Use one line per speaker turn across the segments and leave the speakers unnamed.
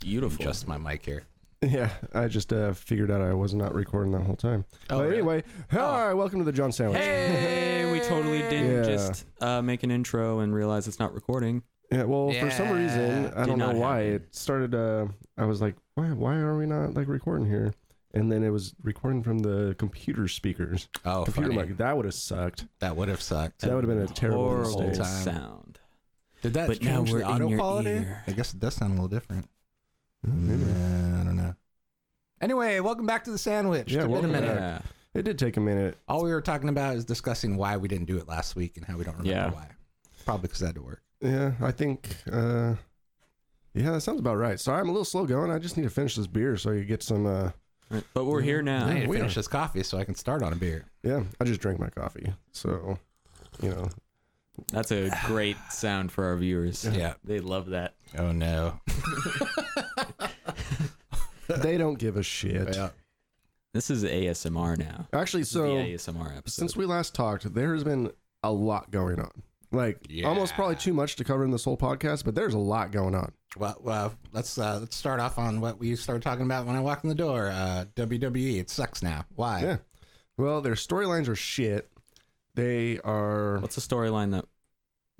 Beautiful.
Adjust my mic here.
Yeah, I just uh, figured out I was not recording that whole time.
Oh,
but
really?
anyway, hi, welcome to the John Sandwich.
Hey, Eh, we totally
Yeah.
didn't just uh, make an intro and realize it's not recording.
Yeah, well, for some
Yeah.
reason, I
Did
don't know
not
why
happen.
it started. Uh, I was like, why, why are we not like recording here? And then it was recording from the computer speakers.
Oh,
computer
funny.
mic. That would have sucked.
That would have sucked.
That would have been a terrible
Horrible
mistake.
time.
sound.
Did that
But now
change
we're
the
in
audio
your
quality?
ear.
I guess it does sound a little different.
Maybe.
Yeah, I don't know. Anyway, welcome back to the sandwich.
Yeah,
Took me a
welcome
minute.
back.
Yeah.
It did take a minute.
All we were talking about is discussing why we didn't do it last week and how we don't remember
Yeah.
why. Probably because I had to work.
Yeah, I think. Uh, yeah, that sounds about right. Sorry, I'm a little slow going. I just need to finish this beer so you get some. Uh,
Right, But we're here now.
I need to
we
finish
are-
this coffee so I can start on a beer.
yeah, I just drank my coffee, so you know.
That's a great sound for our viewers.
Yeah.
They love that.
Oh no.
they don't give a shit.
Yeah.
This is ASMR now.
Actually,
This is
so
the ASMR episode.
since we last talked, there has been a lot going on. Like
Yeah.
almost probably too much to cover in this whole podcast, but there's a lot going on.
Well, well let's uh, let's start off on what we started talking about when I walked in the door. Uh, WWE. It sucks now. Why?
Yeah. Well, their storylines are shit. They are
What's the storyline that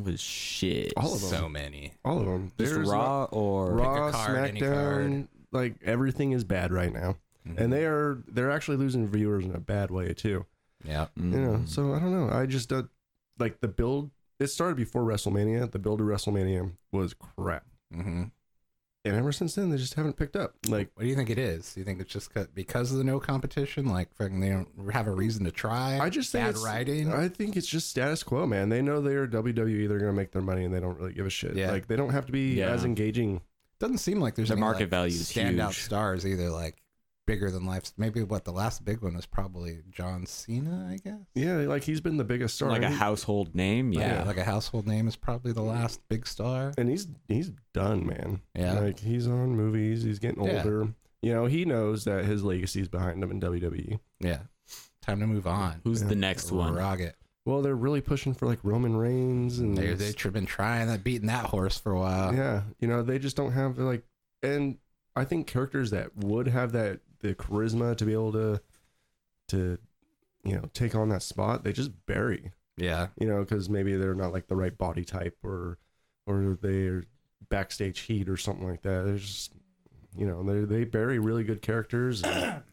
was shit?
All of them.
So many.
all of them.
Just
There's
Raw or
not- Raw,
Pick a card, any
SmackDown,
card.
like everything is bad right now,
Mm-hmm.
and they are they're actually losing viewers in a bad way too.
Yeah.
You
Mm.
know, so I don't know. I just uh, like the build. It started before WrestleMania. The build to WrestleMania was crap,
hmm
and ever since then they just haven't picked up. Like
What do you think it is? Do you think it's just 'cause- because of the no competition? Like, fucking, they don't have a reason to try.
I just think
bad
it's-
writing.
I think it's just status quo, man. They know they're WWE. They're gonna make their money, and they don't really give a shit.
Yeah.
Like they don't have to be
Yeah.
as engaging.
Doesn't seem like there's
The
any,
market
like,
value is
standout
huge.
stars either, like bigger than life. Maybe what the last big one was probably John Cena, I guess.
Yeah, like he's been the biggest star,
like a
and he-
household name? Yeah.
like a household name is probably the last big star.
and he's he's done, man.
Yeah.
like he's on movies. He's getting
Yeah.
older. You know, he knows that his legacy's behind him in E. WWE.
Yeah, time to move on.
Who's the next one?
Rock it.
Well, they're really pushing for like Roman Reigns and
They they've been trying that, beating that horse for a while.
yeah, you know, they just don't have like, and I think characters that would have that the charisma to be able to to you know take on that spot, they just bury.
Yeah,
you know, because maybe they're not like the right body type or or they're backstage heat or something like that. There's just you know they they bury really good characters. and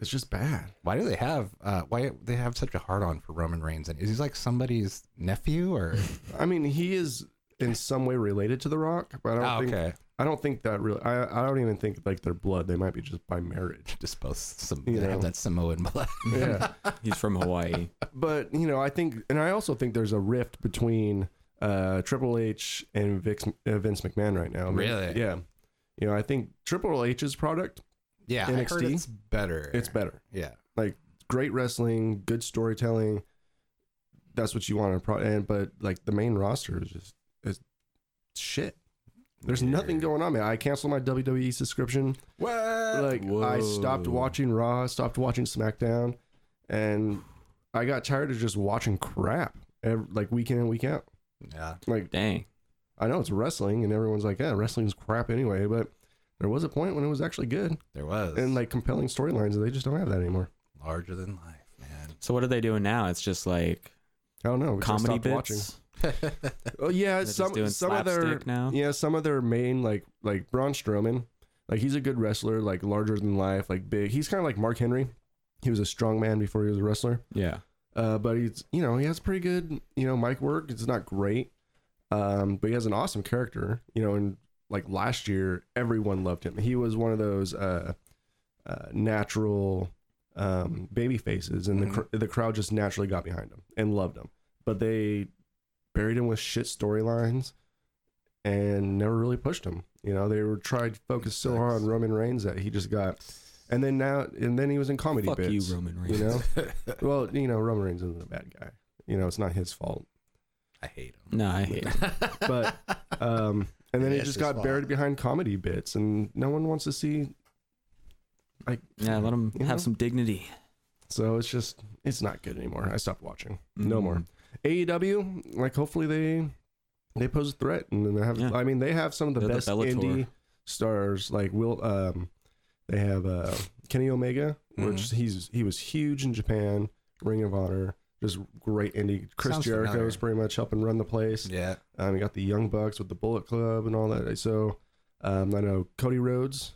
it's just bad.
Why do they have? Uh, why they have such a hard on for Roman Reigns? And is he like somebody's nephew or?
I mean, he is in some way related to The Rock, but I don't
Oh,
think
okay,
I don't think that really. I I don't even think like their blood. They might be just by marriage.
just both. Some
You
they
know.
have that Samoan blood.
Yeah,
He's from Hawaii.
but you know, I think, and I also think there's a rift between uh, Triple H and Vic, uh, Vince McMahon right now. I mean,
Really?
Yeah. You know, I think Triple H's product
yeah, I heard
NXT?
it's better.
it's better.
yeah.
great wrestling, good storytelling. That's what you want in a pro. And but like the main roster is just is shit. There's nothing going on, man. I canceled my WWE subscription.
What?
Like I stopped
Whoa.
watching Raw, stopped watching SmackDown, and I got tired of just watching crap. ev like week in and week out.
yeah.
Like
Dang.
I know it's wrestling, and everyone's like, "Yeah, wrestling's crap anyway." But there was a point when it was actually good
There was.
and like compelling storylines. and They just don't have that anymore.
larger than life,
So what are they doing now? It's just like
I don't know. because I
comedy
stopped
bits.
man.
Oh yeah,
They're
some
just doing
some of their
slapstick now?
yeah some of their main like like Braun Strowman, like he's a good wrestler, like larger than life, like big. He's kind of like Mark Henry. He was a strong man before he was a wrestler,
Yeah.
uh, but he's you know he has pretty good you know mic work. It's not great, um, but he has an awesome character. You know, and like last year, everyone loved him. He was one of those uh, uh, natural um, baby faces, and
Mm-hmm.
the cr- the crowd just naturally got behind him and loved him. But they buried him with shit storylines and never really pushed him. You know, they were tried to focus so hard on Roman Reigns that he just got. And then now, and then he was in comedy
Fuck
bits.
you, Roman Reigns.
You know, well, you know, Roman Reigns isn't a bad guy. You know, it's not his fault.
I hate him.
No, I hate it.
But um, and then
It
it,
is
just
his
got
fault.
buried behind comedy bits, and no one wants to see. Like,
Yeah, let him
You know?
have some dignity.
so it's just it's not good anymore. I stopped watching. No
Mm.
more. E AEW, like, hopefully they they pose a threat, and then they have.
Yeah.
I mean, they have some of the
They're the
best
Bellator.
indie stars like Will. Um, they have uh, Kenny Omega, which he's he was huge in Japan. Ring of Honor, just great indie. Chris
Sounds
Jericho
familiar.
is pretty much helping run the place.
Yeah.
Um, you got the Young Bucks with the Bullet Club and all that. So um, I know Cody Rhodes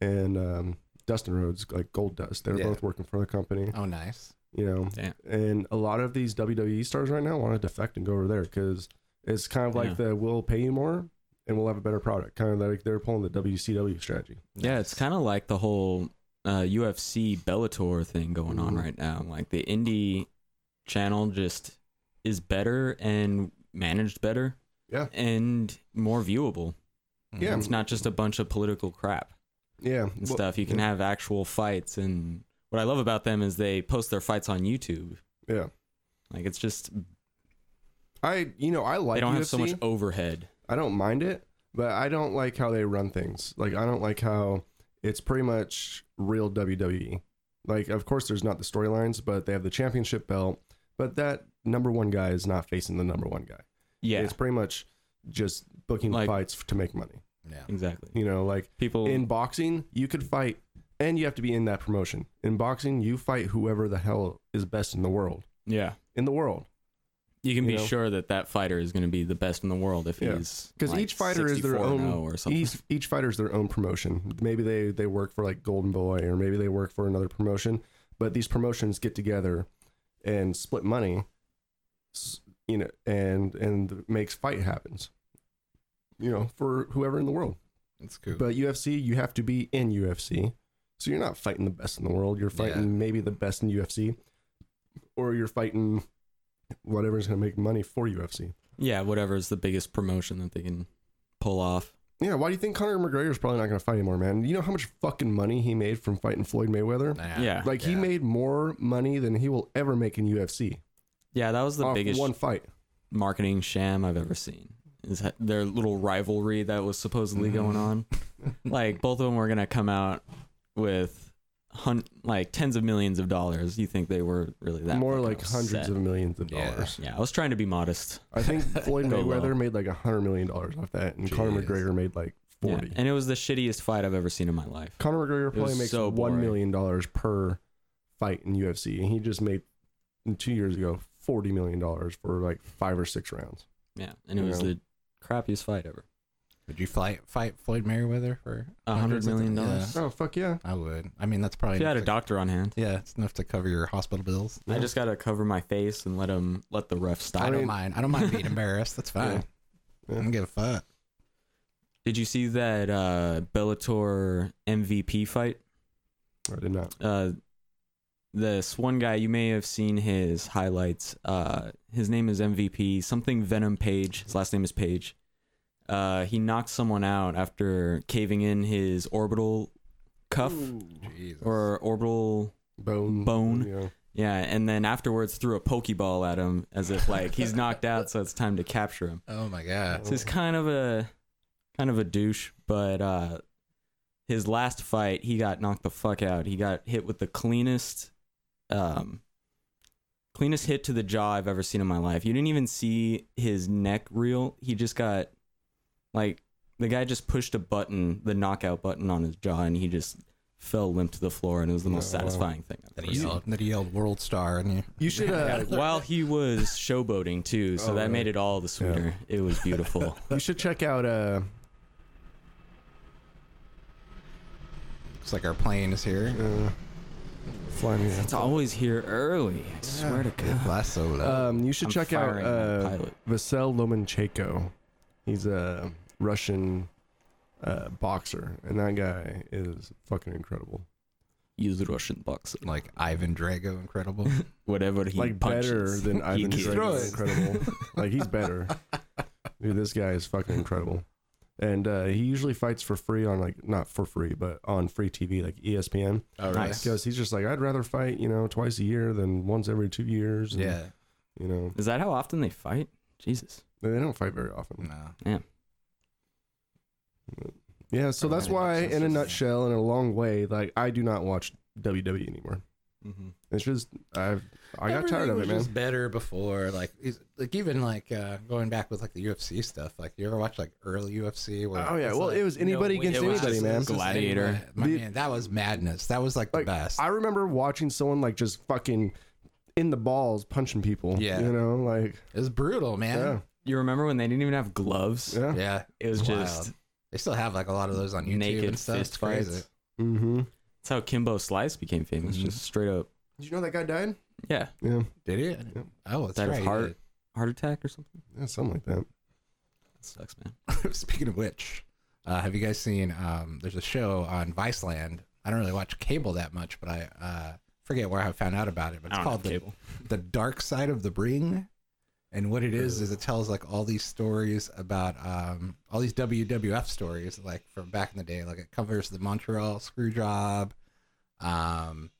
and um, Dustin Rhodes, like Gold Dust. They're
Yeah.
both working for the company.
Oh, nice.
You know,
Damn.
and a lot of these WWE stars right now want to defect and go over there because it's kind of like
Yeah.
the we'll pay you more and we'll have a better product. Kind of like they're pulling the WCW strategy.
Yeah, it's kind of like the whole uh, UFC Bellator thing going on
Mhm.
right now. Like the indie channel just is better and managed better.
Yeah.
And more viewable.
Yeah.
It's not just a bunch of political crap
Yeah,
and
well,
stuff. You can
yeah.
have actual fights and what I love about them is they post their fights on YouTube.
Yeah,
Like it's just
I you know I like
they don't
UFC.
have so much overhead.
I don't mind it, but I don't like how they run things. Like I don't like how it's pretty much real WWE. Like of course there's not the storylines, but they have the championship belt, but that number one guy is not facing the number one guy.
Yeah.
It's pretty much just booking
Like-
fights to make money.
Mm-hmm. Yeah.
Exactly.
You know, like
People
in boxing, you could fight and you have to be in that promotion. In boxing, you fight whoever the hell is best in the world.
Yeah.
In the world.
You can
you
be
know?
sure that that fighter is going to be the best in the world if
Yeah.
he's
because
like,
each fighter is their
64 and
own
0 or something.
Each, each fighter is their own promotion maybe they they work for like golden boy or maybe they work for another promotion but these promotions get together and split money s- you know and and makes fight happens you know for whoever in the world
That's cool.
but ufc you have to be in ufc so you're not fighting the best in the world you're fighting
Yeah.
maybe the best in ufc or you're fighting whatever's going to make money for ufc
Yeah, whatever is the biggest promotion that they can pull off.
Yeah, why do you think Conor McGregor's probably not going to fight anymore, man? You know how much fucking money he made from fighting Floyd Mayweather?
yeah.
Ah, Yeah.
Like he
Yeah.
made more money than he will ever make in UFC.
Yeah, that was the
off
biggest
one fight.
marketing sham I've ever seen. Is that their little rivalry that was
Mm-hmm.
supposedly going on? like both of them were going to come out with hun- like tens of millions of dollars. You think they were really that
More
fucking
like hundreds
upset.
of millions of
Yeah.
dollars.
Yeah, I was trying to be modest.
I think Floyd
Go low.
Mayweather made like a hundred million dollars off that, and Conor
Jeez.
McGregor made like
Yeah,
forty.
And it was the shittiest fight I've ever seen in my life.
Conor McGregor
was
probably makes
so
one
boring.
million dollars per fight in UFC, and he just made two years ago forty million dollars for like five or six rounds.
Yeah, and it was
Yeah.
the crappiest fight ever.
Would you fight fight Floyd Merriweather for
A hundred
hundreds of
million
thou-
dollars.
Oh fuck yeah!
Yeah, I would. I mean, that's probably.
If you had a
enough
doctor on hand.
to- yeah, it's enough to cover your hospital bills.
I just gotta cover my face and let him let the ref
I,
stop.
don't
mean-
mind. I don't mind being embarrassed. That's fine.
Yeah.
I
Yeah.
don't give a fuck.
Did you see that uh, Bellator MVP fight?
I did not.
Uh, this one guy you may have seen his highlights. Uh, his name is MVP something Venom Page. His last name is Page. Uh, he knocked someone out after caving in his orbital cuff
Hmm. Jesus.
or orbital
bone
Bone.
Yeah.
yeah, and then afterwards threw a pokeball at him as if like he's knocked out, so it's time to capture him.
oh my god.
So he's kind of a kind of a douche, but uh his last fight, he got knocked the fuck out. He got hit with the cleanest um cleanest hit to the jaw I've ever seen in my life. You didn't even see his neck reel. He just got like the guy just pushed a button, the knockout button on his jaw and he just fell limp to the floor and it was the most
Oh, Wow.
satisfying thing I've
Then
ever
he
seen.
yelled. Then he yelled "World Star" and you.
You should uh,
While he was showboating too, so
Oh,
that
really?
made it all the sweeter. It was beautiful.
you should check out uh
It's like our plane is here.
Fly Me
It's always here early. I swear to God.
Last so low.
Uh,
Um you should
I'm
check out
firing that
uh
pilot.
Vasyl Lomachenko. He's a Russian uh boxer and that guy is fucking incredible.
Use Russian boxer.
like Ivan Drago, incredible.
Whatever he
like
punches,
better than
he
Ivan
kicks.
Drago is incredible. like he's better. Dude, this guy is fucking incredible. And uh, he usually fights for free on like not for free, but on free TV like E ESPN.
All
right.
right.
Because he's just like I'd rather fight, you know, twice a year than once every two years. and,
Yeah.
you know
Is that how often they fight? Jesus.
They don't fight very often.
No.
Yeah, so
Right.
that's why,
That's
in a
just-
nutshell, in a long way, like I do not watch WWE E anymore.
Mm-hmm.
It's just I've I got
Everything
tired of it,
was
man.
Just better before, like is- like even like uh, going back with like the UFC stuff. Like you ever watch like early UFC? Where
Oh yeah,
it's
well
like,
it was anybody
way-
against
it was
anybody,
just-
man.
this is
Gladiator.
anybody- My
The-
man, that was madness. That was like the
Like,
best.
I remember watching someone like just fucking in the balls punching people.
Yeah.
you know, like
it was brutal, man.
You remember when they didn't even have gloves?
Yeah,
yeah, yeah.
It was
It's wild.
just
they still have like a lot of those on YouTube
naked
and stuff.
fist
It's crazy.
fights.
Mm-hmm.
That's how Kimbo Slice became famous.
Mhm.
Just straight up.
Did you know that guy died?
Yeah.
Yeah,
Did it?
Yeah.
Oh, that's
Died of
right.
heart.
it-
Heart attack or something.
yeah, something like that.
That sucks, man.
Speaking of which, uh, have you guys seen? Um, there's a show on Viceland. I don't really watch cable that much, but I uh, forget where I found out about it. But
I
it's
don't
called
have
the,
cable.
the Dark Side of the Ring, and what it is is it tells like all these stories about um, all these WWF stories, like from back in the day. Like it covers the Montreal Screwjob, um,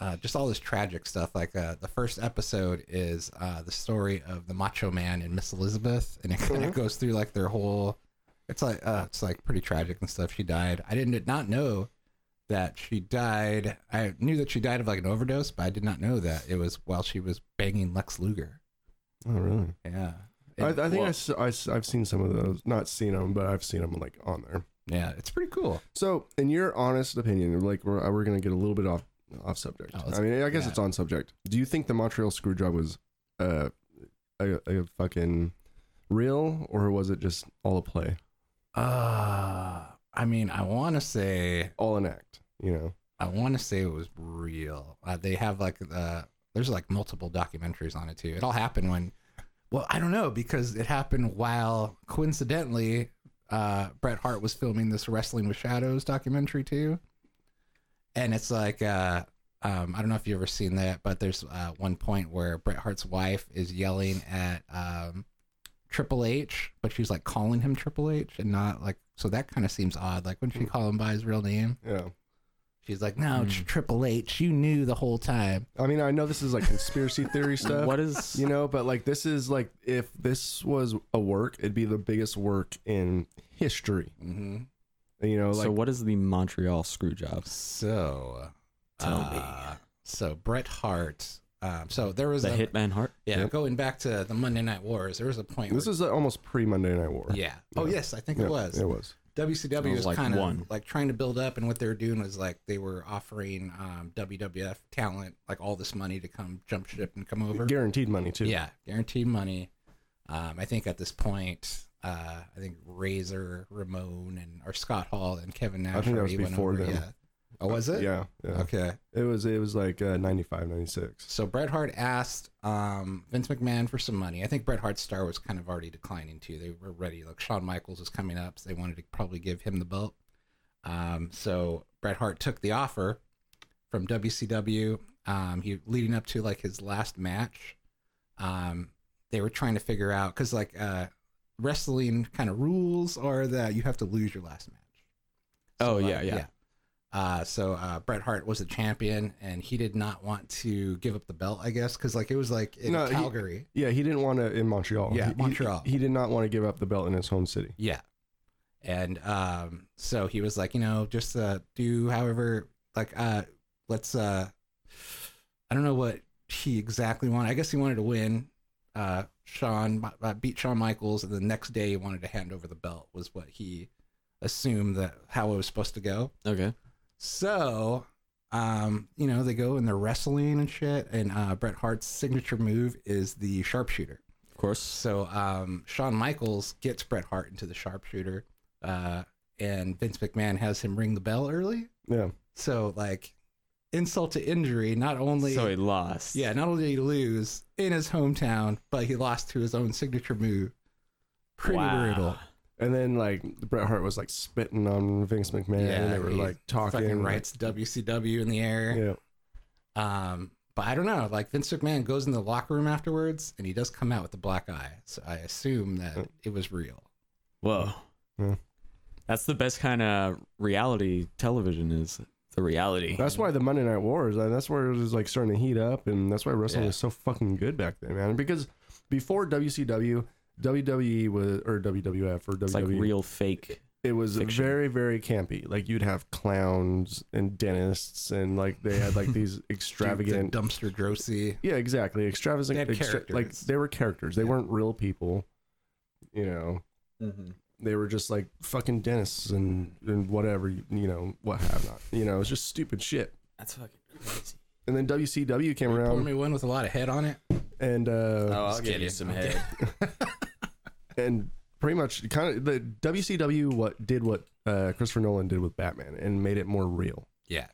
uh, just all this tragic stuff. Like uh, the first episode is uh, the story of the Macho Man and Miss Elizabeth, and it kind of goes through like their whole. It's like uh, it's like pretty tragic and stuff. She died. I didn't did not know that she died. I knew that she died of like an overdose, but I did not know that it was while she was banging Lex Luger.
Oh really?
Yeah,
I, I think
well-
I, have seen some of those. Not seen them, but I've seen them like on there.
yeah, it's pretty cool.
So, in your honest opinion, like we're we're gonna get a little bit off off subject.
Oh, let's-
I mean, I guess
yeah.
it's on subject. Do you think the Montreal Screwjob was uh, a a fucking real, or was it just all a play,
Uh, I mean, I want to say
all an act? You know,
I want to say it was real. Uh, they have like the there's like multiple documentaries on it too. It all happened when, well, I don't know because it happened while coincidentally uh, Bret Hart was filming this Wrestling with Shadows documentary too, and it's like uh, um, I don't know if you have ever seen that, but there's uh, one point where Bret Hart's wife is yelling at um, Triple H, but she's like calling him Triple H and not like so that kind of seems odd. Like wouldn't she call him by his real name?
yeah.
She's like, no, it's
Hmm.
Triple H. You knew the whole time.
I mean, I know this is like conspiracy theory stuff.
What is
You know, but like this is like if this was a work, it'd be the biggest work in history.
Mm-hmm.
You know, like
so? What is the Montreal screw jobs?
So,
Tell
uh, So Bret Hart. Um, so there was
The
a
Hitman Heart.
yeah.
Yep.
Going back to the Monday Night Wars, there was a point.
this
where,
is uh, almost pre Monday Night War.
yeah. Oh
Yeah.
yes, I think
Yeah,
it was.
It was.
WCW
Sounds
was
like
kind of
one.
like trying to build up, and what they were doing was like they were offering um, WWF talent like all this money to come jump ship and come over.
Guaranteed money too.
Yeah, guaranteed money. Um, I think at this point, uh, I think Razor, Ramon, and or Scott Hall and Kevin Nash.
think that was
already went
before
over,
then.
Yeah. Oh, was it?
Yeah. yeah.
Okay.
It was it was like uh, 95, 96.
So Bret Hart asked um, Vince McMahon for some money. I think Bret Hart's star was kind of already declining too. They were ready. Like Shawn Michaels was coming up, so they wanted to probably give him the belt. Um, so Bret Hart took the offer from WCW. Um, he leading up to like his last match. Um, they were trying to figure out because like uh, wrestling kind of rules are that you have to lose your last match.
Oh
uh,
yeah, yeah.
Uh, so uh, Bret Hart was the champion, and he did not want to give up the belt, I guess, because like it was like in
No, he-
Calgary.
Yeah, he didn't want to in Montreal.
Yeah,
He- he-
Montreal.
He, did not want to give up the belt in his home city.
yeah, and um, so he was like, you know, just uh, do however, like, uh, let's. Uh, I don't know what he exactly wanted. I guess he wanted to win. Uh, Sean uh, beat Shawn Michaels, and the next day he wanted to hand over the belt. Was what he assumed that how it was supposed to go.
Okay.
So, um, you know, they go and they're wrestling and shit, and uh, Bret Hart's signature move is the sharpshooter.
Of course.
So, um, Shawn Michaels gets Bret Hart into the sharpshooter, uh, and Vince McMahon has him ring the bell early.
Yeah.
So, like, insult to injury, not only.
So he lost.
yeah, not only did he lose in his hometown, but he lost to his own signature move. Pretty
Wow.
brutal.
And then like Bret Hart was like spitting on Vince McMahon and they were
he
like talking
Fucking writes WCW in the air.
Yeah.
Um, but I don't know. Like Vince McMahon goes in the locker room afterwards, and he does come out with a black eye. So I assume
Mm.
that it was real.
Whoa.
Yeah.
That's the best kind of reality television is the reality.
That's why the Monday Night Wars. uh, That's where it was like starting to heat up, and that's why wrestling
Yeah.
was so fucking good back then, man. Because before WCW, WWE E was or WWF or WWE, E.
It's like real fake.
it was
Fiction.
very very campy. Like you'd have clowns and dentists, and like they had like these extravagant.
The dumpster grossy.
yeah, exactly. Extravagant.
They had
extra- like
characters.
they were characters. They
Yeah.
weren't real people. You know, they were just like fucking dentists and and whatever. You, you know what have not. You know, it's just stupid shit.
That's fucking crazy.
And then WCW came
Pour
around,
me one with a lot of head on it.
and uh,
Oh, I'll
Just
give you
kidding.
some head.
and pretty much kind of the WCW what did what uh, Christopher Nolan did with Batman and made it more real.
Yeah.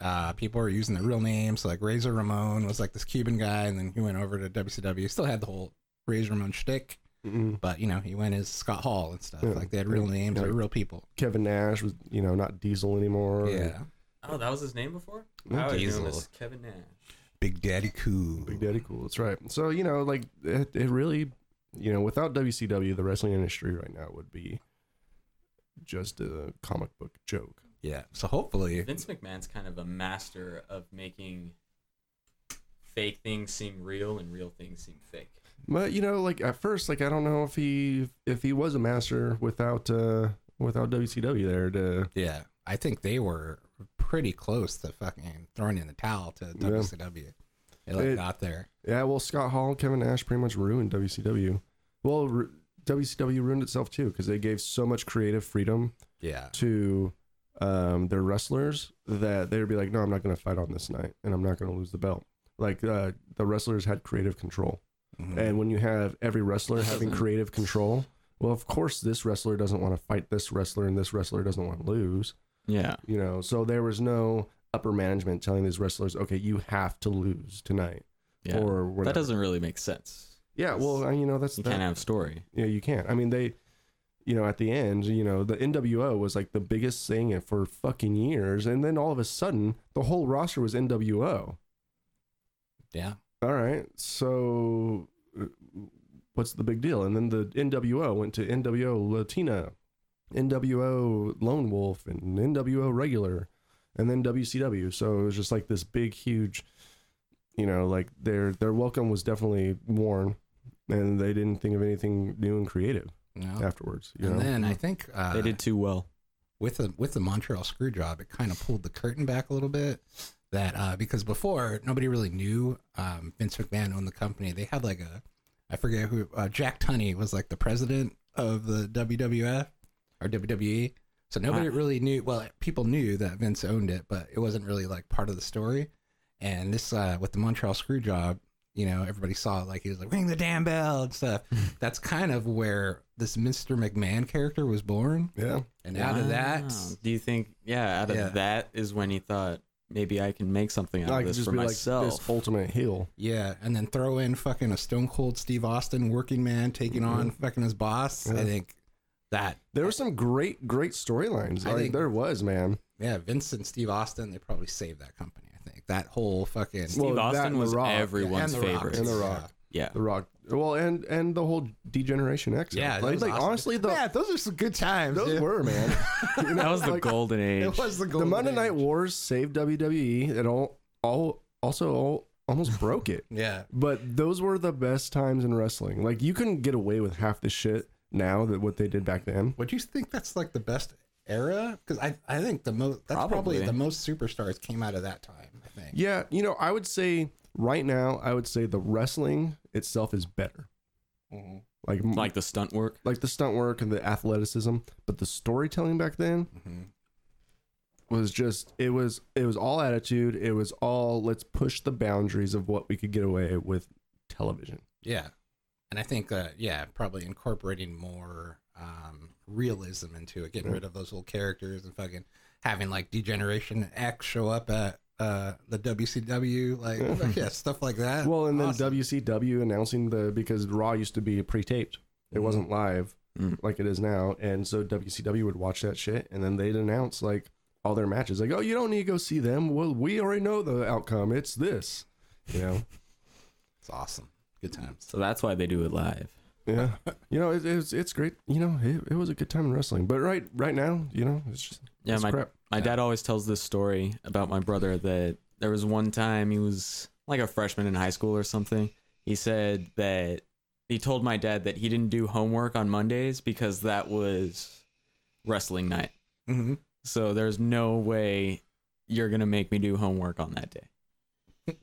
Uh, people were using their real names. Like Razor Ramon was like this Cuban guy, and then he went over to WCW. He still had the whole Razor Ramon shtick, but you know he went as Scott Hall and stuff.
Yeah.
Like they had real names, they were real people.
Kevin Nash was you know not Diesel anymore.
Yeah.
Oh, that was his name before?
Yeah,
I always knew
Diesel.
him as Kevin Nash.
Big Daddy Cool.
Big Daddy Cool. That's right. So you know like it, it really you know without WCW the wrestling industry right now would be just a comic book joke.
Yeah. So hopefully,
Vince McMahon's kind of a master of making fake things seem real and real things seem fake.
But you know like at first like I don't know if he if he was a master without uh without WCW there to
yeah, I think they were pretty close to fucking throwing in the towel to WCW. They like
It-
got there.
Yeah, well, Scott Hall and Kevin Nash pretty much ruined WCW. Well, ru WCW ruined itself too because they gave so much creative freedom
Yeah.
to um, their wrestlers that they'd be like, "No, I'm not going to fight on this night, and I'm not going to lose the belt." Like uh, the wrestlers had creative control,
Mm.
Mhm.
and when you have every wrestler having
Doesn't-
creative control, well, of course, this wrestler doesn't want to fight this wrestler, and this wrestler doesn't want to lose.
Yeah.
You know, so there was no upper management telling these wrestlers, "Okay, you have to lose tonight,"
Yeah.
or whatever.
that doesn't really make sense.
Yeah, well, I- you know that's
You
that,
can't have story.
yeah, you can't. I mean, they, you know, at the end, you know, the NWO was like the biggest thing for fucking years, and then all of a sudden, the whole roster was NWO.
Yeah.
All right, so uh, what's the big deal? And then the NWO went to NWO Latina, NWO Lone Wolf, and NWO Regular, and then WCW. So it was just like this big, huge, you know, like their their welcome was definitely worn, and they didn't think of anything new and creative
No.
afterwards. You
Oh. and
know?
then I think uh,
They did too well.
with the with the Montreal screw job, it kind of pulled the curtain back a little bit. That uh, because before nobody really knew um, Vince McMahon owned the company. They had like a I forget who uh, Jack Tunney was like the president of the WWF or WWE. So nobody
Wow.
really knew. Well, people knew that Vince owned it, but it wasn't really like part of the story. And this uh, with the Montreal screw job, you know, everybody saw it like he was like ring the damn bell and stuff. That's kind of where this Mr. McMahon character was born.
yeah,
And out of that,
Wow. do you think? Yeah, out of
Yeah.
that is when he thought maybe I can make something out of
I could
this
just
for
be
myself.
like this ultimate heel.
yeah, and then throw in fucking a Stone Cold Steve Austin working man taking on fucking his boss. I
Mm-hmm. Yeah.
think that
There were some great, great storylines.
I
Like,
think-
there was man.
yeah, Vince and Steve Austin they probably saved that company. I think that whole fucking
Steve
Well, that and
Austin
The
was
Rock.
everyone's
and the Rock.
favorite.
And The Rock.
Yeah.
The Rock. Well, and and the whole Degeneration X.
Yeah,
era.
that
like,
was
like,
awesome.
honestly, the,
yeah, those are some good times.
those
dude.
were man. You know,
That was the
like,
golden
it
age.
was the
The
golden
Monday
age.
Night Wars saved WWE. It all all also all, almost broke it.
Yeah,
But those were the best times in wrestling. Like you couldn't get away with half the shit now that what they did back then.
would you think that's like the best era? Because I I think the most that's probably.
Probably.
the most superstars came out of that time. I think.
Yeah, you know, I would say right now, I would say the wrestling itself is better.
Mhm.
Like
Like the stunt work.
like the stunt work and the athleticism, but the storytelling back then
Mhm.
was just it was it was all attitude. It was all let's push the boundaries of what we could get away with television.
Yeah. And I think uh, yeah, probably incorporating more um, realism into it, getting rid of those old characters and fucking having like Degeneration X show up at uh, the WCW, like fuck yeah, stuff like that.
Well, and then
Awesome.
WCW announcing the because Raw used to be pre-taped. It wasn't live
Mm.
like it is now, and so WCW would watch that shit, and then they'd announce like all their matches, like, "Oh, you don't need to go see them. Well, we already know the outcome. It's this." You know,
it's awesome, good times.
So that's why they do it live.
yeah, you know, it, it's it's great. You know, it, it was a good time in wrestling, but right right now, you know, it's just
Yeah,
it's
my
crap.
my dad always tells this story about my brother that there was one time he was like a freshman in high school or something. He said that he told my dad that he didn't do homework on Mondays because that was wrestling night.
hmm
So there's no way you're going to make me do homework on that day.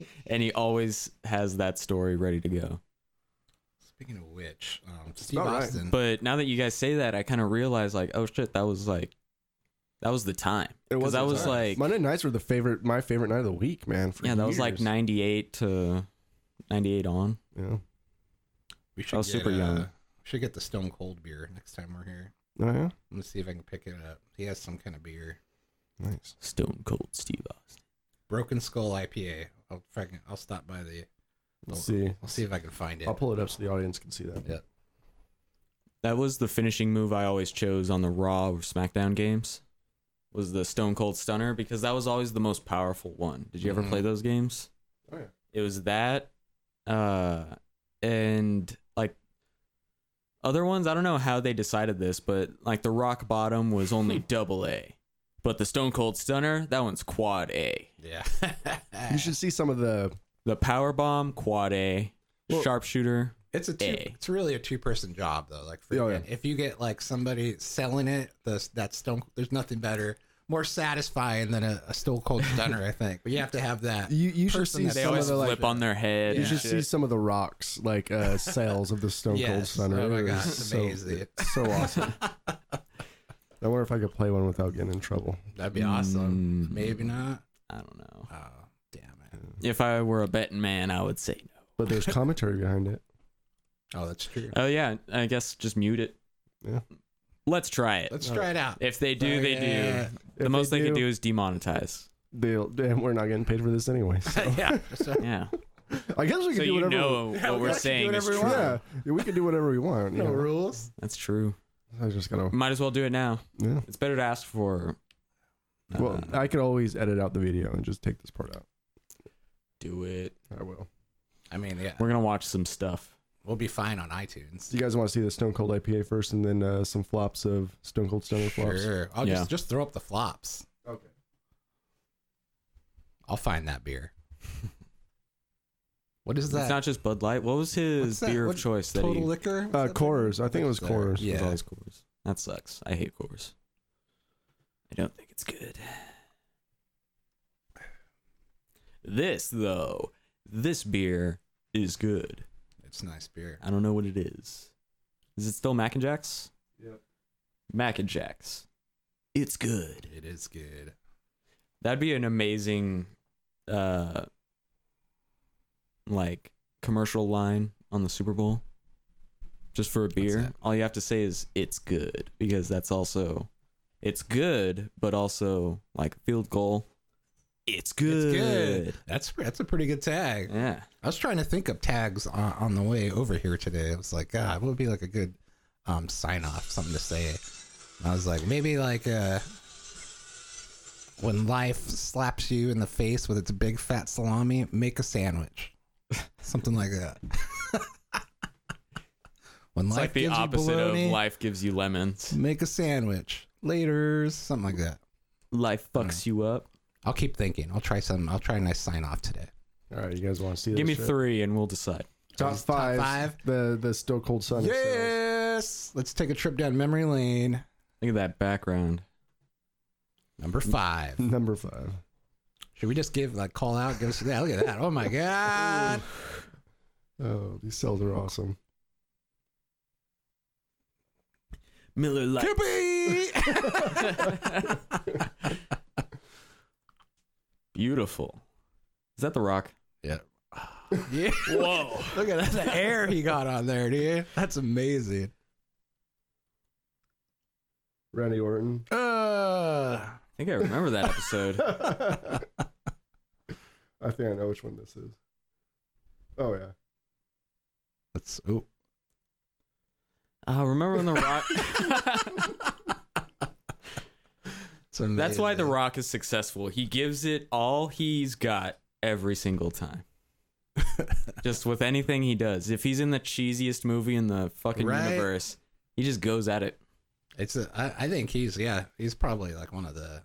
and he always has that story ready to go.
Speaking of which, um, Steve
about right.
Austin.
But now that you guys say that, I kind of realize like, oh shit, that was like, that was the time.
It
Because
was
that
the
was
time.
like,
Monday nights were the favorite, my favorite night of the week, man. for
yeah, that was like
years.
98 to 98 on.
Yeah.
we should
I was
get,
super young.
uh, should get the Stone Cold beer next time we're here.
Oh yeah.
I'm gonna see if I can pick it up. He has some kind of beer.
Nice.
Stone Cold Steve Austin.
Broken Skull IPA. I'll if I can- I'll stop by the.
Let's see.
I'll see if I can find it.
I'll pull it up so the audience can see that.
Yeah.
That was the finishing move I always chose on the Raw or SmackDown games. Was the Stone Cold Stunner because that was always the most powerful one. Did you ever
Mhm.
play those games?
Oh yeah.
it was that uh and like other ones i don't know how they decided this but like the rock bottom was only double a but the stone cold stunner that one's quad a
Yeah.
You should see some of the.
the power bomb quad a
Well-
sharpshooter
It's a two,
A.
it's really a two person job though. Like for,
Oh, yeah.
if you get like somebody selling it, the that stone there's nothing better, more satisfying than a, a stone cold stunner. I think, but you have to have that.
You you should
Person
see
that
they
some of
always
the like.
flip on their head
You
and
should
shit.
see some of the rocks, like uh cells of the Stone Cold
Yes.
Stunner.
Oh my
It
God,
was
it's
so,
amazing.
it's so awesome. I wonder if I could play one without getting in trouble.
That'd be awesome.
Mm.
Mm-hmm.
Maybe not.
i don't know
Oh damn it.
if i were a betting man i would say no
But there's commentary behind it.
Oh, that's true.
oh yeah i guess just mute it
Yeah.
let's try it
Let's try it out.
if uh, they do
Fuck
they
yeah.
do
If
the most they
do,
can do is demonetize
They'll, damn, we're not getting paid for this anyway. So.
yeah. So,
yeah
I guess we can
so
do
you
whatever.
know
Yeah,
what we're
we can do
saying is
whatever
true.
we
we, yeah, yeah, we can do whatever we want. you
no
know.
rules.
That's true.
I just gotta.
Might as well do it now.
Yeah.
It's better to ask for. uh,
Well, I could always edit out the video and just take this part out.
do it.
I will.
I mean, yeah,
We're gonna watch some stuff.
we'll be fine on iTunes.
Do you guys want to see the Stone Cold IPA first, and then uh, some flops of Stone Cold Stunner flops?
Sure. I'll
Yeah.
just just throw up the flops.
Okay.
I'll find that beer. What is that?
It's not just Bud Light. What was
What's
his
that?
beer
What-
of choice that
Total
he? It
liquor. What's
Uh,
that thing?
Coors. I think it was
There.
Coors.
was
Yeah.
always Coors. That sucks. I hate Coors. I don't think it's good. This though, this beer is good.
It's nice beer.
I don't know what it is. Is it still Mac and Jacks?
Yep.
Mac and Jacks. It's good.
It is good.
That'd be an amazing uh like commercial line on the Super Bowl. Just for a beer.
that?
All you have to say is it's good because that's also it's good, but also like field goal. It's good.
good. That's that's a pretty good tag.
Yeah.
I was trying to think of tags on, on the way over here today. I was like, God, what would be like a good um, sign off, something to say? And I was like, maybe like uh, when life slaps you in the face with its big fat salami, make a sandwich, something like that. when
It's
life
like the
gives
opposite
you
of
bologna,
life gives you lemons.
make a sandwich. Later's, something like that.
Life fucks you up.
I'll keep thinking. I'll try some. I'll try a nice sign off today.
All right, you guys want to see?
Give
this
me
shit?
three and we'll decide.
Top
Top
five.
five.
The the Stone Cold Stunner. cells.
Yes, let's take a trip down memory lane.
Look at that background.
Number five.
Number five.
Should we just give like call out? Give us that. Look at that. Oh my god.
Oh, these cells are awesome.
Miller Lite.
Yippee!
Beautiful. Is that The Rock?
yeah. Yeah.
Whoa.
Look at that the air he got on there, dude. That's amazing.
Randy Orton.
Uh,
I think I remember that episode.
I think I know which one this is. Oh yeah.
let's. Oh,
Uh, remember when The Rock?
it's amazing.
That's why The Rock is successful. He gives it all he's got every single time. just with anything he does. If he's in the cheesiest movie in the fucking
Right.
universe, he just goes at it.
It's. A, I, I think he's. Yeah, he's probably like one of the.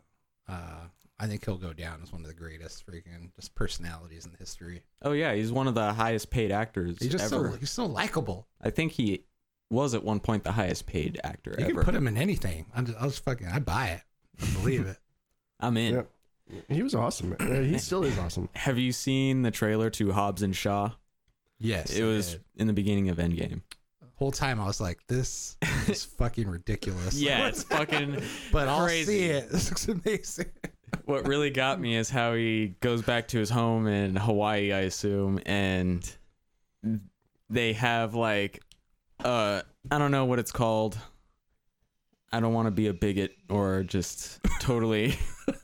Uh, I think he'll go down as one of the greatest freaking just personalities in history.
Oh yeah, he's one of the highest paid actors
He's just
ever.
so. He's so likable.
I think he was at one point the highest paid actor
You
ever.
can put him in anything. I'm just, I was fucking. I buy it. I believe it.
I'm in.
Yeah. He was awesome. Uh, he still is awesome.
Have you seen the trailer to Hobbs and Shaw?
Yes,
It was
did.
in the beginning of Endgame.
whole time I was like, this is fucking ridiculous.
Yeah, it's fucking.
but I'll
crazy.
see it. This looks amazing.
What really got me is how he goes back to his home in Hawaii, I assume, and they have like, uh, I don't know what it's called. I don't want to be a bigot or just totally.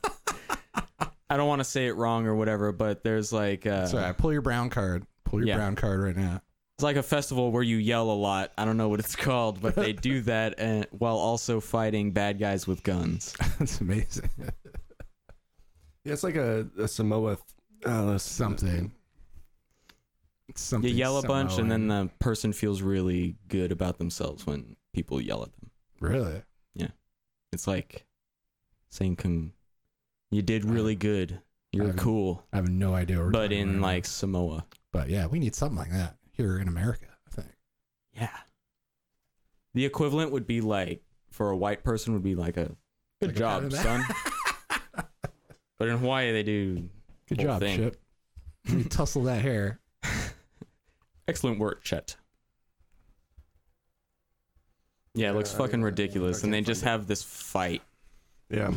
I don't want to say it wrong or whatever, but there's like uh,
Sorry, pull your brown card. Pull your
Yeah.
brown card right now.
it's like a festival where you yell a lot. I don't know what it's called, but they do that and, while also fighting bad guys with guns.
That's amazing.
Yeah, it's like a, a Samoa th- uh,
Something. Something.
You yell a bunch, and then
Samoan.
the person feels really good about themselves when people yell at them.
really,
It's like saying, "Con- "You did really good. You're
I'm-
cool,"
I have no idea. Where we're
but
talking
in
about.
like Samoa.
but yeah, we need something like that here in America. I think.
Yeah. The equivalent would be like for a white person would be like a good
Like a pat
job,
on the
son. but in Hawaii they do
Good
whole
job,
thing.
Chip. Let me tussle that hair.
Excellent work, Chet. Yeah, it looks
Yeah, I
fucking
mean, I-
ridiculous.
I
And they
can't
just
find
have this fight
Yeah.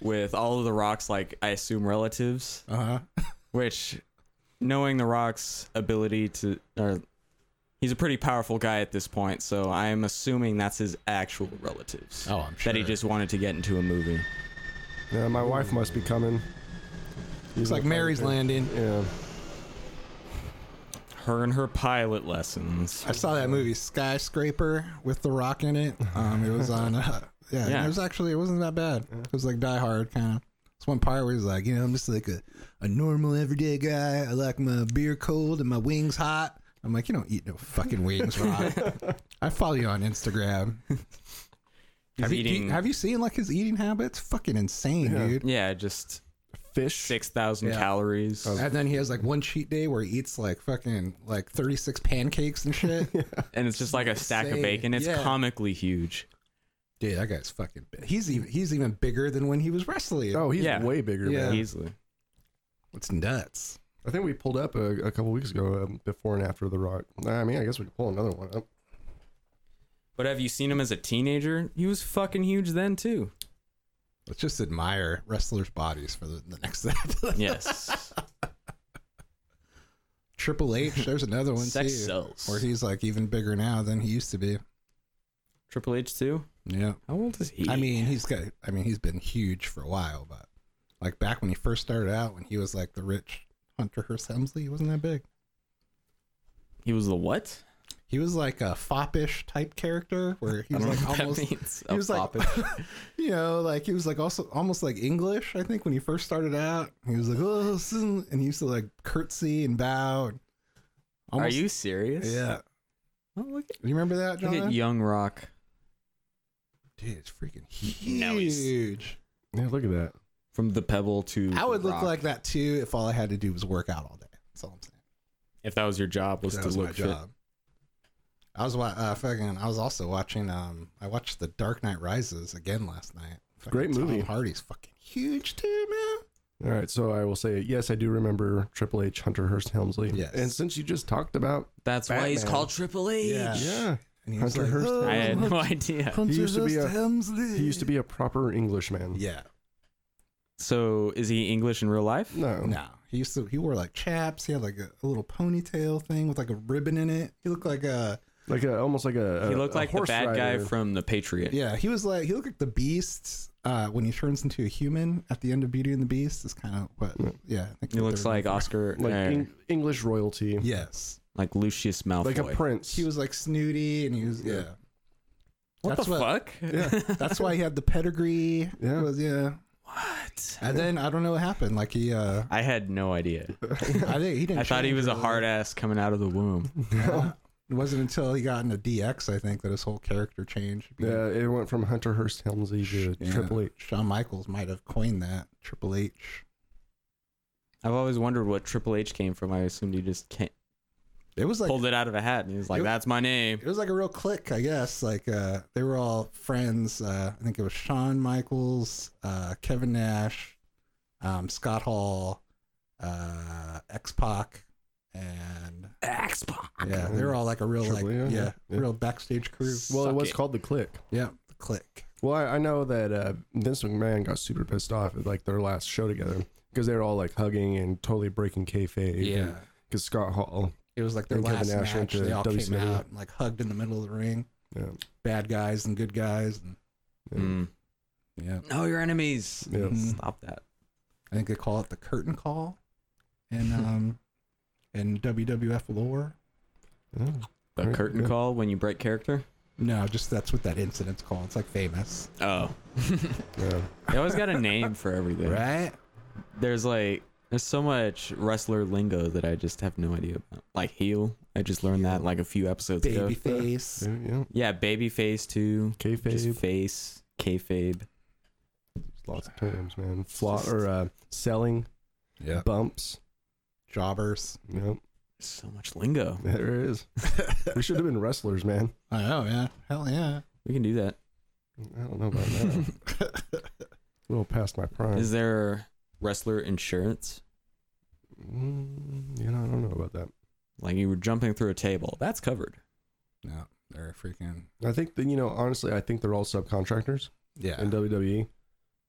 with all of the rocks, like I assume relatives,
Uh huh.
which knowing the rock's ability to or he's a pretty powerful guy at this point, so I'm assuming that's his actual relatives.
Oh, I'm
That he just wanted to get into a movie.
Yeah, my wife must be coming.
It's like Mary's Landing.
Yeah.
Her and her pilot lessons.
I saw that movie Skyscraper with The Rock in it. Um, it was on. Uh, yeah, and
Yeah.
it was actually it wasn't that bad. It was like Die Hard kind of. It's one part where he's like, you know, I'm just like a, a normal everyday guy. I like my beer cold and my wings hot. I'm like, you don't eat no fucking wings, Rock. I follow you on Instagram.
He's
have you, do you-
eating
have you seen like his eating habits? Fucking insane,
Yeah.
dude.
yeah, just
Fish.
six thousand
Yeah.
calories.
And then he has like one cheat day where he eats like fucking like 36 pancakes and shit.
And it's just like a stack of
Insane.
bacon. It's
Yeah.
comically huge.
Dude, that guy's fucking. Big. He's even he's even bigger than when he was wrestling.
Oh, he's
Yeah.
way bigger.
Yeah.
Man.
Easily.
it's nuts.
I think we pulled up a, a couple weeks ago um, before and after The Rock. I mean, I guess we could pull another one up.
But have you seen him as a teenager? He was fucking huge then too.
Let's just admire wrestlers' bodies for the, the next step.
Yes.
Triple H, there's another one
Sex
too,
sells.
where he's like even bigger now than he used to be.
Triple H too.
Yeah,
How old is he?
I mean he's got. I mean he's been huge for a while, but like back when he first started out, when he was like the rich Hunter Hearst Hemsley, he wasn't that big.
he was the what?
He was like a foppish type character where he
I don't
was
know
like
what that
almost
means.
he
A
was like,
foppish.
you know, like he was like also almost like English. I think when he first started out, he was like, oh, this isn't-" and he used to like curtsy and bow. and
Are
almost-
you serious?
Yeah.
Oh, look, at,
You remember that,
look
John?
at Young Rock.
Dude, it's freaking
Now he's-
huge.
Yeah, look at that.
From the Pebble to
I would
The
look
Rock.
like that too if all I had to do was work out all day. That's all I'm saying.
if that was your job was
That
to
was
look
my
fit.
job. I was wa- uh, fucking. I was also watching. Um, I watched The Dark Knight Rises again last night. Fucking
Great movie.
Tom Hardy's fucking huge too, man.
All right, so I will say yes, I do remember Triple H, Hunter Hearst Helmsley.
Yes.
and since you just talked about
That's why he's
Batman.
called Triple H.
Yeah.
yeah,
And he "Oh,
Hunter Hearst.
I had
Hunter
no idea.
Hunter
He used to be
Hearst
a-
Helmsley.
he used to be a proper Englishman.
Yeah.
So is he English in real life?
No,
No. He used to. He wore like chaps. He had like a, a little ponytail thing with like a ribbon in it. He looked like a.
like a, almost like
Uh,
a, a
he looked
a
like the
horse
bad guy
rider.
from The Patriot.
Yeah. He was like. He looked like the Beast uh, when he turns into a human at the end of Beauty and the Beast. Is kind of what. Yeah. I think
He
what
looks
they were
like
going
Oscar,
like
like,
Eng- English royalty,
for. Yes.
like Lucius Malfoy.
like a prince.
He was like snooty, and he was yeah.
What
That's
the fuck?
yeah,
That's why he had the pedigree.
Yeah.
Was- yeah.
What?
And then I don't know what happened. Like he, uh,
I had no idea.
I think he didn't.
I thought he
change
was a
really.
hard ass coming out of the womb.
Yeah. It wasn't until he got into DX, I think, that his whole character changed.
yeah, it went from Hunter Hearst Helmsley to
Yeah.
Triple H.
Shawn Michaels might have coined that Triple H.
I've always wondered what Triple H came from. I assumed he just came,
It was like
pulled it out of a hat, and he was like,
It-
"That's my name."
it was like a real clique, I guess. Like uh, they were all friends. Uh, I think it was Shawn Michaels, uh, Kevin Nash, um, Scott Hall, uh, X Pac, and
X Pac.
yeah, they were all like a real like
Triple
yeah,
A, yeah, yeah.
real backstage crew.
Well, it
Suck
was
it.
called the Click.
yeah, the clique.
Well, I, I know that uh, Vince McMahon got super pissed off at like their last show together because they were all like hugging and totally breaking kayfabe. because Scott Hall.
it was like their
And Kevin
last
Nash went
match.
to
They all came
WCW.
out and like hugged in the middle of the ring.
Yeah,
Bad guys and good guys. And,
yeah.
yeah,
No, your enemies.
Yeah.
Mhm.
Mm. Stop that.
I think they call it the curtain call, and um, in WWF lore.
Yeah.
The
Right,
curtain
yeah.
call when you break character.
No, just that's what that incident's called. It's like famous,
Oh,
yeah.
they always got a name for everything.
right?
There's like there's so much wrestler lingo that I just have no idea about. Like heel, I just learned that like a few episodes ago.
Babyface.
Yeah, yeah.
Yeah, baby face too.
Kayfabe.
Just face, kayfabe.
Lots of terms, man. Flaw or uh, selling
Yeah.
bumps.
Jobbers.
Yep,
So much lingo.
there it is. we should have been wrestlers, man.
I know, yeah. Hell yeah.
We can do that.
I don't know about that. a little past my prime.
Is there wrestler insurance?
Mm, you know, I don't know about that.
Like you were jumping through a table. That's covered.
no, they're freaking.
I think that you know, honestly, I think they're all subcontractors
Yeah.
in WWE,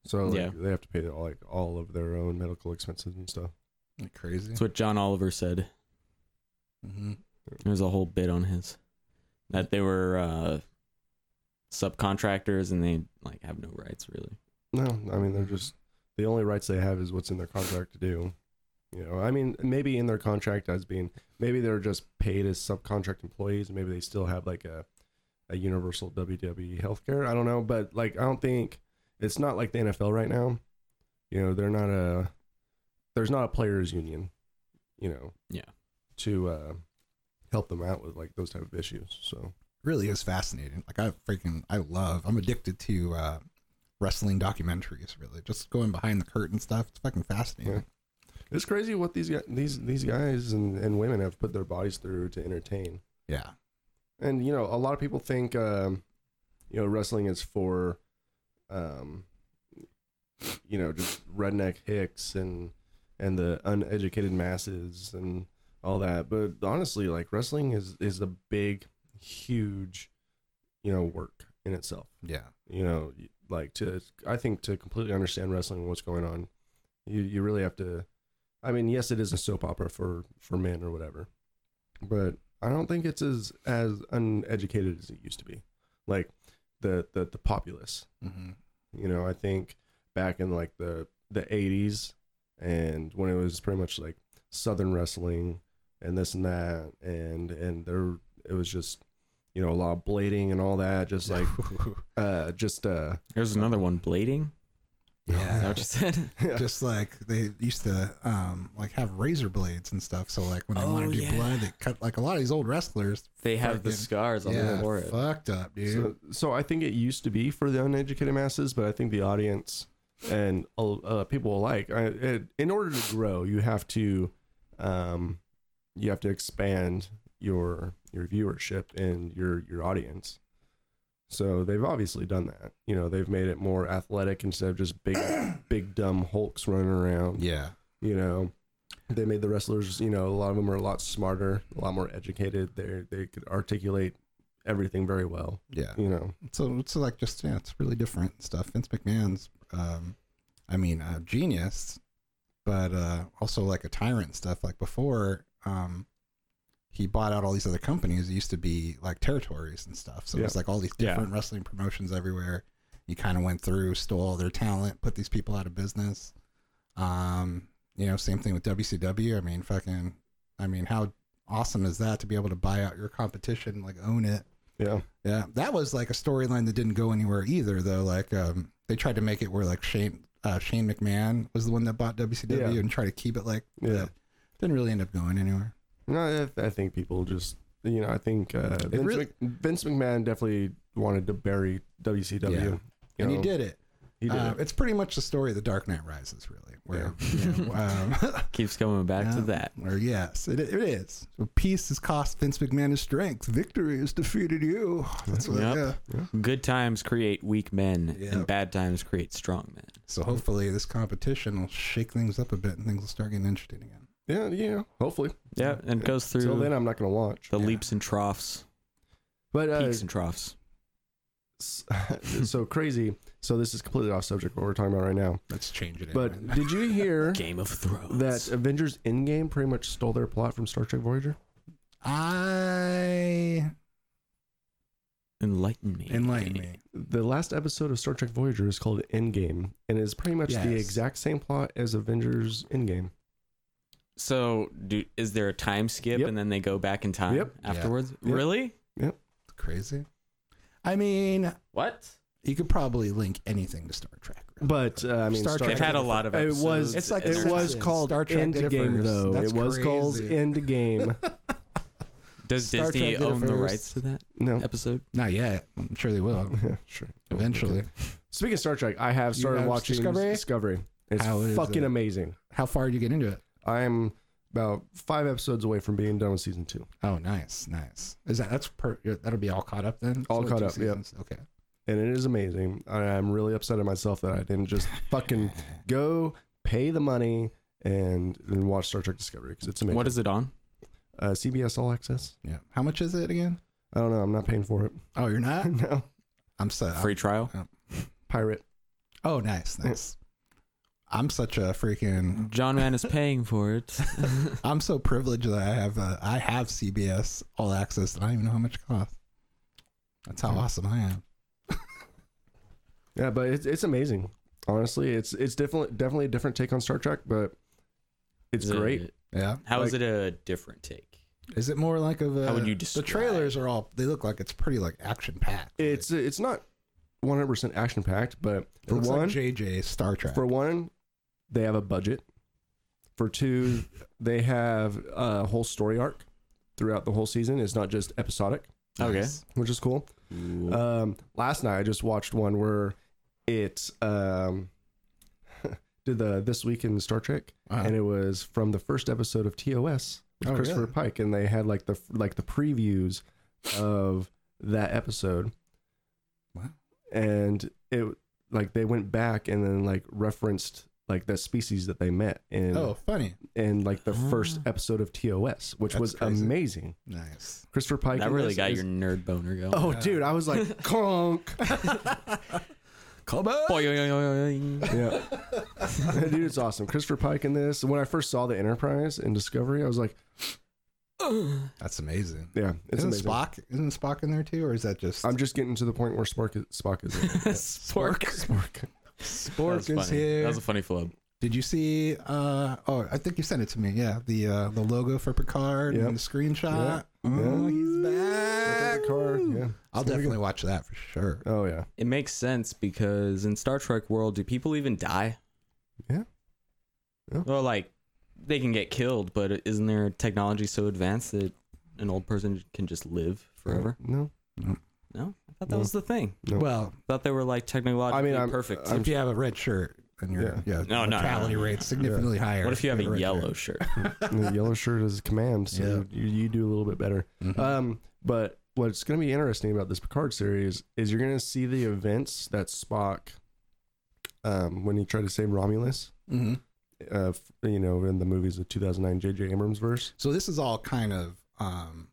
so like,
Yeah.
they have to pay all, like all of their own medical expenses and stuff.
Like crazy.
That's what John Oliver said.
hmm
There's a whole bit on his that they were uh, subcontractors and they like have no rights really.
No, I mean they're just the only rights they have is what's in their contract to do. You know, I mean maybe in their contract as being maybe they're just paid as subcontract employees. Maybe they still have like a a universal WWE healthcare. I don't know, but like I don't think it's not like the NFL right now. You know, they're not a there's not a players union. You know.
Yeah.
To uh, help them out with like those type of issues. So
Really is fascinating. Like, I freaking, I love, I'm addicted to uh, wrestling documentaries, really. Just going behind the curtain stuff. It's fucking fascinating.
Yeah. it's crazy what these guys, these these guys and, and women have put their bodies through to entertain.
Yeah.
and you know a lot of people think um you know wrestling is for um you know just redneck hicks and and the uneducated masses and all that but honestly like wrestling is is a big huge you know work in itself
Yeah.
you know like to i think to completely understand wrestling and what's going on you you really have to i mean yes it is a soap opera for for men or whatever but i don't think it's as as uneducated as it used to be like the the, the populace
Mm-hmm.
you know i think back in like the the 80s and when it was pretty much like southern wrestling and this and that and and there it was just you know a lot of blading and all that just like uh just uh
There's another one, blading. Is that
yeah.
what you said?
just like they used to um like have razor blades and stuff so like when they
Oh,
want to do
yeah.
blood they cut like a lot of these old wrestlers
they have the
Fucking-
scars on
yeah
their forehead.
fucked up dude
So, so I think it used to be for the uneducated masses, but I think the audience and uh, people alike, I, it, in order to grow, you have to, um, you have to expand your your viewership and your your audience. So they've obviously done that. You know, they've made it more athletic instead of just big big dumb hulks running around
yeah
you know they made the wrestlers you know a lot of them are a lot smarter a lot more educated they they could articulate everything very well
yeah
you know
so it's like just yeah it's really different stuff vince mcmahon's um i mean a genius but uh also like a tyrant and stuff like before um he bought out all these other companies it used to be like territories and stuff so it was like all these
Yeah.
different wrestling promotions everywhere he kind of went through stole all their talent put these people out of business um you know same thing with wcw i mean fucking i mean how awesome is that to be able to buy out your competition like own it
yeah
yeah, that was like a storyline that didn't go anywhere either, though. Like, um, they tried to make it where like Shane uh, Shane McMahon was the one that bought WCW
Yeah.
and tried to keep it like
Yeah.
that. Didn't really end up going anywhere.
no I, I think people just you know i think uh vince,
really-
Mc, vince mcmahon definitely wanted to bury wcw
Yeah.
you
and
know.
he did it.
He did
Uh,
it.
it's pretty much the story of the Dark Knight Rises, really. Where, you know, um,
Keeps coming back to
Yeah.
that.
Or yes, it, it is. Peace has cost Vince McMahon his strength. Victory has defeated you. That's what.
Yep.
Yeah.
Good times create weak men,
Yeah.
and bad times create strong men.
So hopefully this competition will shake things up a bit and things will start getting interesting again.
Yeah, yeah. Hopefully.
Yeah, and it goes
Till
through
then, I'm not gonna watch.
the
yeah.
leaps and troughs,
But uh,
peaks and troughs.
s- so crazy. So this is completely off subject. What we're talking about right now.
Let's change it.
But did you hear
Game of Thrones.
that
uh,
Avengers Endgame pretty much stole their plot from Star Trek Voyager?
I
enlighten me.
enlighten me.
The last episode of Star Trek Voyager is called Endgame, and is pretty much the
Yes.
exact same plot as Avengers Endgame.
So, do is there a time skip
Yep.
and then they go back in time
Yep.
Yeah.
afterwards?
Yep.
Really?
Crazy. I mean,
What?
you could probably link anything to Star Trek. really.
But uh, I mean,
Star
Star
Trek
They've
Trek
had a lot of
It
episodes.
was-
it's like
and
it
they're-
was called
Star Trek
Endgame
differs.
though
That's
it was called
crazy.
Endgame.
Does
Star Trek
Disney
did it
own the
first.
rights to that
no,
episode?
Not yet. I'm sure they will
Yeah, sure.
eventually.
Speaking of Star Trek, I have
You
started
have
watching
Discovery?
Discovery. It's
How is
fucking
it?
amazing.
How far did you get into it?
I'm about five episodes away from being done with season two.
Oh, nice, nice. Is that that's per, that'll be all caught up then?
All
It's only
caught
two
up, yeah.
seasons? Okay.
and it is amazing. I, I'm really upset at myself that I didn't just fucking go pay the money and, and watch Star Trek Discovery because it's amazing.
What is it on?
uh, CBS All Access?
Yeah. How much is it again?
I don't know. I'm not paying for it.
Oh, you're not.
no,
I'm so. I'm-
Free trial.
pirate.
oh, nice, nice. I'm such a freaking.
John Man is paying for it.
I'm so privileged that I have uh, I have CBS All Access, and I don't even know how much it costs. That's how awesome I am.
Yeah, but it's it's amazing. Honestly, it's it's definitely definitely a different take on Star Trek, but it's
Is it-
great.
Yeah.
How is
Like-
it a different take?
Is it more like of a?
How would you
The
describe-
trailers are all. They look like it's pretty like action packed.
It's it's not 100 percent action packed, but for
looks like
one,
JJ Star Trek.
for one, they have a budget. For two, they have a whole story arc throughout the whole season. It's not just episodic,
Okay.
Nice.
which is cool. Um, last night I just watched one where it um, did the this week in Star Trek,
Wow.
and it was from the first episode of TOS with
Uh-huh. Oh,
Christopher
really?
Pike, and they had like the like the previews of that episode.
Wow.
And it like they went back and then like referenced like the species that they met in
oh, funny.
in like the first
Ah.
episode of TOS, which
That's
was
crazy.
amazing.
Nice.
Christopher Pike.
That
in
really
this
got
is-
your nerd boner going.
Oh, dude, I was like, conk.
Come on.
Boing.
Yeah. Dude, it's awesome. Christopher Pike in this. When I first saw the Enterprise in Discovery, I was like,
That's amazing.
yeah, it's
isn't
amazing.
Spock isn't Spock in there too, or is that just
I'm just getting to the point where Spock is, Spock is in it.
Spork.
Spork.
That
Spork
was
is
funny.
here?
That was a funny flub.
Did you see? uh Oh, I think you sent it to me. Yeah, the uh the logo for Picard
Yep.
and the screenshot.
Yeah.
Oh,
Yeah.
he's back.
With the
I'll
car, yeah. It's gonna be
definitely watch that for sure.
good. Oh, yeah.
It makes sense because in Star Trek world, do people even die?
Yeah. Yeah.
Well, like they can get killed, but isn't there technology so advanced that an old person can just live forever?
No.
No, I thought that
No.
was the thing.
Yep.
Well,
I thought they were like technologically
I mean, I'm-
perfect.
I'm-
if you have a red shirt, then your yeah,
Yeah.
No, no, no,
mortality
no, no,
rate's significantly higher.
what if you have a
red
yellow
shirt.
shirt?
And the yellow shirt is command, so
Yeah.
you, you do a little bit better.
Mhm.
Um, but what's going to be interesting about this Picard series is you're going to see the events that Spock, um, when he tried to save Romulus,
Mhm.
uh, f- you know, in the movies of 2009 J.J. Abrams verse.
So this is all kind of um,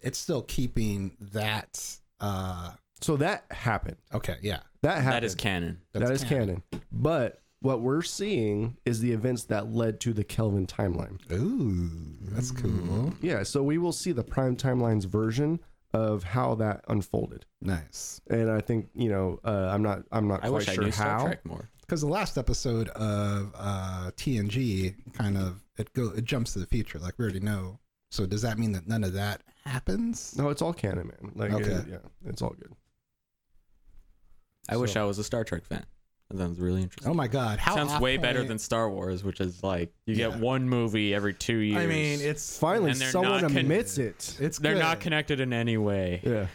it's still keeping that. uh
So that happened.
Okay, yeah,
That happened.
that is canon.
That is canon. But what we're seeing is the events that led to the Kelvin timeline.
Ooh, that's cool.
Yeah, so we will see the prime timeline's version of how that unfolded.
Nice.
And I think, you know, uh, I'm not I'm not
I
quite
wish I
sure
knew Star
how.
Trek more.
because the last episode of uh, TNG kind of it go it jumps to the future, like we already know. So does that mean that none of that happens?
No, it's all canon, man. Like
Okay.
it- yeah, it's all good.
I wish
So-
I was a Star Trek fan. That sounds really interesting.
Oh my god! How
sounds way
often-
better than Star Wars, which is like you
Yeah.
get one movie every two years.
I mean, it's
Finally
And they're
someone
not con-
admits it.
it's
they're
good.
not connected in any way.
Yeah.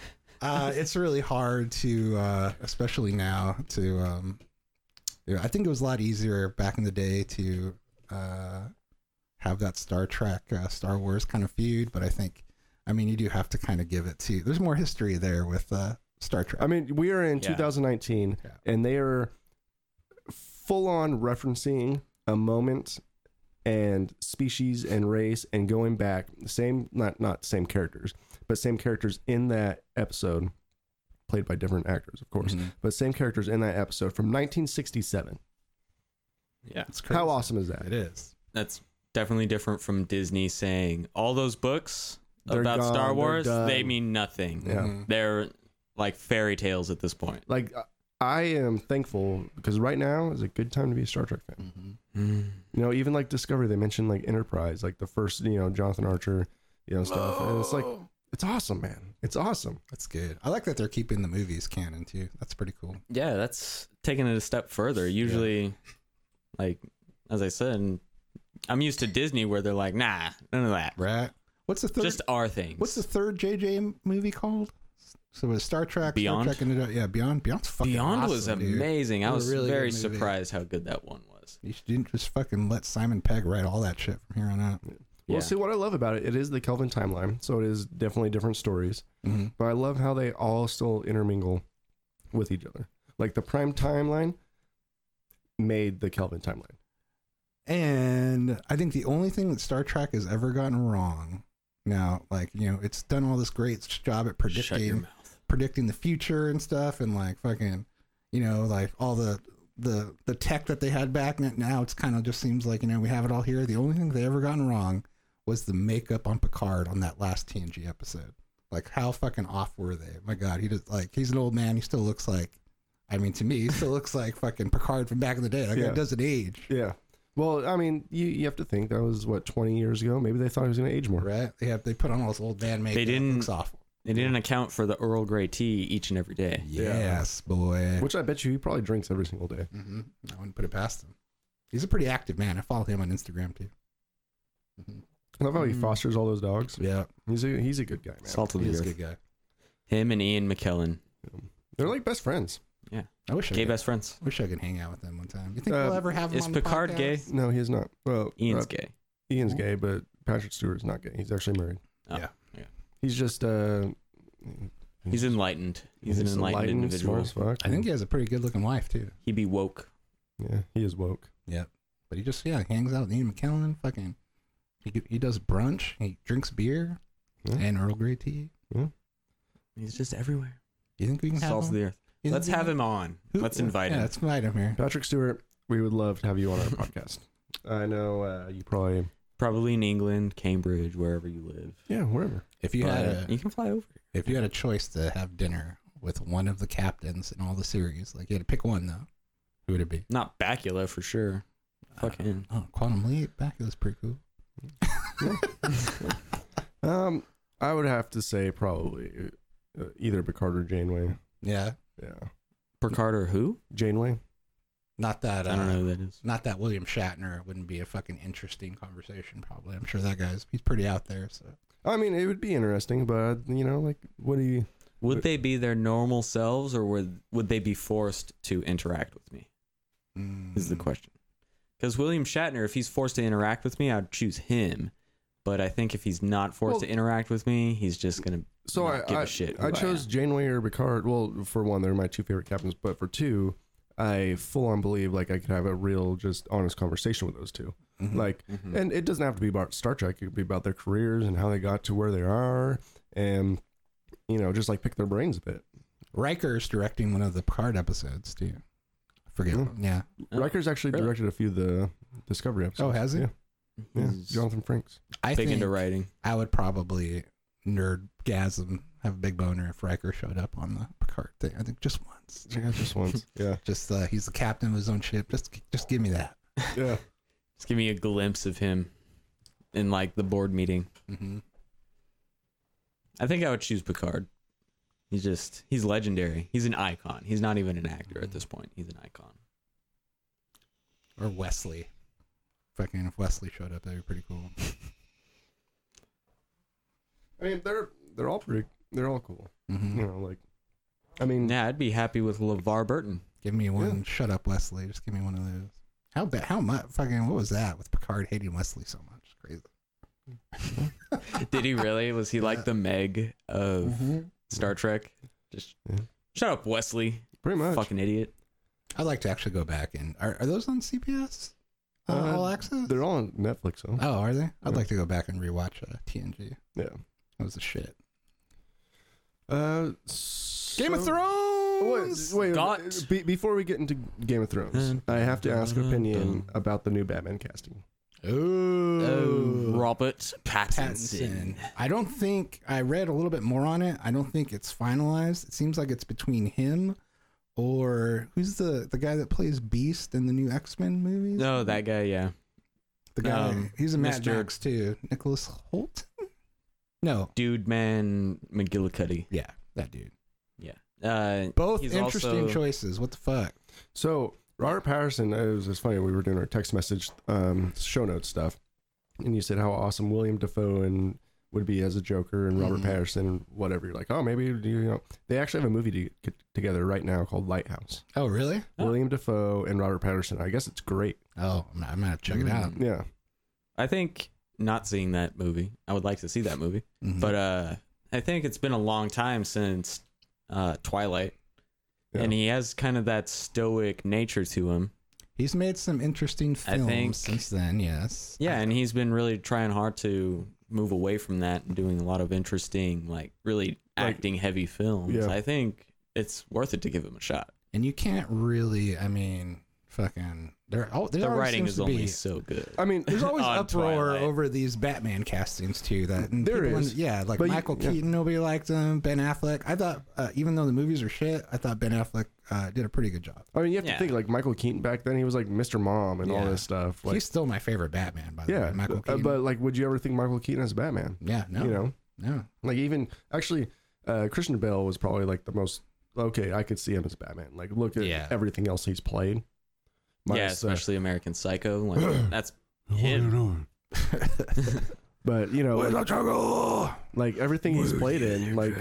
Uh, it's really hard to, uh, especially now, to um, Yeah, I think it was a lot easier back in the day to uh, have that Star Trek, uh, Star Wars kind of feud, but I think, I mean, you do have to kind of give it to. There's more history there with uh, Star Trek.
I mean, we are in
Yeah.
2019,
Yeah.
and they are full on referencing a moment and species and race and going back same not not same characters but same characters in that episode played by different actors of course
Mhm.
but same characters in that episode from 1967
Yeah.
It's crazy.
how awesome is that
it is.
That's definitely different from Disney saying all those books
They're
about
gone,
Star
they're
Wars, they
done."
mean nothing.
Yeah.
Mhm.
They're like fairy tales at this point.
like uh, i am thankful because right now is a good time to be a star trek fan
Mhm.
You know, even like Discovery, they mentioned like Enterprise, like the first, you know, Jonathan Archer, you know, stuff. And it's like, it's awesome, man. It's awesome.
That's good. I like that they're keeping the movies canon too. That's pretty cool.
Yeah, that's taking it a step further. Usually, like, as I said, I'm used to Disney where they're like, nah, none of that.
Right? What's the third?
Just our things.
what's the third JJ movie called? So it was Star Trek,
Beyond?
Star Trek, and yeah, Beyond. Beyond's fucking
Beyond was
awesome, dude.
amazing. I
It was
was
a really
very
good movie.
surprised how good that one was.
You should just fucking let Simon Pegg write all that shit from here on out.
Well,
Yeah.
see, what I love about it, it is the Kelvin timeline. So it is definitely different stories,
Mhm.
Mm-hmm.
but I love how they all still intermingle with each other. Like the prime timeline made the Kelvin timeline.
And I think the only thing that Star Trek has ever gotten wrong now, like, you know, it's done all this great job at
Shut your
predicting
mouth.
predicting the future and stuff and like fucking you know, like all the the the tech that they had back then now it's kind of just seems like, you know, we have it all here. The only thing they ever gotten wrong was the makeup on Picard on that last TNG episode. Like how fucking off were they? My god, he just like he's an old man, he still looks like I mean to me, he still looks like fucking Picard from back in the day. Like
Yeah.
it doesn't age.
Yeah. Well, I mean, you, you have to think that was what, 20 years ago? Maybe they thought he was going to age more.
Right? They have they put on all this old man makeup.
didn't-
Looks awful.
They didn't account for the Earl Grey tea each and every day.
Yes, boy.
Which I bet you he probably drinks every single day.
hmm I wouldn't put it past him. He's a pretty active man. I follow him on Instagram too. Mm-hmm.
I love how he
Mm.
fosters all those dogs.
Yeah,
He's a, he's a good guy, man.
Salt of the
he's a
earth.
good guy.
Him and Ian McKellen.
They're like best friends.
I wish I
Gay
could,
best friends.
wish I could hang out with him one time. You think
Uh,
we'll ever have him?
Is
on the
Picard
podcast?
gay?
No, he is not. Well,
Ian's
uh,
gay.
Ian's gay, but Patrick Stewart's not gay. He's actually married.
Oh,
Yeah.
yeah.
He's just uh,
He's enlightened. He's, an enlightened, individual.
smart as fuck.
I think he has a pretty good looking wife too.
He'd be woke.
yeah, he is woke.
But he just yeah hangs out with Ian McKellen. Fucking, he g- he does brunch. He drinks beer
Yeah.
and Earl Grey tea.
He's just everywhere.
You think we can have
Salt of
him?
the earth.
You think
Let's
we can-
have him on.
Who-
Let's invite
yeah,
him.
Let's invite him here.
Patrick Stewart, we would love to have you on our podcast. I know uh, you probably
Probably in England, Cambridge, wherever you live.
yeah wherever.
If you had a,
But you can fly over.
If you had a choice to have dinner with one of the captains in all the series, like you had to pick one though, who would it be?
Not Bacula for sure. Fuck him.
Oh, Quantum Leap back. It was pretty cool.
Um, I would have to say probably uh, either Picard or Janeway.
Yeah,
Yeah,
Picard or who?
Janeway.
not that. Uh,
I don't know who that is.
Not that William Shatner wouldn't be a fucking interesting conversation. Probably, I'm sure that guy's he's pretty out there. So
I mean, it would be interesting, but uh, you know, like, what do you?
Would they be their normal selves or would would they be forced to interact with me? Is the
Mm.
question. Because William Shatner, if he's forced to interact with me, I'd choose him. But I think if he's not forced
Well-
to interact with me, he's just gonna
So
not
I
give
I-
a shit. who
I chose
am.
Janeway or Picard. Well, for one, they're my two favorite captains, but for two, I full on believe like I could have a real, just honest conversation with those 2
Mhm.
Like,
Mhm.
and it doesn't have to be about Star Trek. It could be about their careers and how they got to where they are, and you know, just like pick their brains a bit.
Riker's directing one of the Picard episodes too. I forget.
Mhm.
Yeah,
Oh,
Riker's actually
really?
directed a few of the Discovery episodes.
Oh, has he?
Yeah, yeah.
He's
Jonathan Franks.
I
big
think
into writing.
I would probably nerdgasm have a big boner if Riker showed up on the Picard thing. I think just once.
Yeah, just once. yeah,
Just uh, he's the captain of his own ship. Just just give me that.
yeah.
Just give me a glimpse of him in like the board meeting.
Mm-hmm.
I think I would choose Picard. He's just he's legendary. He's an icon. He's not even an actor at this point. He's an icon.
Or Wesley. Fucking if Wesley showed up, that'd be pretty cool.
I mean, they're they're all pretty. They're all cool.
Mm-hmm.
You know, like, I mean,
Yeah, I'd be happy with LeVar Burton.
Give me one. Shut up, Wesley. Just give me one of those. How bad? How much? Fucking what was that with Picard hating Wesley so much? Crazy.
Did he really? Was he like the Meg of Star Trek? Just
Yeah.
shut up, Wesley.
Pretty much.
Fucking idiot.
I'd like to actually go back and are, are those on CBS? Uh,
Uh,
All Access?
They're all on Netflix, though.
Oh, are they? I'd
Yeah.
like to go back and rewatch uh, TNG.
Yeah.
That was the shit.
Uh,
Game of
so-
Thrones.
Wait, wait uh,
Got-
be- before we get into Game of Thrones, I have to ask an opinion
Dun.
about the new Batman casting.
Ooh.
Oh, Robert
Pattinson. I don't think I read a little bit more on it. I don't think it's finalized. It seems like it's between him or who's the the guy that plays Beast in the new X Men movies?
No, that guy. Yeah.
the guy.
um,
he's a Mad
Mr.
Max too. Nicholas Holt. No,
Dude, man, McGillicuddy.
yeah, that dude.
Uh,
Both
He's
interesting
also-
choices. What the fuck?
So Robert Patterson, it was, it's funny. We were doing our text message, um, show notes stuff, and you said how awesome William Defoe and would be as a Joker and Robert
Mm-hmm.
Mhm.
Patterson and whatever. You're like, oh, maybe you know they actually have a movie to get together right now called Lighthouse.
Oh, really?
Oh.
William Defoe and Robert Patterson. I guess it's great.
Oh, I'm, I'm gonna have to check it out.
Mm.
Yeah,
I think not seeing that movie. I would like to see that movie,
Mhm.
but uh, I think it's been a long time since uh, Twilight,
Yeah.
and he has kind of that stoic nature to him.
he's made some interesting
I
films
think-
since then. Yes.
Yeah, and he's been really trying hard to move away from that and doing a lot of interesting, like really
Like-
acting heavy films.
Yeah.
I think it's worth it to give him a shot.
And you can't really. I mean, fucking. There. Oh, there
the
always
writing
seems
is
to
only
be-
so good.
I mean,
There's always
on
uproar
Twilight.
over these Batman castings too. That and
There
people in-
is.
yeah, like
But you-
Michael
yeah.
Keaton, nobody liked him. Ben Affleck. I thought, uh, even though the movies are shit, I thought Ben Affleck uh, did a pretty good job.
I mean, you have
Yeah.
to think like Michael Keaton back then. He was like Mr. Mom and all
Yeah.
this stuff. Like,
He's still my favorite Batman, by the
yeah,
way. Michael
Uh,
Keaton.
but like, would you ever think Michael Keaton as Batman?
yeah, no,
You know,
no.
like even actually, uh, Christian Bale was probably like the most okay. I could see him as Batman. Like, look at
Yeah.
everything else he's played.
yeah,
Minus, uh,
especially American Psycho. Like that's him.
but you know, like, like, everything he's played in, like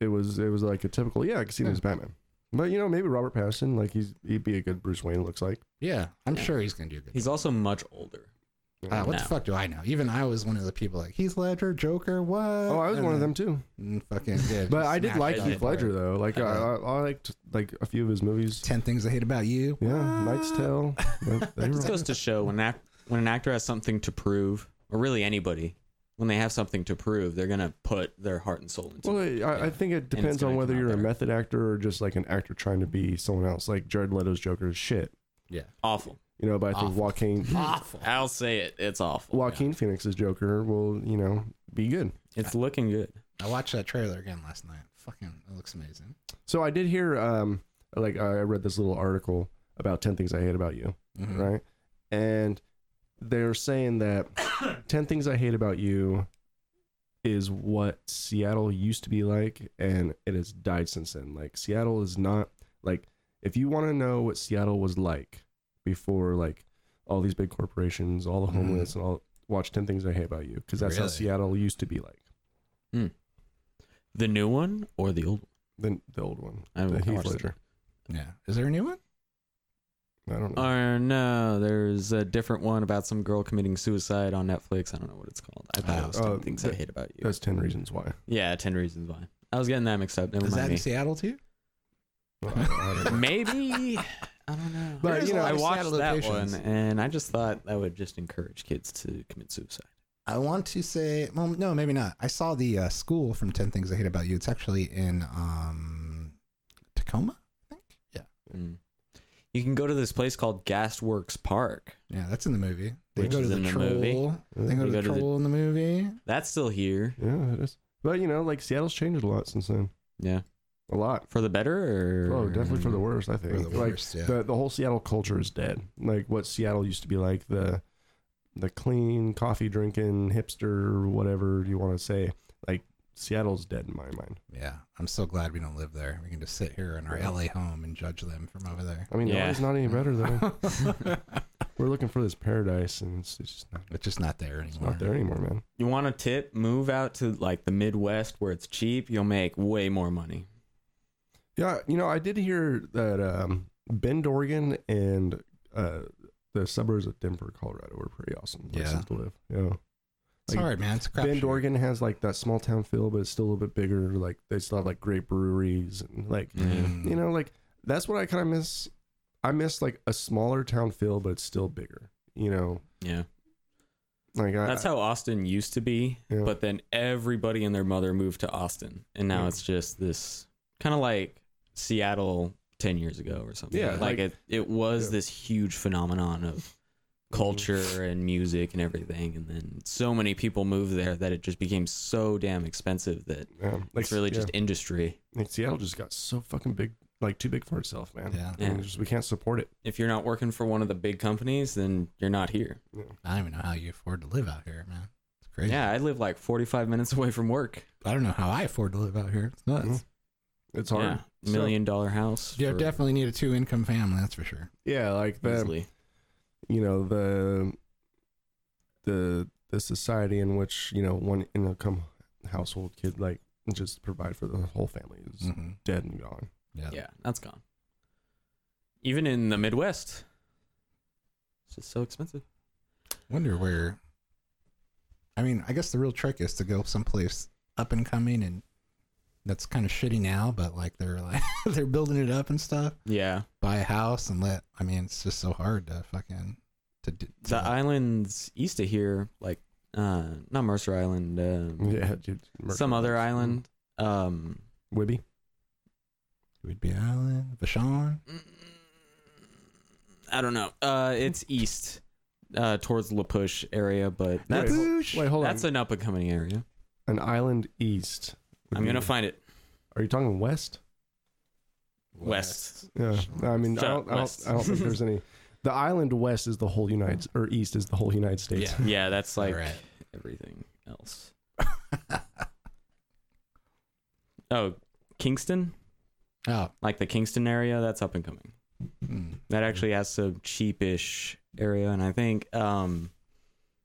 it was it was like a typical. Yeah, I could see him
Yeah.
as Batman. But you know, maybe Robert Pattinson, like he's he'd be a good Bruce Wayne. Looks like
Yeah, I'm
Yeah.
sure he's gonna do a good.
He's also much older.
Uh, what
No.
the fuck do I know? Even I was one of the people like Heath Ledger, Joker, what? mm,
oh, I was one of them too.
fucking did.
But I did like
it
Heath
up.
Ledger though. Like I, I, I liked like a few of his movies.
Ten things I hate about you.
Yeah, Knight's
What?
Tale. Yep, they
This
were-
goes to show when an act, when an actor has something to prove, or really anybody, when they have something to prove, they're gonna put their heart and soul into
well,
it.
I, I think it depends
gonna
on whether
come out
you're a
better.
method actor or just like an actor trying to be someone else. Like Jared Leto's Joker is shit,
Yeah.
Awful.
you know. But I think
Awful.
Joaquin
Awful.
I'll say it. It's awful.
Joaquin Phoenix's Joker will, you know, be good.
It's looking good.
I watched that trailer again last night. Fucking, it looks amazing.
So I did hear, um, like I read this little article about ten things I hate about you,
Mhm.
right? And they're saying that ten things I hate about you is what Seattle used to be like, and it has died since then. Like Seattle is not like if you want to know what Seattle was like before, like all these big corporations, all the
Mhm.
homeless, and all watch ten things I hate about you because that's how
Really?
Seattle used to be like.
The new one or the old
The, the old one,
I haven't
the Heath
watched it.
Ledger.
Yeah. Is there a new one?
I don't know.
one? Or no, there's a different one about some girl committing suicide on Netflix. I don't know what it's called. I thought
Oh.
it was 10
Oh,
Things I
that-
Hate About You.
That's ten reasons why.
Yeah, 10 Reasons Why. I was getting that mixed up. Never
Is that
mind
in
me.
Seattle too?
Well, I- I don't know.
Maybe. I don't know.
But, you know,
I
There's a lot of
watched
Seattle
that
locations.
one and I just thought that would just encourage kids to commit suicide.
I want to say, well, no, maybe not. I saw the uh, school from Ten Things I Hate About You. It's actually in um, Tacoma.
Mm. You can go to this place called Gasworks Park.
Yeah, that's in the movie. They
Which
go to
is
the
in the
troll.
movie.
They go to
They go
the
to the-
troll in the movie.
That's still here.
Yeah, it is. But you know, like Seattle's changed a lot since then.
Yeah.
A lot.
For the better or
Oh, definitely for the worst. I think.
Or the
like
worst, yeah.
the the whole Seattle culture is dead. Like what Seattle used to be like the the clean coffee drinking hipster, whatever you want to say. Like Seattle's dead in my mind.
Yeah, I'm so glad we don't live there. We can just sit here in our
Yeah.
LA home and judge them from over there.
I mean,
Yeah.
LA's not any better though.
it's
We're looking for this paradise, and it's, it's just not,
just not there
it's
anymore.
not there anymore, man.
You want a tip? Move out to like the Midwest where it's cheap. You'll make way more money.
Yeah, you know, I did hear that um, Bend, Oregon, and uh, the suburbs of Denver, Colorado, were pretty awesome places
Yeah.
to live. Yeah,
It's
Like,
hard, man. It's a crap
Bend, Oregon has like that small town feel, but it's still a little bit bigger. Like they still have like great breweries and like
Mm,
you know, like that's what I kind of miss. I miss like a smaller town feel, but it's still bigger. You know,
Yeah.
like I,
That's how Austin used to be,
Yeah.
but then everybody and their mother moved to Austin, and now
Yeah.
it's just this kind of like Seattle ten years ago or something.
Yeah,
like,
like-
it, it was
Yeah. Mm-hmm.
this huge phenomenon of culture and music and everything, and then so many people moved there that it just became so damn expensive that
yeah, like
it's really
yeah.
just industry.
Like, Seattle just got so fucking big, like too big for itself, man.
Yeah.
Yeah.
And just, we can't support it.
If you're not working for one of the big companies, then you're not here.
I don't even know how you afford to live out here, man. It's crazy.
Yeah, I live like 45 minutes away from work.
I don't know how I afford to live out here. It's nuts.
Mhm. It's hard.
Yeah,
So-
million dollar house.
You
Mm-hmm. for-
definitely need a two income family, that's for sure.
yeah, like the
easily.
you know the the the society in which you know one income household could like just provide for the whole family is
Mm-hmm.
dead and gone.
Yeah.
Yeah, that's gone. Even in the Midwest, it's just so expensive.
Wonder where. I mean, I guess the real trick is to go someplace up and coming, and that's kind of shitty now. But like they're like they're building it up and stuff.
Yeah,
Buy a house and let. I mean, it's just so hard to fucking to. d- to
the islands east of here, like uh, not Mercer Island, um
Yeah, dude.
some other island. Um,
Wibby.
We'd be island, Vashon.
Mm. Um, I don't know. Uh, it's east uh, towards La Push area, but that's
Wait, ho- wait, hold
that's
on.
an up and coming area.
An island east. would
I'm
be-
gonna find it
Are you talking west?
west.
Yeah. I mean, I
Shut up,
don't, I don't,
west.
I don't think there's any. The island west is the whole United or east is the whole United States.
Yeah.
Yeah, that's like
Alright.
everything else. Oh, Kingston,
oh,
like the Kingston area, that's up and coming.
hmm.
That
Mm-hmm.
actually has some cheapish area, and I think um,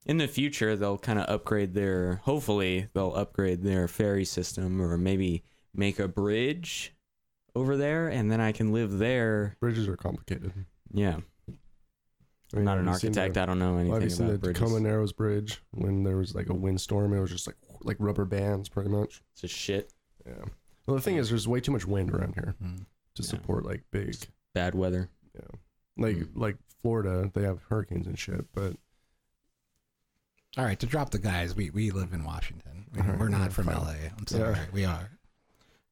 in the future they'll kind of upgrade their. Hopefully, they'll upgrade their ferry system, or maybe make a bridge over there, and then I can live there.
Bridges are complicated.
Yeah,
I
I'm
mean,
not an
have you seen
architect. I don't know
The, have you
anything
seen the
about
Tacoma
bridges.
Narrows Bridge when there was like a windstorm? It was just like like rubber bands, pretty much.
It's just shit.
Yeah. Well, the thing is, there's way too much wind around here
Hmm.
to
Yeah.
support like big,
Bad weather.
yeah, like
Hmm.
like Florida. They have hurricanes and shit, but
All right, to drop the guys, we we live in Washington. We,
All right,
are
yeah,
not from
fine.
LA. I'm sorry, we are.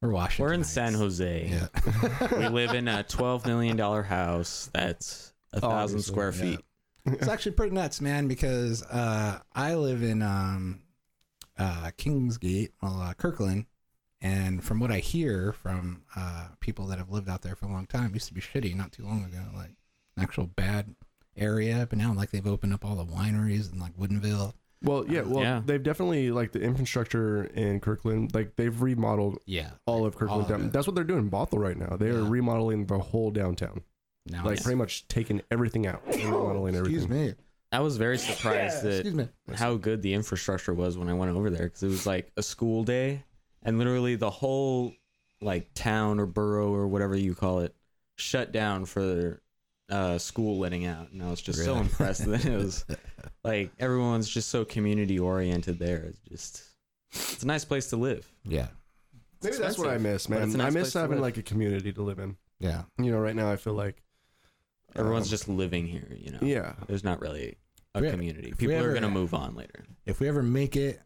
We're Washington.
We're in
Heights.
San Jose.
Yeah.
we live in a twelve million dollar house that's a thousand
Obviously,
square
yeah.
feet.
it's actually pretty nuts, man, because uh, I live in um, uh, Kingsgate, well, uh, Kirkland, and from what I hear from uh, people that have lived out there for a long time, it used to be shitty not too long ago, like an actual bad area, but now like they've opened up all the wineries in like Woodinville.
well, yeah, well,
Uh, Yeah.
they've definitely like the infrastructure in Kirkland. Like they've remodeled
Yeah,
all of Kirkland.
of
down.
it.
That's what they're doing in Bothell right now. They are
Yeah.
remodeling the whole downtown,
now
like
it's-
pretty much taking everything out, remodeling
excuse
everything.
me,
I was very surprised
excuse
at
me.
how good the infrastructure was when I went over there because it was like a school day and literally the whole like town or borough or whatever you call it shut down for uh, school letting out, and I was just so
Really?
impressed that it was like everyone's just so community oriented there. It's just it's a nice place to live.
Yeah,
Maybe that's what I
expensive,
miss,
but it's a
man.
nice
I
place
miss
to
having
live.
like a community to live in.
yeah.
You know, right now I feel like
Everyone's
um,
just living here, you know.
yeah.
There's not really a
We-
community.
we
People are
ever-
gonna move on later.
if we ever make it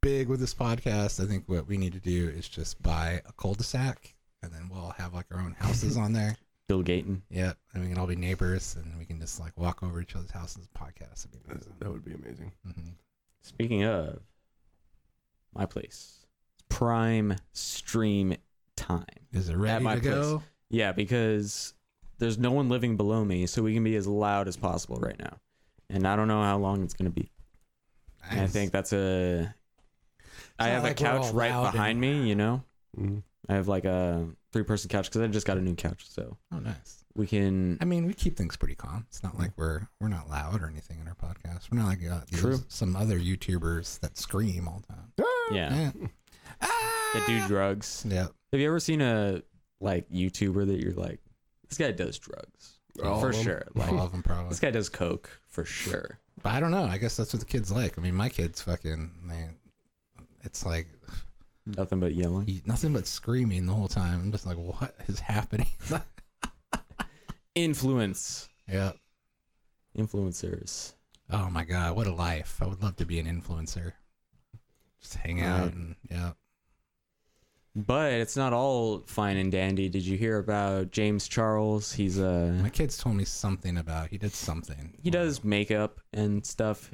big with this podcast, I think what we need to do is just buy a cul-de-sac and then we'll all have like our own houses on there.
Bill Gaten.
Yep. And we can all be neighbors and we can just like walk over each other's houses and podcast. It'd be amazing.
That would be amazing.
Mhm.
Speaking of my place, prime stream time.
Is it ready
my
to go?
Yeah, because there's no one living below me, so we can be as loud as possible right now. And I don't know how long it's gonna be. And I
Nice.
think that's a. I
not
have
like
a
we're
couch
all
right
loud and-
behind me. You know,
Mm.
I have like a three-person couch because I just got a new couch, so
Oh, nice.
we can
I mean, we keep things pretty calm. It's not like we're we're not loud or anything in our podcast. We're not like uh,
Mm-hmm.
these-
True.
some other YouTubers that scream all the time.
yeah.
Yeah. Ah!
That do drugs.
Yeah.
Have you ever seen a like YouTuber that you're like, this guy does drugs
All
for
of 'em?
sure.
All
Like
of them probably.
this guy does coke for sure.
But I don't know. I guess that's what the kids like. I mean, my kids fucking, man, it's like
Nothing but yelling.
you- nothing but screaming the whole time. I'm just like, what is happening?
Influence
yeah.
influencers.
Oh my god, what a life! I would love to be an influencer. Just hang out
Right.
and yeah.
But it's not all fine and dandy. Did you hear about James Charles? He's
My
a
kids told me something about he did something.
he does makeup and stuff.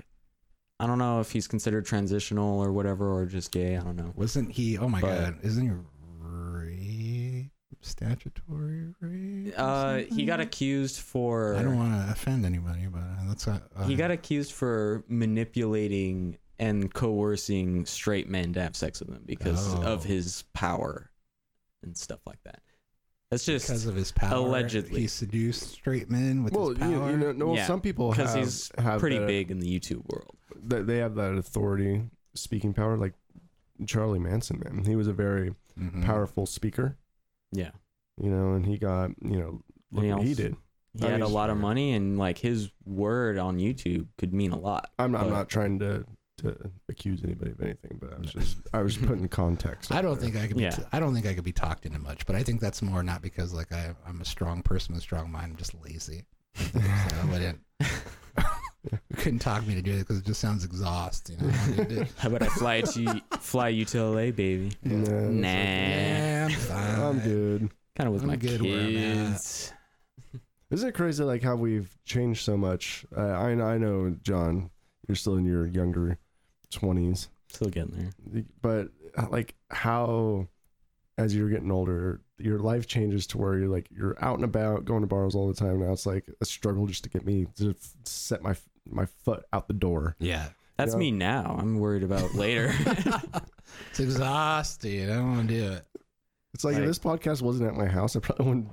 I don't know if he's considered transitional or whatever, or just gay. I don't know.
Wasn't he? Oh my
But-
god, isn't he rape statutory rape? or
Uh, he got
something?
accused for.
I don't want to offend anybody, but that's not, uh,
he got accused for manipulating and coercing straight men to have sex with them because
Oh.
of his power and stuff like that. That's just
because of his power.
allegedly.
he seduced straight men with
Well,
his
you,
power.
you know, no,
Yeah,
some people
because
have,
he's
have
pretty
that-
big in the YouTube world.
That they have that authority, speaking power. Like Charlie Manson, man, he was a very
Mm.
Mhm.
powerful speaker.
Yeah,
You know, and he got you know look
He
what he
also-
did.
he
I
had a
mean,
lot of
sure.
money, and like his word on YouTube could mean a lot.
I'm not, I'm
But-
not trying to to accuse anybody of anything, but I was just I was putting context.
I
out
don't
there.
think I could. Be
Yeah.
I don't think I could be talked into much, but I think that's more not because like I, I'm a strong person with a strong mind. I'm just lazy. so I wouldn't. you couldn't talk me to do it because it just sounds exhaust. You know.
How about I fly to fly you to LA, baby?
Nah, it's okay.
Nah,
yeah, I'm fine.
I'm good.
kind of with
I'm
my
good where I'm at.
kids.
Isn't it crazy like how we've changed so much? Uh, I I know John, you're still in your younger twenties.
Still getting there.
but uh, like how as you're getting older your life changes to where you're like you're out and about going to bars all the time now it's like a struggle just to get me to f- set my f- my foot out the door
Yeah,
That's
Yeah.
me now. I'm worried about later.
it's exhausting. I don't want to do it.
it's like,
Right.
if this podcast wasn't at my house i probably wouldn't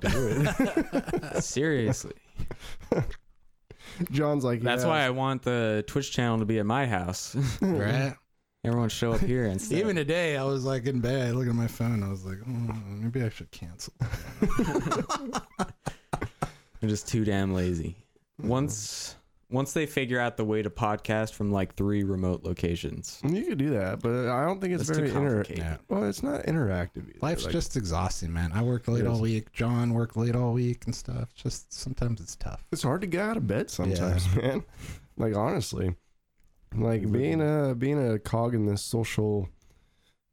do
Seriously.
it john's like
That's
yeah,
why I want the Twitch channel to be at my house.
Right.
Everyone show up here and stuff.
Even today, I was like in bed, looking at my phone. I was like, oh, maybe I should cancel.
I'm just too damn lazy.
Mm-hmm.
Once once they figure out the way to podcast from like three remote locations,
you could do that but i don't think it's
that's too
very inter-
complicated.
Yeah.
well it's not interactive either.
Life's
Like,
just exhausting, man. I worked late
It
all
is.
week. John worked late all week and stuff. Just sometimes it's tough.
it's hard to get out of bed sometimes man like honestly like being a being a cog in this social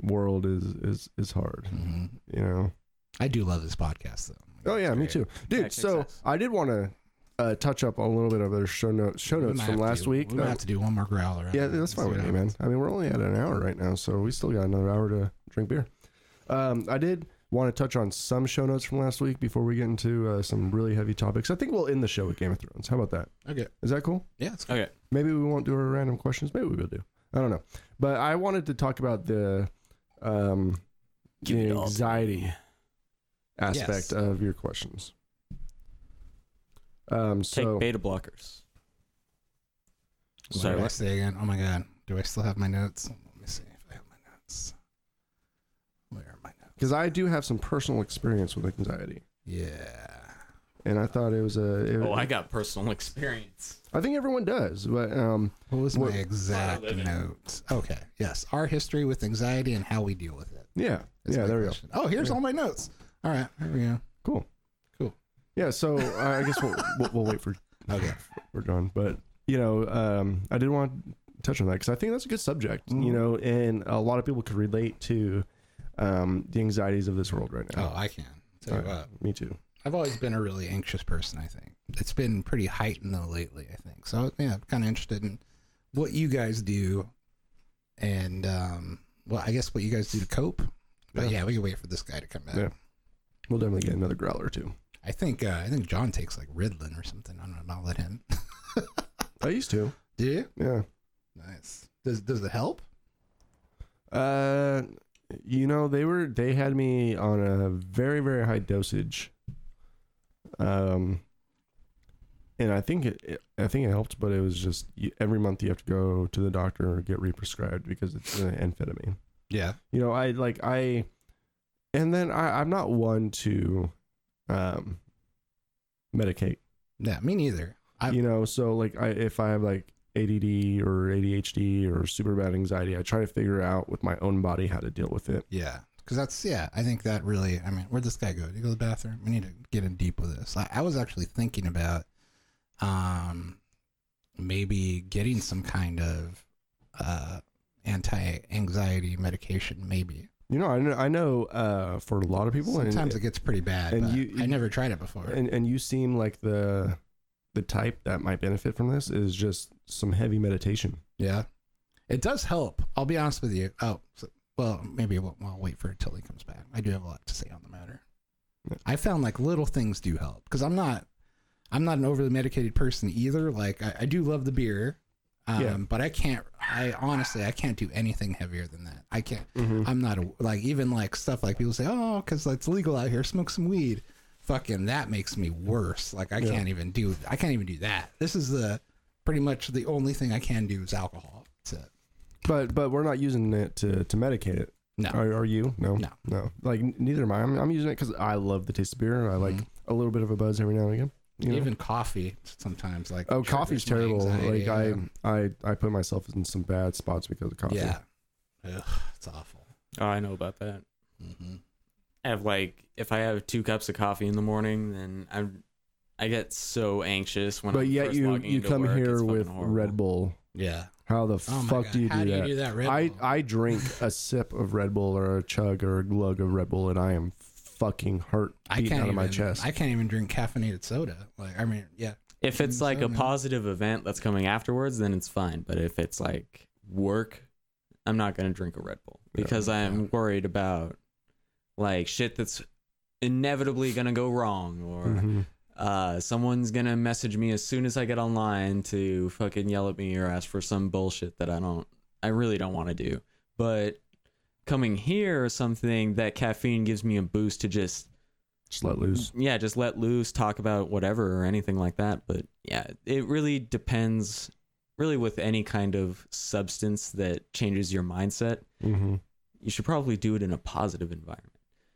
world is is is hard
Mhm.
you know
I do love this podcast though.
Oh yeah, me
Great.
too, dude.
Tech
so
success.
I did want to uh, touch up a little bit of their show notes show
We
notes
might
from
have
last
to-
week.
We might
Uh,
have to do one more growler.
yeah, that's fine with me, man. I mean, we're only at an hour right now, so we still got another hour to drink beer. Um, I did want to touch on some show notes from last week before we get into uh, some really heavy topics. I think we'll end the show with Game of Thrones. How about that?
Okay.
Is that cool?
Yeah, it's cool.
Okay.
Maybe we won't do our random questions. Maybe we will do. I don't know. But I wanted to talk about the um,
Give it
the
all to
anxiety
me.
aspect
Yes.
of your questions. Um,
Take
so
beta blockers.
What
Sorry,
did I
what?
say again? Oh my god. Do I still have my notes? Let me see if I have my notes. Where are my notes?
because I do have some personal experience with anxiety,
Yeah.
and I thought it was a. It,
Oh, I got personal experience.
I think everyone does, but um,
What was
What-
my exact
living.
notes? Okay. Yes. Our history with anxiety and how we deal with it.
yeah,
That's
yeah,
my
there we go.
question. Oh, here's
Yeah.
all my notes. All right. Here we go.
Cool.
Cool.
Yeah, so uh, I I guess we'll, we'll, we'll wait for
Okay.
we're done. But you know, um, I did want to touch on that because I think that's a good subject. You know, and a lot of people could relate to um, the anxieties of this world right
Oh,
now.
I can. Tell you
Uh,
what.
me too.
I've always been a really anxious person, I think. It's been pretty heightened though lately, I think. So yeah, I'm kinda interested in what you guys do and um well I guess what you guys do to cope. But yeah, we can wait for this guy to come back.
Yeah. We'll definitely get another growler too.
I think uh, I think John takes like Ritalin or something. I don't know, I'll let him.
I used to.
do you?
Yeah.
Nice. Does does it help?
Uh, you know, they were they had me on a very very high dosage. Um, and I think it, it I think it helped, but it was just you, every month you have to go to the doctor or get represcribed because it's an amphetamine.
Yeah.
You know, I like I And then I, I'm not one to um, medicate.
Yeah, me neither. I,
you know so like I, if i have like add or adhd or super bad anxiety i try to figure out with my own body how to deal with it
Yeah, because that's yeah. I think that really. I mean, where'd this guy go? Did he go to the bathroom? We need to get in deep with this. I, I was actually thinking about, um, maybe getting some kind of, uh, anti-anxiety medication. Maybe
you know i know, I know uh, for a lot of people and-
sometimes it gets pretty bad.
and
but
you-
I never tried it before.
and, and you seem like the the type that might benefit from this is just some heavy meditation
yeah, it does help. I'll be honest with you. Oh, so, well, maybe we'll, we'll wait for it till he comes back. I do have a lot to say on the matter.
Yeah.
I found like little things do help because I'm not I'm not an overly medicated person either. Like I, I do love the beer, um,
Yeah.
but I can't. I honestly I can't do anything heavier than that. I can't. I'm not a, like even like stuff like people say, oh, because it's legal out here, smoke some weed. Fucking that makes me worse. Like I
Yeah.
can't even do. I can't even do that. This is the pretty much the only thing I can do is alcohol. That's it.
but but we're not using it to to medicate it
No.
are, are you no
No.
no like n- neither am i i'm, I'm using it because i love the taste of beer i like
Mhm.
a little bit of a buzz every now and again you know?
Even coffee sometimes like
Oh,
triggers
coffee's
my
terrible.
anxiety.
like I, I, I put myself in some bad spots because of coffee.
yeah, Ugh, it's awful.
Oh, I know about that.
hmm
I have like if I have two cups of coffee in the morning, then I'm I get so anxious when. I'm
but yet
first
you,
logging
you
into
come
work. It's
here
fucking
with
horrible.
Red Bull.
Yeah.
How the
Oh my
fuck
God.
do you
How
do
do
that?
you do that? Red
I,
Bull?
I drink a sip of Red Bull or a chug or a glug of Red Bull and I am fucking hurt
I
beating
can't
out of
even,
my chest.
I can't even drink caffeinated soda. Like I mean, yeah,
If it's
Mm,
like
so,
a
man.
positive event that's coming afterwards, then it's fine. But if it's like work, I'm not gonna drink a Red Bull
Yeah.
because I am worried about like shit that's inevitably gonna go wrong or
Mhm.
uh, someone's gonna message me as soon as I get online to fucking yell at me or ask for some bullshit that I don't, I really don't want to do. But coming here or something, that caffeine gives me a boost to just,
Just let loose.
yeah, just let loose, talk about whatever or anything like that. But yeah, it really depends, really, with any kind of substance that changes your mindset
Mm-hmm.
you should probably do it in a positive environment.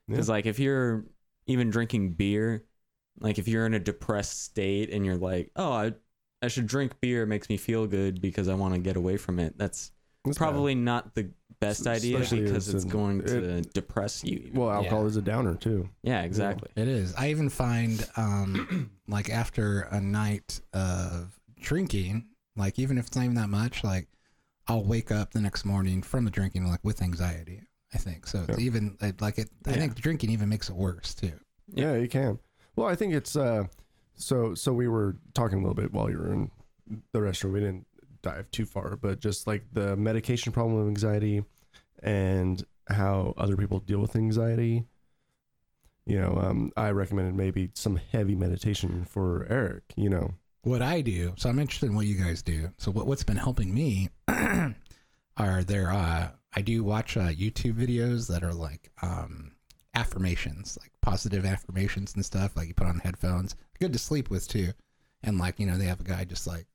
Because
Yeah.
like if you're even drinking beer, like if you're in a depressed state and you're like, oh, I I should drink beer, it makes me feel good because I want to get away from it. That's probably not the best
S-
idea
especially
because
if
it's
it's
going
in-
to depress you. even.
Well, alcohol
Yeah.
is a downer too.
yeah, exactly.
It is. I even find um like after a night of drinking, like even if it's not even that much, like I'll wake up the next morning from the drinking like with anxiety. I think so. It's
Yeah.
even it- like it. I
Yeah.
think drinking even makes it worse too.
Yeah.
Yeah, you can. Well, I think it's uh so so we were talking a little bit while you were in the restroom. We didn't dive too far, but just like the medication problem of anxiety and how other people deal with anxiety. You know, um, I recommended maybe some heavy meditation for Eric, you know.
What I do. So I'm interested in what you guys do. So what what's been helping me are there. Uh, I do watch uh, YouTube videos that are like um affirmations, like positive affirmations and stuff. Like you put on headphones. Good to sleep with too. and like you know they have a guy just like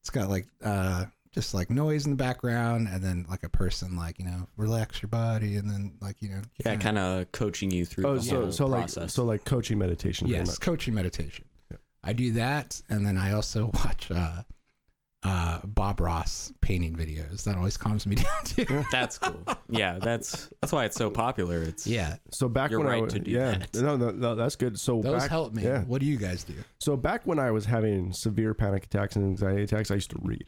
it's got like uh just like noise in the background and then like a person like you know relax your body and then like you know
Yeah, kind of coaching you through
Oh,
the
so
whole
so
process.
like so like coaching meditation. pretty
yes
much.
coaching meditation
Yeah.
i do that and then i also watch uh uh bob ross painting videos that always calms me down too
that's cool. Yeah, that's that's why it's so popular. It's
yeah
So back
You're
when I
right
was,
to do
yeah,
that.
no, no, no, that's good. So
those
back,
help me
Yeah,
what do you guys do
So back when I was having severe panic attacks and anxiety attacks, I used to read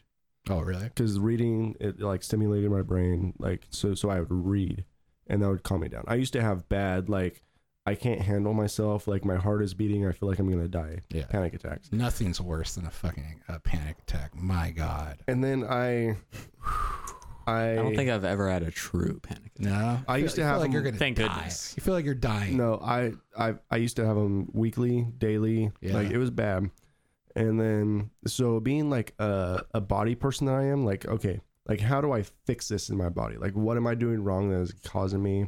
oh really
because reading it like stimulated my brain. Like so, so I would read, and that would calm me down. I used to have bad like I can't handle myself. Like my heart is beating. I feel like I'm gonna die.
Yeah.
Panic attacks.
nothing's worse than a fucking uh, panic attack my god
And then I, I,
I don't think I've ever had a true panic. attack.
no
I
You
used
feel- you feel
to have
like
them-
you're gonna
Thank
die.
goodness.
you feel like you're dying
No, I, I, I used to have them weekly, daily.
Yeah.
Like it was bad. And then, so being like a, a body person that I am, like, okay, like how do I fix this in my body? Like, what am I doing wrong that is causing me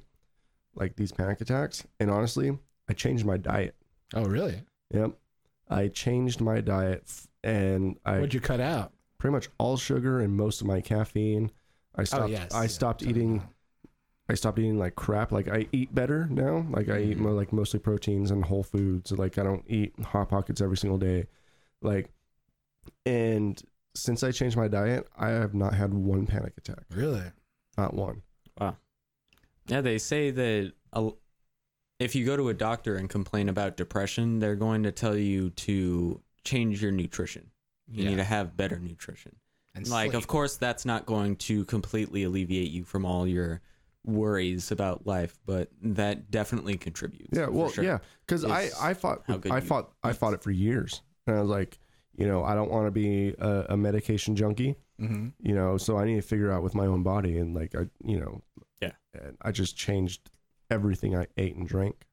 like these panic attacks? And honestly, I changed my diet.
oh really
Yep. I changed my diet f- and I
what'd you cut out Oh,
pretty much all sugar and most of my caffeine. I stopped, I stopped eating I stopped eating like crap. Like I eat better now. Like I eat
Mhm.
more like mostly proteins and whole foods. Like I don't eat hot pockets every single day. Like and since I changed my diet, I have not had one panic attack.
Really?
Not one.
Yeah, they say that a, if you go to a doctor and complain about depression, they're going to tell you to change your nutrition. You
Yeah.
need to have better nutrition.
And
like,
sleep.
of course, that's not going to completely alleviate you from all your worries about life, but that definitely contributes.
Yeah,
for
well,
sure.
yeah, because I
Is
I fought
how good
I
you
fought I
eat.
fought it for years, and I was like, you know, I don't want to be a, a medication junkie,
Mhm.
you know, so I need to figure out with my own body, and like I, you know,
Yeah.
and I just changed everything I ate and drank,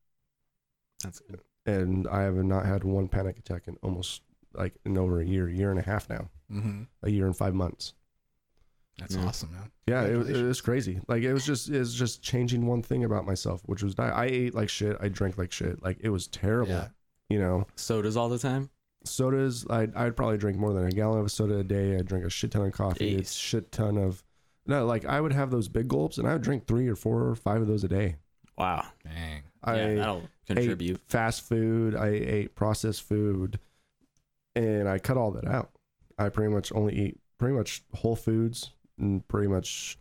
That's good.
and I have not had one panic attack in almost like in over a year, year and a half now,
Mhm.
a year and five months.
That's
Yeah.
awesome, man.
Yeah, it, was- it
Congratulations.
was crazy. Like it was just it was just changing one thing about myself, which was diet. I ate like shit, I drank like shit, like it was terrible,
Yeah.
you know.
Sodas all the time?
sodas I'd, I'd probably drink more than a gallon of soda a day i'd drink a shit ton of coffee
Jeez.
it's shit ton of no like i would have those big gulps and i would drink three or four or five of those a day
Wow.
Dang.
i
yeah, that'll contribute.
ate fast food i ate processed food and i cut all that out i pretty much only eat pretty much whole foods and pretty much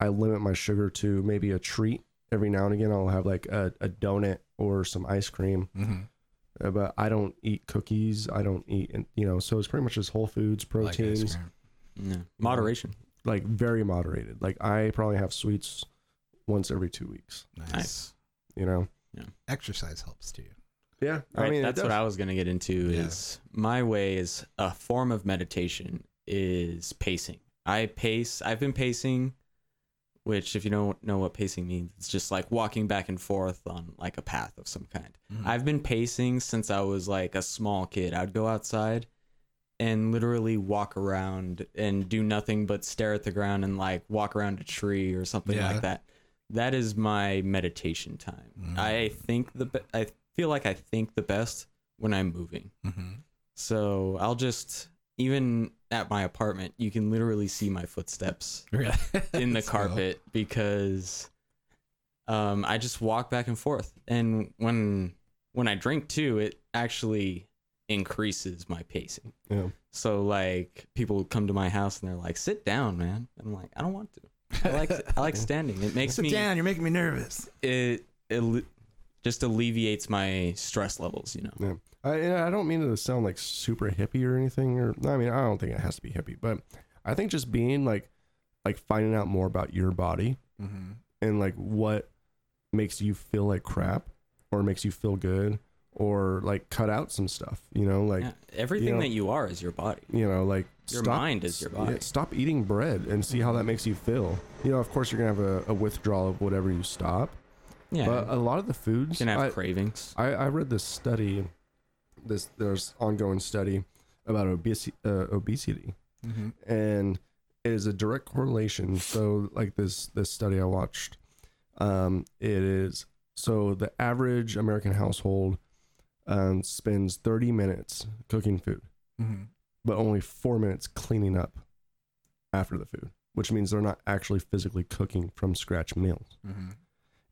i limit my sugar to maybe a treat every now and again i'll have like a, a donut or some ice cream
Mhm.
uh, but I don't eat cookies. I don't eat, and you know, so it's pretty much just whole foods,
I like ice
proteins,
cream.
Yeah. Moderation.
like, very moderated. Like I probably have sweets once every two weeks.
Nice.
Nice.
You know.
Exercise helps too.
Yeah,
Right?
I mean,
that's
it
what
does.
I was going to get into
Yeah.
is my way is a form of meditation is pacing. I pace, I've been pacing, which if you don't know what pacing means, it's just like walking back and forth on like a path of some kind.
Mhm.
I've been pacing since I was like a small kid. I'd go outside and literally walk around and do nothing but stare at the ground and like walk around a tree or something
Yeah.
like that. That is my meditation time.
Mm.
I think the be- I feel like I think the best when I'm moving.
Mhm.
So I'll just even at my apartment, you can literally see my footsteps
Really?
in the
So-
carpet because um, I just walk back and forth. And when when I drink too, it actually increases my pacing.
Yeah.
So like people come to my house and they're like, "Sit down, man." I'm like, "I don't want to. I like I like standing. It makes
Sit
me
down. You're making me nervous.
it, it just alleviates my stress levels. You know,
I, and I don't mean to sound like super hippie or anything. Or I mean, I don't think it has to be hippie, but I think just being like, like finding out more about your body
Mm-hmm.
and like what makes you feel like crap or makes you feel good or like cut out some stuff. You know, like.
Yeah, everything
you know-
that you are is your body.
you know, like
Your mind is your body.
stop eating bread and see how that makes you feel. You know, of course, you're gonna have a, a withdrawal of whatever you stop.
Yeah,
But a lot of the
you
foods,
can have
I,
cravings.
I, I read this study, this there's ongoing study about obesity, uh, obesity,
Mm-hmm.
and it is a direct correlation. So, like this this study I watched, um, it is so the average American household um, spends 30 minutes cooking food
Mm-hmm.
but only four minutes cleaning up after the food, which means they're not actually physically cooking from scratch meals.
Mm-hmm.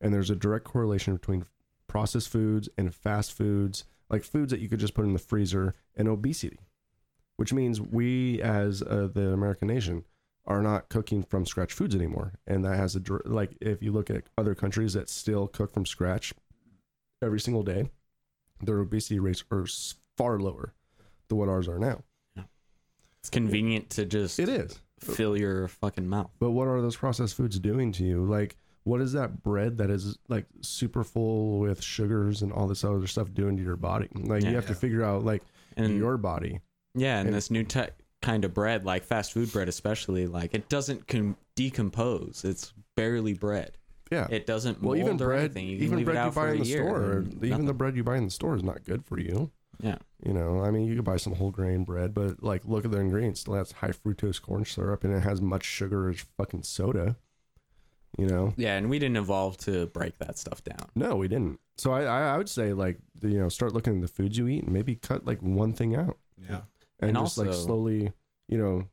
And there's a direct correlation between processed foods and fast foods, like foods that you could just put in the freezer, and obesity, which means we as uh, the American nation are not cooking from scratch foods anymore. And that has a, dir- like, if you look at other countries that still cook from scratch every single day, their obesity rates are s- far lower than what ours are now.
It's convenient to just
It is.
fill your fucking mouth.
But what are those processed foods doing to you? Like, what is that bread that is like super full with sugars and all this other stuff doing to your body? Like,
Yeah.
you have to figure out like
And
your body.
yeah, and,
and-
this new te- kind of bread, like fast food bread, especially, like it doesn't com- decompose. It's barely bread.
Yeah.
It doesn't
well,
mold
even
or
bread,
anything. You can
even
leave it
bread
out
you
for
buy
a
in the
year
store,
and
even the
nothing.
bread you buy in the store is not good for you.
Yeah.
You know, I mean, you could buy some whole grain bread, but like, look at the ingredients. Still has high fructose corn syrup, and it has much sugar as fucking soda. You know,
yeah, and we didn't evolve to break that stuff down.
No, we didn't. So I, I I would say like you know start looking at the foods you eat and maybe cut like one thing out
Yeah.
and,
And
just like
also-
slowly you know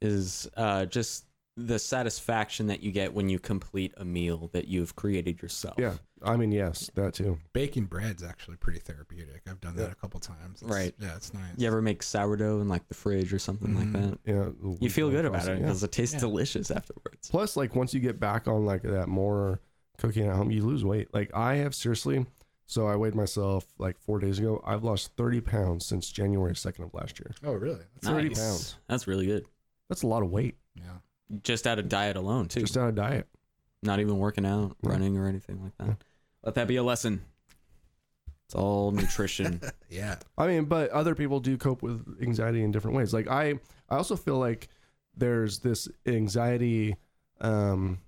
Is uh, just the satisfaction that you get when you complete a meal that you've created yourself.
Yeah. I mean, yes, that too.
Baking bread's actually pretty therapeutic. I've done that
Yeah.
a couple times. It's-
Right.
Yeah, it's nice.
You ever make sourdough in like the fridge or something
Mhm.
like that?
Yeah.
You feel good about it
Awesome, Mm-hmm. yeah.
because it tastes
Yeah.
delicious afterwards.
Plus, like once you get back on like that more cooking at home, you lose weight. Like I have seriously, so I weighed myself like four days ago. I've lost thirty pounds since January second of last year.
Oh, really? That's,
30 pounds.
That's really good.
That's a lot of weight
yeah.
Just out of diet alone, too.
just out of diet.
Not even working out,
Yeah.
running, or anything like that.
Yeah.
Let that be a lesson. It's all nutrition.
Yeah.
I mean, but other people do cope with anxiety in different ways. Like I, I also feel like there's this anxiety, um,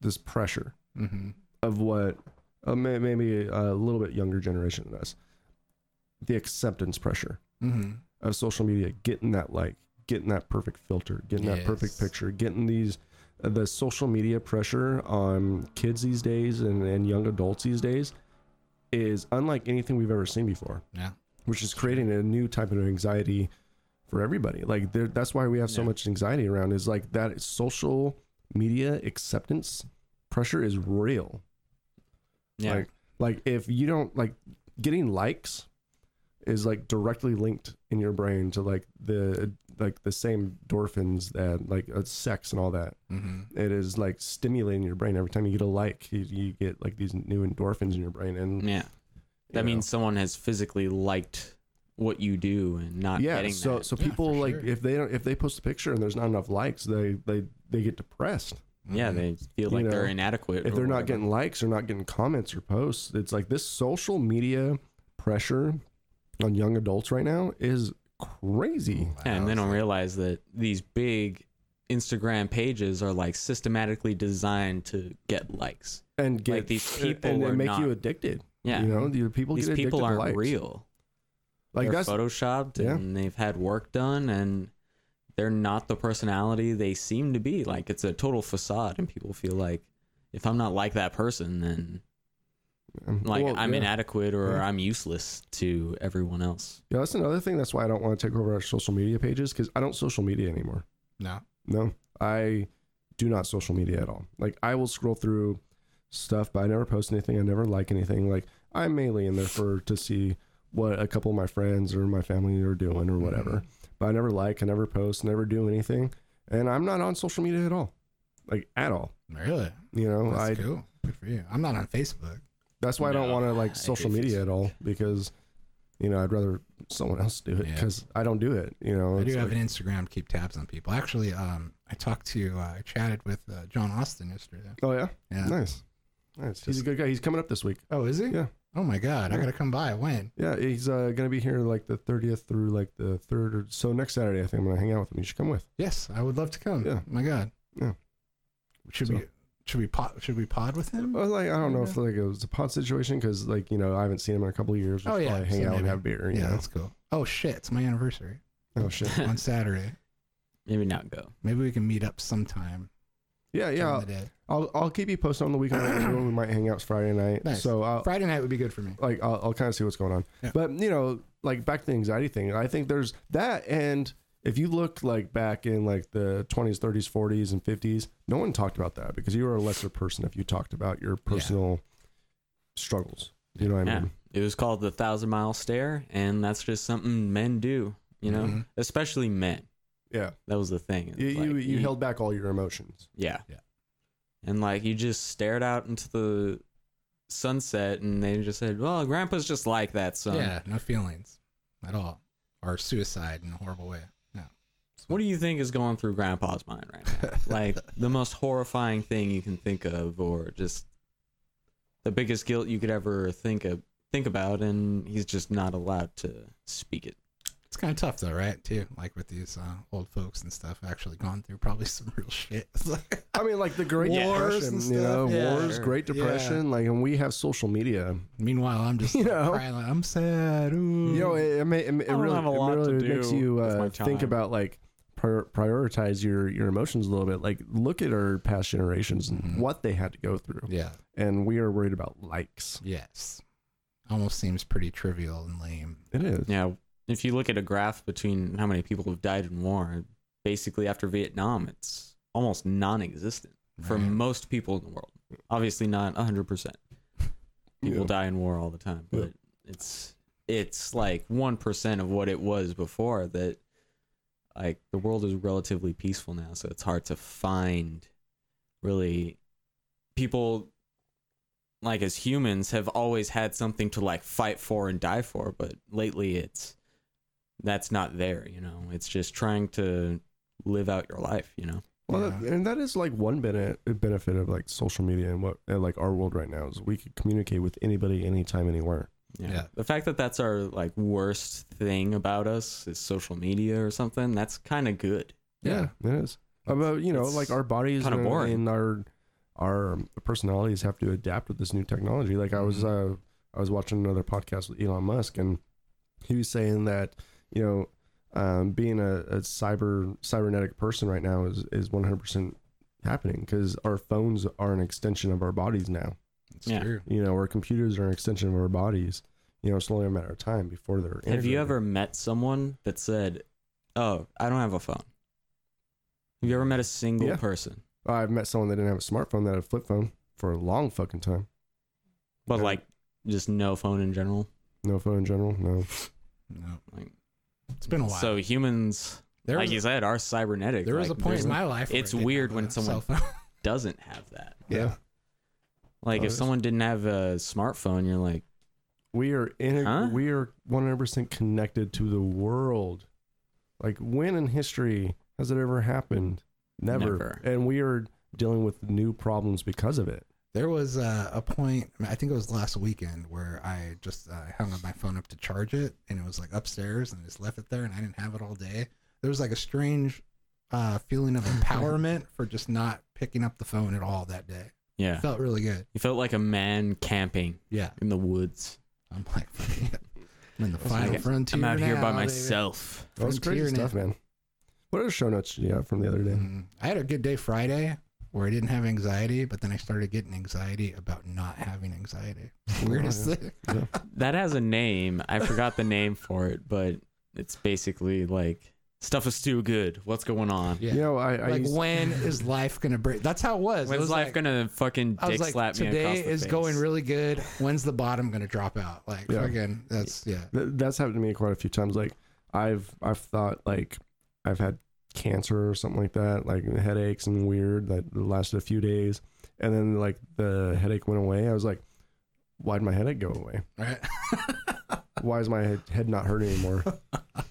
this pressure
Mm-hmm.
of what uh, may- maybe a little bit younger generation than us, the acceptance pressure.
Mm-hmm.
of social media, getting that like, getting that perfect filter, getting that perfect
Yes.
picture, getting these uh, the social media pressure on kids these days and, and young adults these days is unlike anything we've ever seen before,
Yeah.
which is creating a new type of anxiety for everybody. Like there, that's why we have so
Yeah.
much anxiety around is like that social media acceptance pressure is real.
yeah.
Like, like if you don't like getting likes is like directly linked in your brain to like the like the same endorphins that like uh, sex and all that.
Mm-hmm.
It is like stimulating your brain every time you get a like. You, you get like these new endorphins in your brain, and
yeah.
you
That
know.
means someone has physically liked what you do and not
yeah.
getting
So
that.
so
Yeah,
people
for
like
sure.
if they don't if they post a picture and there's not enough likes, they they they get depressed.
yeah, they feel like
mm-hmm. You
they're
know,
inadequate.
if
or
they're not
whatever.
getting likes or not getting comments or posts, it's like this social media pressure on young adults right now is crazy.
Yeah, and they don't
Lousy.
realize that these big Instagram pages are like systematically designed to get likes.
And get
Like, these people
and, and
are
make
not-
you addicted.
Yeah.
You know, the people
these
get addicted
people
to
aren't
likes.
real.
Like
they're
that's
photoshopped
yeah.
and they've had work done and they're not the personality they seem to be. Like it's a total facade and people feel like if I'm not like that person then like
well,
I'm
yeah.
inadequate or
Yeah.
I'm useless to everyone else.
Yeah, that's another thing. That's why I don't want to take over our social media pages because I don't social media anymore.
No.
No, I do not social media at all. Like I will scroll through stuff, but I never post anything. I never like anything. Like I'm mainly in there for to see what a couple of my friends or my family are doing or whatever. But I never like, I never post, never do anything, and I'm not on social media at all, like at all.
Really?
You know,
That's
I
cool. Good for you. I'm not on Facebook.
that's why I don't
No,
want to
I
like
hate
social media at all because you know I'd rather someone else do it
Yeah.
because I don't do it. You know,
I
It's
do have
like-
an Instagram to keep tabs on people. Actually, um, I talked to, uh, I chatted with uh, John Austin yesterday.
oh yeah,
Yeah.
nice, nice. He's a
Just-
good guy. He's coming up this week.
Oh, is he?
Yeah.
Oh my God, I
Yeah.
gotta come by. When?
Yeah, he's uh, gonna be here like the thirtieth through like the third or so next Saturday. I think I'm gonna hang out with him. You should come with.
Yes, I would love to come.
Yeah.
My God.
Yeah.
Should
So- Uh,
we? Should we pod? Should we pod with him?
Well, like I don't know
Yeah.
if like it was a pod situation because like you know I haven't seen him in a couple of years. We
Oh,
should
yeah,
probably hang
so
out and
maybe.
have beer. You
yeah,
yeah.
that's cool. Oh shit, it's my anniversary
Know? Oh shit.
on Saturday.
Maybe not go.
Maybe we can meet up sometime.
Yeah,
during
yeah.
the day.
I'll I'll keep you posted on the weekend. what we're doing. we might hang out Friday night.
Nice.
So uh, I'll,
Friday night would be good for me.
like I'll, I'll kind of see what's going on.
Yeah.
But you know, like back to the anxiety thing. I think there's that, and if you look like back in like the 20s, 30s, 40s, and 50s, no one talked about that because you were a lesser person if you talked about your personal struggles. You know what I
Yeah.
mean?
It was called the thousand mile stare and that's just something men do, you know?
Mhm.
Especially men.
Yeah.
That was the thing. It's
Mm-hmm. You,
like,
you you held back all your emotions.
Yeah.
Yeah.
And like you just stared out into the sunset and they just said, Well, grandpa's just like that, son.
yeah, no feelings at all, or suicide in a horrible way. No.
What do you think is going through grandpa's mind right now? like the most horrifying thing you can think of or just the biggest guilt you could ever think of think about and he's just not allowed to speak it.
It's kind of tough though, right? Too like with these uh, old folks and stuff, actually gone through probably some real shit. It's like-
I mean, like the Great
Yeah.
Wars
Depression,
and
you know,
stuff. Yeah.
wars, Great
Yeah.
Depression, like, and we have social media.
Meanwhile, I'm just
You
like,
know?
crying. Like, I'm sad. Ooh.
You know, it, it, ma- it, ma- it
don't
really,
have a
it
lot to
really makes
do
you
with my
uh, think
time.
about like prior, prioritize your your emotions a little bit. Like look at our past generations
Mhm.
and what they had to go through,
yeah.
and we are worried about likes.
Yes. Almost seems pretty trivial and lame.
It is.
Yeah. If you look at a graph between how many people have died in war, basically after Vietnam, it's almost non-existent for
Right.
most people in the world. Obviously, not hundred percent. People
Yeah.
die in war all the time, but
Yeah.
it's it's like one percent of what it was before. That like the world is relatively peaceful now, so it's hard to find really people like as humans have always had something to like fight for and die for but lately it's that's not there you know it's just trying to live out your life you know
Well, that, and that is like one bene- benefit of like social media and what and like our world right now is we could communicate with anybody, anytime, anywhere.
yeah.
Yeah.
the fact that that's our like worst thing about us is social media or something that's kind of good
Yeah.
it is. About you know,
it's
like our bodies
kinda
and,
boring.
and our our personalities have to adapt with this new technology. Like I was
Mm-hmm.
uh, I was watching another podcast with Elon Musk, and he was saying that you know, um, being a, a cyber cybernetic person right now is is one hundred percent happening because our phones are an extension of our bodies now.
It's
Yeah.
true.
you know, our computers are an extension of our bodies. You know, it's only a matter of time before they're.
have you
integrated.
ever met someone that said oh i don't have a phone have you ever met a single
Yeah.
person
Oh, I've met someone that didn't have a smartphone that had a flip phone for a long fucking time.
but
Yeah.
like just no phone in general
No phone in general. No.
No.
Like-
It's been a while.
so humans
Oh, there
like
was,
you said are cybernetic
there was
Like,
a point
there's
in my life. where
it's
I didn't
weird
have
when
a cell
someone-
phone.
doesn't have that
yeah.
Like
Oh,
if
that's-
someone didn't have a smartphone, you're like,
We are in.
Huh?
We are one hundred percent connected to the world. Like when in history has it ever happened?
Never.
Never. And we are dealing with new problems because of it.
There was uh, a point, I think it was last weekend, where I just uh, hung up my phone up to charge it, and it was like upstairs, and I just left it there, and I didn't have it all day. There was like a strange uh, feeling of empowerment for just not picking up the phone at all that day.
yeah,
Felt really good.
you felt like a man camping
Yeah,
in the woods.
I'm like, I'm in the final
like,
frontier.
I'm out here by
now, baby.
myself.
That was crazy
Frontier
stuff, man. What other show notes did you have from the other day?
Mm. I had a good day Friday where I didn't have anxiety, but then I started getting anxiety about not having anxiety. Weirdest thing.
That has a name. I forgot the name for it, but it's basically like stuff is too good. What's going on?
Yeah.
You know, I, I
like
used-
when is life gonna break? That's how it was. it
When's
was
life
like,
gonna fucking
I
dick
was like,
slap me
today
across the
is
face?
going really good. When's the bottom gonna drop out? Like
Yeah.
fucking, that's yeah.
Th- that's happened to me quite a few times. Like I've I've thought like I've had cancer or something like that, like headaches and weird that lasted a few days, and then like the headache went away. I was like, why'd my headache go away?
Right?
Why is my head- head not hurt anymore?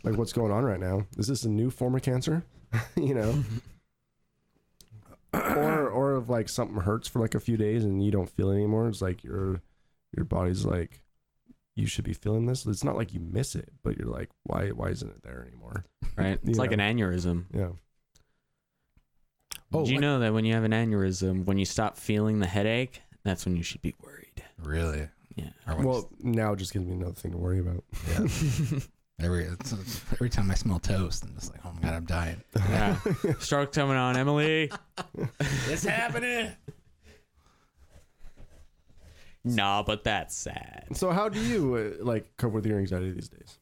like what's going on right now? Is this a new form of cancer? you know. or or if like something hurts for like a few days and you don't feel it anymore, it's like your your body's like you should be feeling this. It's not like you miss it, but you're like, why why isn't it there anymore?
right? It's
Yeah.
like an aneurysm.
Yeah.
Oh,
Do you
like-
know that when you have an aneurysm, when you stop feeling the headache, that's when you should be worried.
Really?
Yeah.
Or when
Well, now it just gives me another thing to worry about.
yeah. every it's, it's- every time I smell toast, I'm just like, oh my god, I'm dying.
Yeah. Stroke coming on, Emily.
It's happening.
Nah, but that's sad.
So how do you uh, like cope with your anxiety these days?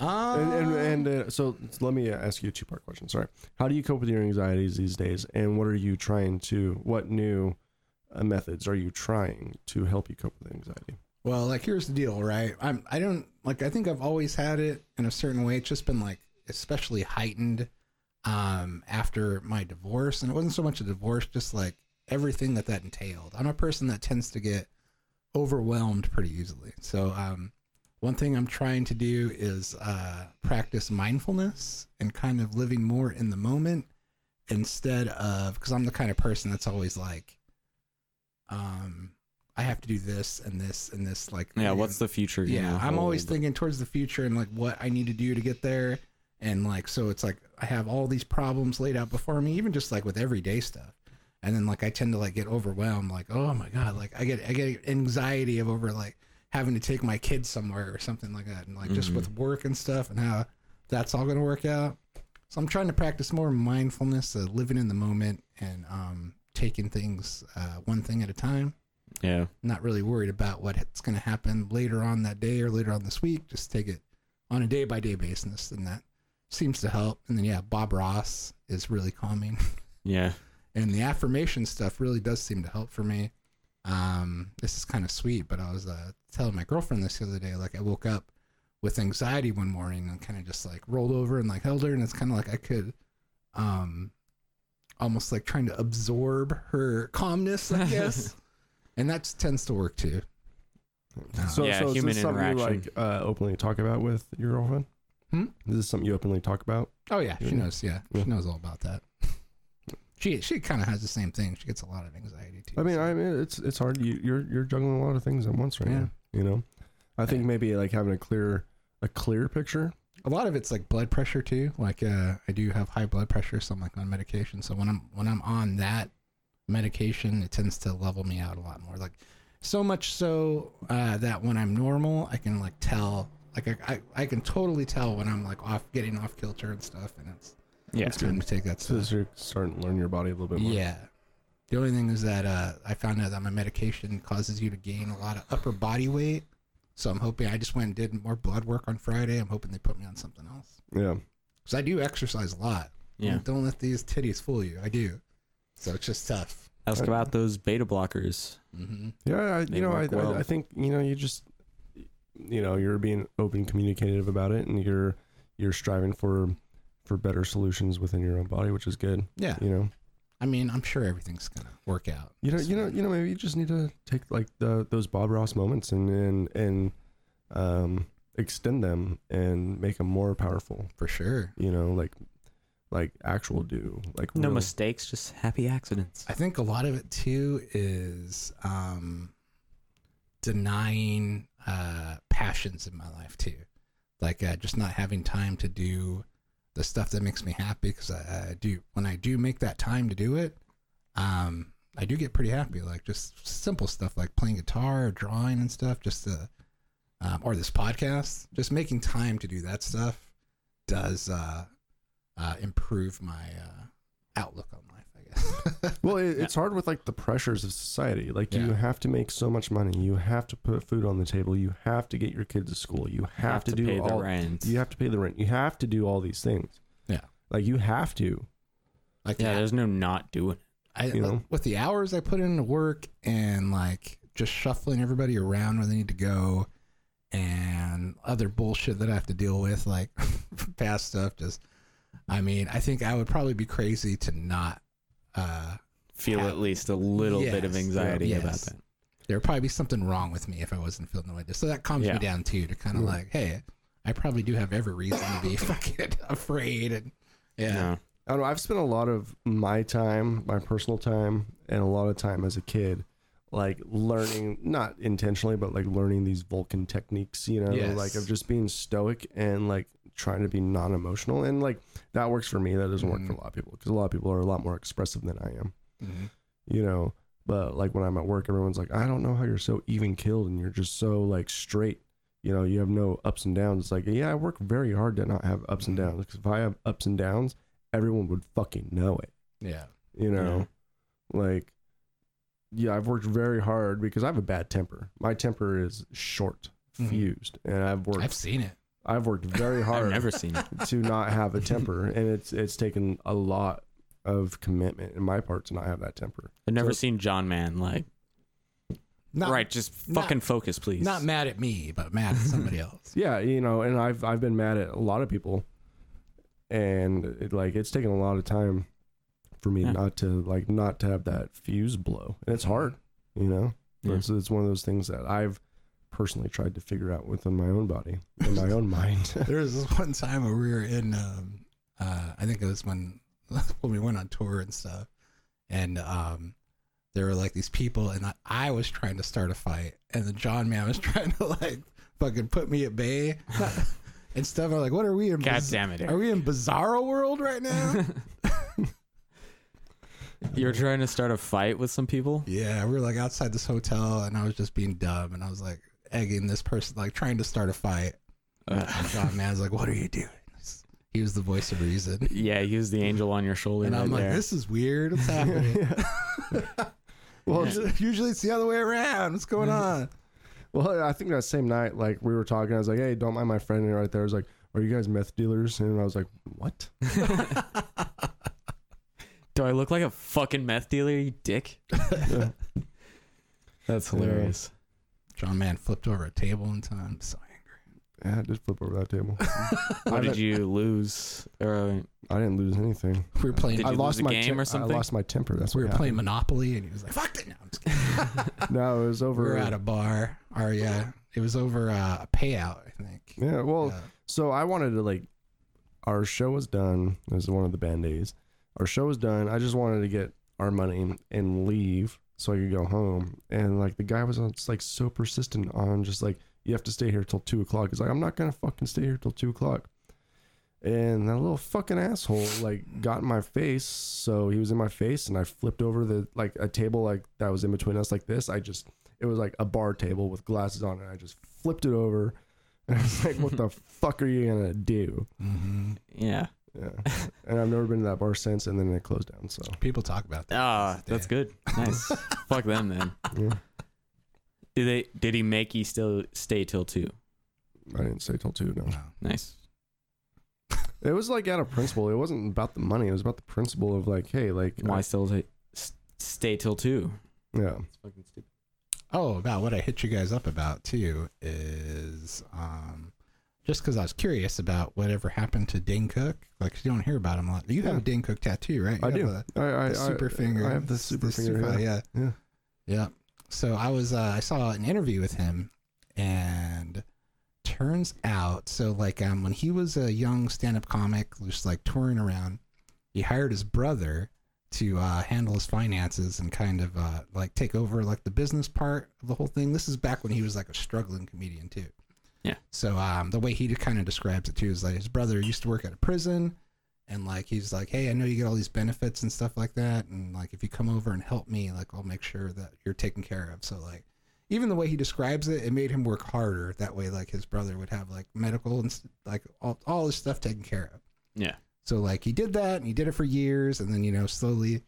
Um,
And and, and uh, so let me ask you a two part question. Sorry. How do you cope with your anxieties these days? And what are you trying to? What new uh, methods are you trying to help you cope with anxiety?
Well, like here's the deal, right? I'm I don't like I think I've always had it in a certain way. It's just been like especially heightened um after my divorce, and it wasn't so much a divorce, just like everything that that entailed. I'm a person that tends to get overwhelmed pretty easily. So, um one thing I'm trying to do is uh practice mindfulness and kind of living more in the moment instead of because I'm the kind of person that's always like um I have to do this and this and this like
Yeah,
thing.
what's the future? you
yeah
know,
I'm always
hold?
thinking towards the future and like what I need to do to get there and like so it's like I have all these problems laid out before me even just like with everyday stuff and then like I tend to like get overwhelmed like oh my god like I get I get anxiety of over like having to take my kids somewhere or something like that and like just
Mhm.
with work and stuff and how that's all going to work out so I'm trying to practice more mindfulness, uh, living in the moment, and um, taking things uh, one thing at a time.
Yeah.
Not really worried about what's going to happen later on that day or later on this week. Just take it on a day by day basis, and that. seems to help. And then yeah, Bob Ross is really calming,
Yeah.
and the affirmation stuff really does seem to help for me. Um, this is kind of sweet, but I was uh, telling my girlfriend this the other day. Like I woke up with anxiety one morning and kind of just like rolled over and like held her, and it's kind of like I could, um, almost like trying to absorb her calmness, I guess. and that tends to work too. Uh,
So,
Yeah,
so is
human
this something you
interaction.
like uh, openly talk about with your girlfriend?
Hmm?
Is this something you openly talk about?
Oh yeah, she
Yeah.
knows. Yeah,
Yeah.
she knows all about that. She she kind of has the same thing. She gets a lot of anxiety too.
I mean,
so-
I mean, it's it's hard. You, you're you're juggling a lot of things at once right
Yeah.
now. You know, I think maybe like having a clear a clear picture.
a lot of it's like blood pressure too. Like uh, I do have high blood pressure, so I'm like on medication. So when I'm when I'm on that medication, it tends to level me out a lot more. Like so much so uh, that when I'm normal, I can like tell. Like I, I, I can totally tell when I'm like off getting off kilter and stuff, and it's
Yeah.
it's time to take that
So
stuff.
you're starting to learn your body a little bit more.
Yeah. The only thing is that uh, I found out that my medication causes you to gain a lot of upper body weight. So I'm hoping I just went and did more blood work on Friday. I'm hoping they put me on something else
yeah.
because I do exercise a lot.
Yeah.
Don't let these titties fool you. I do. So it's just tough.
Ask about those beta blockers.
Mm-hmm.
Yeah, I,
They
you know, I,
work well.
I, I think you know, you just, you know, you're being open, communicative about it, and you're you're striving for for better solutions within your own body, which is good.
Yeah.
You know,
I mean, I'm sure everything's gonna work out.
you know, you know, you know, maybe you just need to take like the those Bob Ross moments and and and um, extend them and make them more powerful.
for sure.
You know, like like actual do like
No
real-
mistakes, just happy accidents.
I think a lot of it too is um, denying uh, passions in my life too, like uh, just not having time to do the stuff that makes me happy. Because I, I do when I do make that time to do it, um, I do get pretty happy. Like just simple stuff like playing guitar, or drawing, and stuff. Just the um, or this podcast, just making time to do that stuff does uh, uh, improve my uh, outlook on life. I guess.
Well, it, it's hard with like the pressures of society. Like you
Yeah.
have to make so much money. You have to put food on the table. You have to get your kids to school. You have, to, do
pay
all.
the rent.
You have to pay the rent. You have to do all these things.
Yeah.
Like you have to.
Like
yeah,
the-
there's no not doing it.
I,
you
like,
know?
with the hours I put into work and like just shuffling everybody around where they need to go and other bullshit that I have to deal with, like past stuff. Just, I mean, I think I would probably be crazy to not. Uh,
Feel
Yeah.
at least a little bit of
Yes.
anxiety
Yes.
about that.
there would probably be something wrong with me if I wasn't feeling the way this. So that calms
Yeah. Mm-hmm.
me down too, to kind of
Yeah.
like, hey, I probably do have every reason to be fucking afraid and yeah,
No.
I don't know. I've spent a lot of my time, my personal time, and a lot of time as a kid, like learning, not intentionally, but like learning these Vulcan techniques, you know,
Yes.
like of just being stoic and like trying to be non emotional. And like that works for me. That doesn't work for a
Mhm.
lot of people because a lot of people are a lot more expressive than I am,
Mhm.
you know. But like when I'm at work, everyone's like, I don't know how you're so even killed and you're just so like straight. You know, you have no ups and downs. It's like, yeah, I work very hard to not have ups and
Mm-hmm.
downs because if I have ups and downs, everyone would fucking know it
yeah,
you know like yeah i've worked very hard because i have a bad temper my temper is short
Mhm.
fused and i've worked
I've
i've,
seen it.
worked very
Mm-hmm. I've
hard
never seen it.
to not have a temper and it's it's taken a lot of commitment in my part to not have that temper
I've never
So-
seen John Man like
Not,
right. Just
not-
fucking focus, please.
Not mad at me, but mad at somebody else.
yeah you know and i've i've been mad at a lot of people and it, like it's taken a lot of time for me
Yeah.
not to like not to have that fuse blow and it's hard you know
Yeah.
it's, it's one of those things that i've personally tried to figure out within my own body in my own mind
there was this one time where we were in um uh I think it was when when we went on tour and stuff and um there were like these people and I, I was trying to start a fight and the John man was trying to like fucking put me at bay and stuff. I'm like, what are we in
God
Biz-
damn it!
are we in bizarro world right now?
You're trying to start a fight with some people.
yeah, we were like outside this hotel and I was just being dumb and I was like egging this person like trying to start a fight.
Uh,
And John Mann's like, What are you doing? He was the voice of reason.
Yeah, he was the angel on your shoulder.
And
right
I'm like,
there.
this is weird. What's happening?
well
Yeah.
it's-
Usually it's the other way around. What's going on?
well i think that same night like we were talking i was like hey don't mind my friend right there i was like are you guys meth dealers and i was like What?
Do I look like a fucking meth dealer, you dick? That's hilarious.
John Man flipped over a table in time. So
Yeah, just flip over that table. I,
What did
didn't-
you lose? Or
I didn't lose anything.
we were playing.
Did
I
you lose
lost
the
my
game
tem-
or something?
I lost my temper. That's
we
what
were
happened.
playing Monopoly, and he was like, "Fuck it!" No, I'm just kidding.
uh,
No, it was
We
over.
were at a bar. Or yeah, it was over uh, a payout. I think.
yeah, well,
Yeah.
So I wanted to like, our show was done. It was one of the band days. Our show was done. I just wanted to get our money and leave so I could go home. And like the guy was on- just like so persistent on just like you have to stay here till two o'clock. He's like, I'm not gonna fucking stay here till two o'clock. And that little fucking asshole like got in my face. So he was in my face, and I flipped over the like a table like that was in between us like this. I just it was like a bar table with glasses on, it, and I just flipped it over. And I was like, what the fuck are you gonna do?
Mhm.
yeah.
Yeah. And I've never been to that bar since and then it closed down. So
People talk about that.
Ah, that's good. Nice. Fuck them then.
yeah.
Did they did he make you still stay till two?
I didn't stay till two, no.
Wow.
Nice.
It was like out of principle. It wasn't about the money, it was about the principle of like, hey, like
Why still t- s- stay till two?
yeah.
Oh, about what I hit you guys up about too is um, just because I was curious about whatever happened to Dane Cook. Like you don't hear about him a lot. You have
Yeah.
a Dane Cook tattoo, right? You
I
have
do.
a-
I, I,
the super
I,
finger.
I have the super finger.
super-
yeah.
yeah.
Yeah.
Yeah. So I was uh, I saw an interview with him, and turns out so like um, when he was a young stand up comic, just like touring around, he hired his brother to uh, handle his finances and kind of uh, like take over like the business part of the whole thing. This is back when he was like a struggling comedian too.
Yeah.
So um, the way he kind of describes it too is like his brother used to work at a prison and like he's like hey i know you get all these benefits and stuff like that and like if you come over and help me like i'll make sure that you're taken care of so like even the way he describes it it made him work harder that way like his brother would have like medical and s- like all, all his stuff taken care of
Yeah.
so like he did that and he did it for years and then you know slowly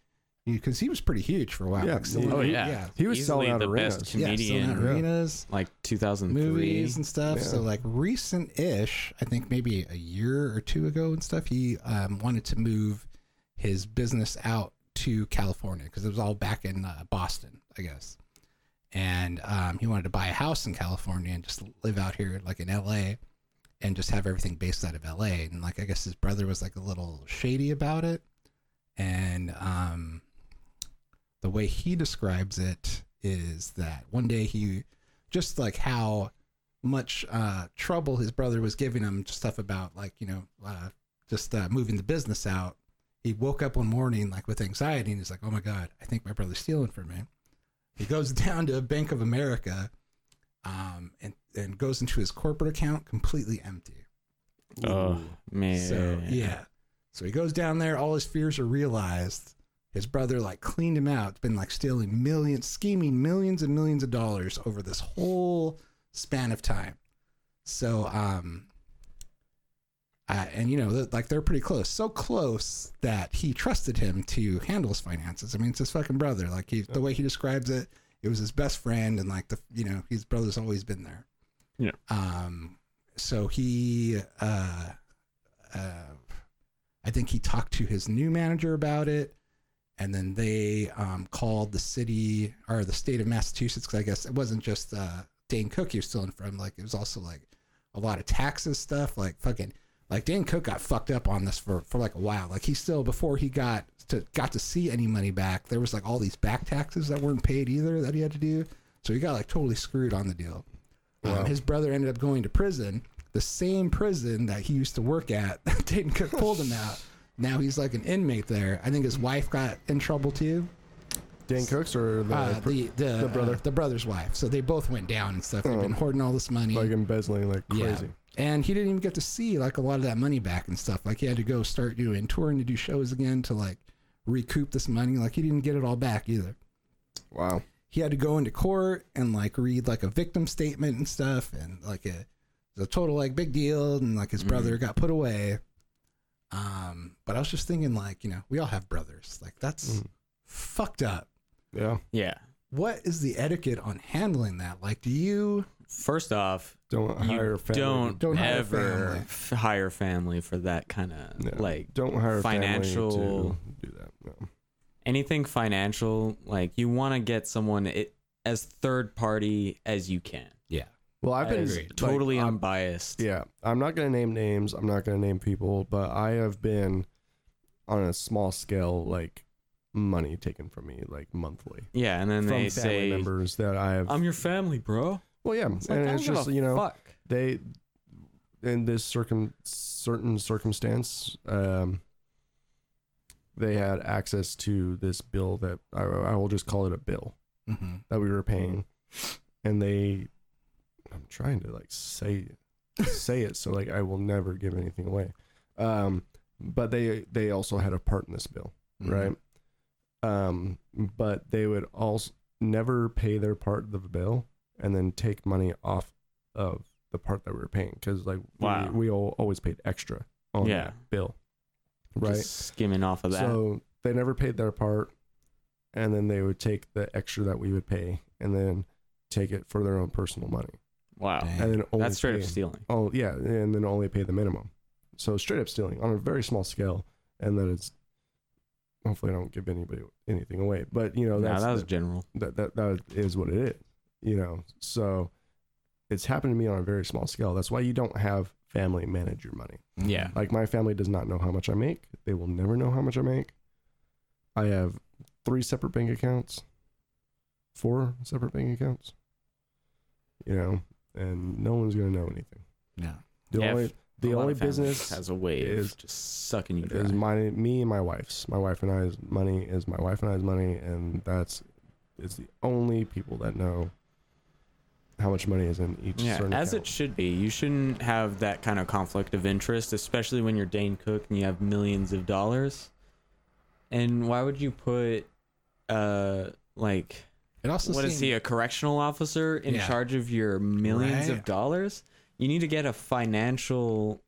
because he was pretty huge for a while
Yeah.
like, still-
Oh,
yeah.
He was
Easily
selling out
the
arenas.
best
yeah, still in
comedian,
Yeah.
arenas
like 2003.
movies and stuff. So
Yeah.
like recent ish, I think maybe a year or two ago and stuff, he um, wanted to move his business out to California because it was all back in uh, Boston, I guess. And um, he wanted to buy a house in California and just live out here, like in LA, and just have everything based out of LA. And like I guess his brother was like a little shady about it, and um, the way he describes it is that one day he just like how much uh, trouble his brother was giving him stuff about like you know uh, just uh, moving the business out he woke up one morning like with anxiety and he's like oh my god i think my brother's stealing from me he goes down to bank of america um, and, and goes into his corporate account completely empty
Uh.
Oh man.
so yeah. So he goes down there. All his fears are realized. His brother like cleaned him out. Been like stealing millions, scheming millions and millions of dollars over this whole span of time. So um, I, and you know th- like they're pretty close. So close that he trusted him to handle his finances. I mean, it's his fucking brother. Like he, the way he describes it, it was his best friend, and like the you know his brother's always been there.
Yeah.
Um. So he uh uh, I think he talked to his new manager about it, and then they um, called the city or the state of Massachusetts. 'cause I guess it wasn't just uh, Dane Cook he was stealing from; like it was also like a lot of taxes stuff. Like fucking, like Dane Cook got fucked up on this for for like a while. Like he still before he got to got to see any money back, there was like all these back taxes that weren't paid either that he had to do. So he got like totally screwed on the deal. Um, his brother ended up going to prison, the same prison that he used to work at. that Dayton Cook pulled him out. Now he's like an inmate there. I think his wife got in trouble too.
Dan Cooks or the,
Uh, the the,
the brother. Oh.
uh, the brother's wife. So they both went down and stuff. They've been hoarding all this money.
like embezzling like crazy.
And he didn't even get to see like a lot of that money back and stuff. Like he had to go start doing touring to do shows again to like recoup this money. Like he didn't get it all back either
Wow.
he had to go into court and like read like a victim statement and stuff and like a, a total like big deal and like his brother
Mm-hmm.
got put away um but i was just thinking like you know we all have brothers like that's
Mm.
fucked up
Yeah.
Yeah.
what is the etiquette on handling that like do you
First off,
Don't hire
you
a family.
don't,
Don't hire
ever
family.
f- hire family for that kind of
No.
like
don't hire a family
financial-
to do that. No.
anything financial. Like you want to get someone it, as third party as you can.
Yeah.
Well, I've been
As
Agreed.
totally
like, I'm-
unbiased.
Yeah, I'm not gonna name names. I'm not gonna name people, but I have been on a small scale, like money taken from me, like monthly
Yeah, and then
from
they
family
say,
members that I have.
"I'm your family, bro."
well, yeah,
It's like,
and
I
it's
don't give
just
a
you know
fuck.
they in this circum certain circumstance, um, they had access to this bill that I, I will just call it a bill
Mm-hmm.
that we were paying,
Mm-hmm.
and they, I'm trying to like say say it so like I will never give anything away. Um, but they they also had a part in this bill,
Mm-hmm.
Mm-hmm.
right? Um, but they would also never pay their part of the bill and then take money off of the part that we were paying because like
Wow.
we, we all always paid extra on
Yeah.
that bill, right?
Just skimming off of that.
So they never paid their part, and then they would take the extra that we would pay, and then take it for their own personal money,
wow,
Dang.
and then only
that's straight
pay-
up stealing.
Oh yeah, and then only pay the minimum. So straight up stealing on a very small scale, and that is hopefully I don't give anybody anything away. But you know
No,
that's
that was general.
that, that that is what it is. You know, so it's happened to me on a very small scale. That's why you don't have family manage your money.
Mm-hmm.
Yeah.
Like my family does not know how much I make. They will never know how much I make. I have three separate bank accounts, four separate bank accounts. You know, and no one's gonna know anything.
Yeah.
The
Yeah,
only
f- A
the
lot
only
of families
business
has a way
is-
of just sucking you
is
dry.
my me and my wife's. My wife and I's money is my wife and I's money, and that's it's the only people that know how much money is in each.
Yeah,
certain
as
account.
it should be. You shouldn't have that kind of conflict of interest, especially when you're Dane Cook and you have millions of dollars. And why would you put, uh, like,
It also
what is he,
seemed-
a correctional officer in
Yeah.
charge of your millions of
Right.
dollars? You need to get a financial,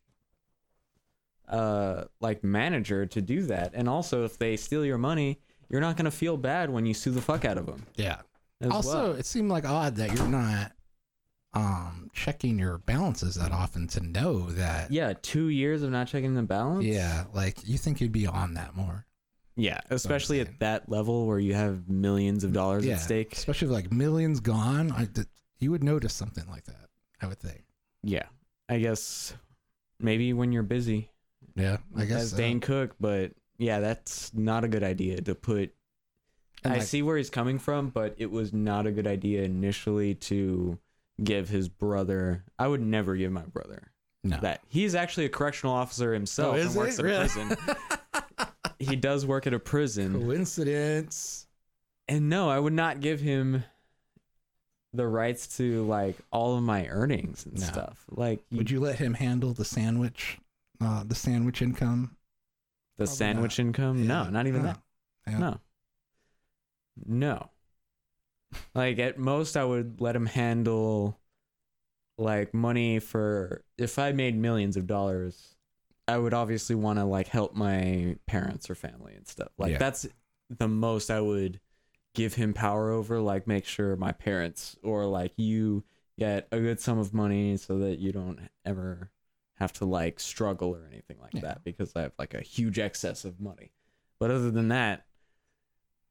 uh, like manager to do that. And also, if they steal your money, you're not gonna feel bad when you sue the fuck out of them.
Yeah.
as
also,
well.
it seemed like odd that you're not um checking your balances that often to know that.
yeah, two years of not checking the balance.
Yeah, like you think you'd be on that more.
Yeah, especially
saying. Mm,
at that level where you have millions of dollars
yeah,
at stake.
especially with, like millions gone. I, th- you would notice something like that. I would think.
Yeah, I guess maybe when you're busy
Yeah, I guess.
as
so.
Dane Cook, but yeah, that's not a good idea to put.
And,
I
like,
see where he's coming from, but it was not a good idea initially to give his brother. I would never give my brother
no.
that. He's actually a correctional officer himself
Oh,
and
is
works at
it?
a
Really?
prison. Hmm. he does work at a prison.
coincidence.
And no, I would not give him the rights to like all of my earnings and
No.
stuff. Like you,
Would you let him handle the sandwich, uh, the sandwich income?
the
Probably
sandwich income?
Yeah,
Um, No, not even
no.
that.
Yeah.
No. No. Like at most I would let him handle like money for if I made millions of dollars, I would obviously want to like help my parents or family and stuff. Like
Yeah.
that's the most I would give him power over, like make sure my parents or like you get a good sum of money so that you don't ever have to like struggle or anything like
Yeah.
that because I have like a huge excess of money. But other than that,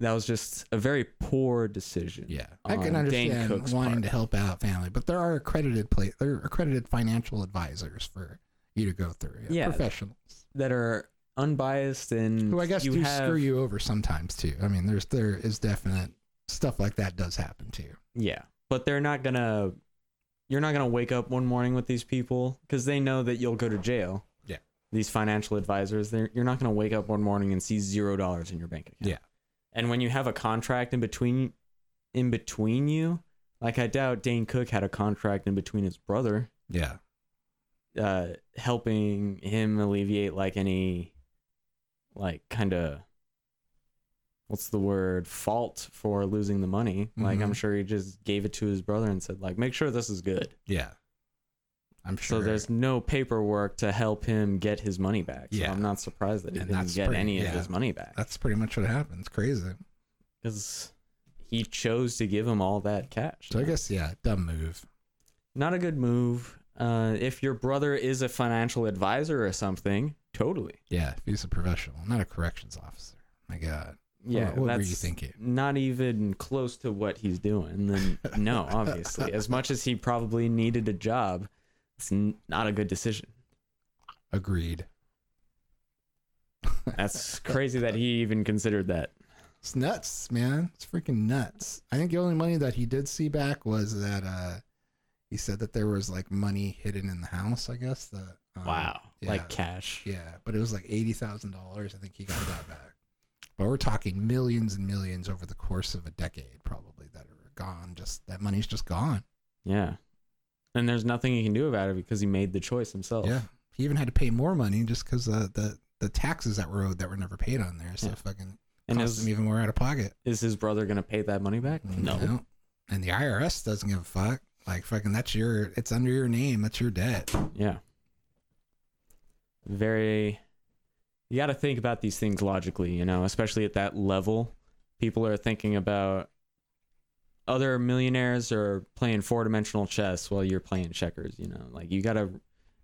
that was just a very poor decision.
Yeah, I
on
can
Dane
understand
Um, Cook's
wanting
part.
to help out family, but there are accredited pla there are accredited financial advisors for you to go through.
Yeah.
professionals
That are unbiased and
who I guess
Mm. you
do
have,
screw you over sometimes too. I mean, there's there is definite stuff like that does happen too.
Yeah, but they're not gonna. You're not gonna wake up one morning with these people because they know that you'll go to jail.
Yeah.
These financial advisors, they're, you're not gonna wake up one morning and see zero dollars in your bank account.
Yeah.
And when you have a contract in between, in between you, like I doubt Dane Cook had a contract in between his brother,
Yeah,
uh, helping him alleviate like any, like kind of. What's the word? Fault for losing the money. Like I'm
Mhm.
sure he just gave it to his brother and said, like, make sure this is good.
yeah. I'm sure.
So there's no paperwork to help him get his money back. So
Yeah.
I'm not surprised that he
And
didn't
that's
get
pretty-
any
yeah.
of his money back
that's pretty much what happens. Crazy.
because he chose to give him all that cash.
So I guess yeah, dumb move.
not a good move. Uh, if your brother is a financial advisor or something, totally.
Yeah, if he's a professional, not a corrections officer. My God.
Yeah,
What- what were
that's
you thinking?
Not even close to what he's doing. Then no, obviously, as much as he probably needed a job, it's n- not a good decision.
Agreed.
That's crazy that he even considered that.
It's nuts, man. It's freaking nuts. I think the only money that he did see back was that uh he said that there was like money hidden in the house, I guess. The um,
Wow,
yeah.
like cash.
Yeah, but it was like eighty thousand dollars. I think he got that back. But we're talking millions and millions over the course of a decade, probably that are gone. Just that money's just gone.
Yeah. And there's nothing he can do about it because he made the choice himself.
Yeah, he even had to pay more money just because the, the the taxes that were owed that were never paid on there. So
Yeah.
fucking
And
cost
is,
him Mm-hmm. even more out of pocket.
is his brother going to pay that money back? No.
And the IRS doesn't give a fuck. Like fucking, that's your. It's under your name. That's your debt.
Yeah. Very. You got to think about these things logically, you know, especially at that level. People are thinking about other millionaires are playing four dimensional chess while you're playing checkers, you know. Like, you got to,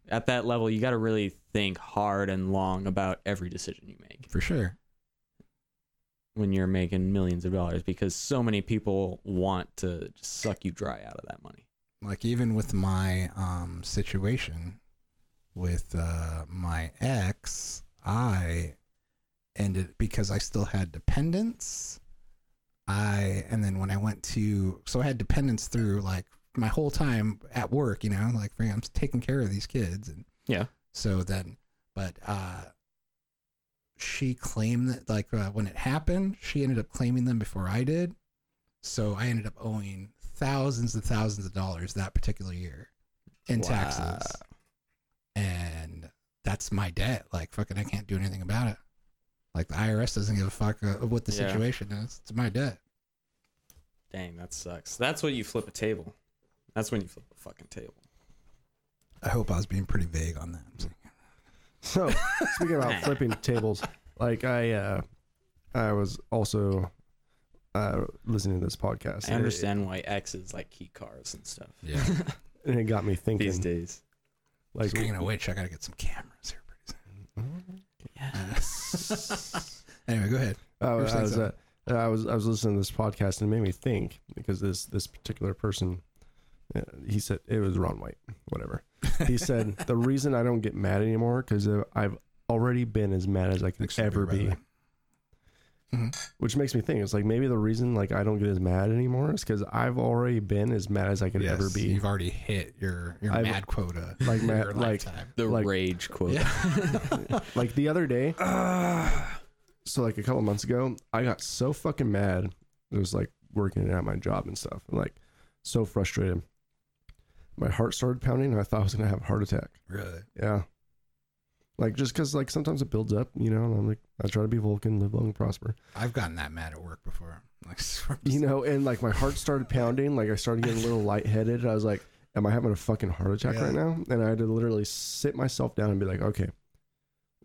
at that level, you got to really think hard and long about every decision you make.
For sure.
when you're making millions of dollars because so many people want to just suck you dry out of that money.
like even with my um situation with uh my ex i ended because i still had dependents i and then when i went to so i had dependents through like my whole time at work you know like i'm taking care of these kids and
Yeah.
so then but uh she claimed that like uh, when it happened she ended up claiming them before i did so I ended up owing thousands and thousands of dollars that particular year in
Wow.
taxes. And that's my debt. Like, fucking, I can't do anything about it. Like, the IRS doesn't give a fuck uh, what the
Yeah.
situation is. It's my debt.
Dang, that sucks. That's when you flip a table. That's when you flip a fucking table.
I hope I was being pretty vague on that.
So speaking about flipping tables, like I, uh, I was also uh, listening to this podcast.
I understand why exes like key cars and stuff
Yeah.
and it got me thinking.
these days.
Like,
Speaking of which, I got to get some cameras here pretty
Yes.
soon. Anyway, go ahead.
I,
were
I
saying
was, uh, I was I was listening to this podcast and it made me think because this this particular person, uh, he said it was Ron White, whatever. He said the reason I don't get mad anymore because I've already been as mad as I could
Thanks for
ever
being
be.
right Mhm.
Which makes me think it's like maybe the reason like I don't get as mad anymore is because I've already been as mad as I could ever
Yes,
be.
You've already hit your, your
I've-
mad quota.
Like
for
mad-
your
like-
lifetime.
the
Like-
rage quote.
like the other day so like a couple months ago i got so fucking mad it was like working at my job and stuff like so frustrated my heart started pounding and i thought i was gonna have a heart attack
Really?
yeah like just because like sometimes it builds up you know and i'm like i try to be vulcan live long and prosper
I've gotten that mad at work before. Like,
you know and like my heart started pounding like i started getting a little lightheaded i was like am i having a fucking heart attack
Yeah.
right now and i had to literally sit myself down and be like okay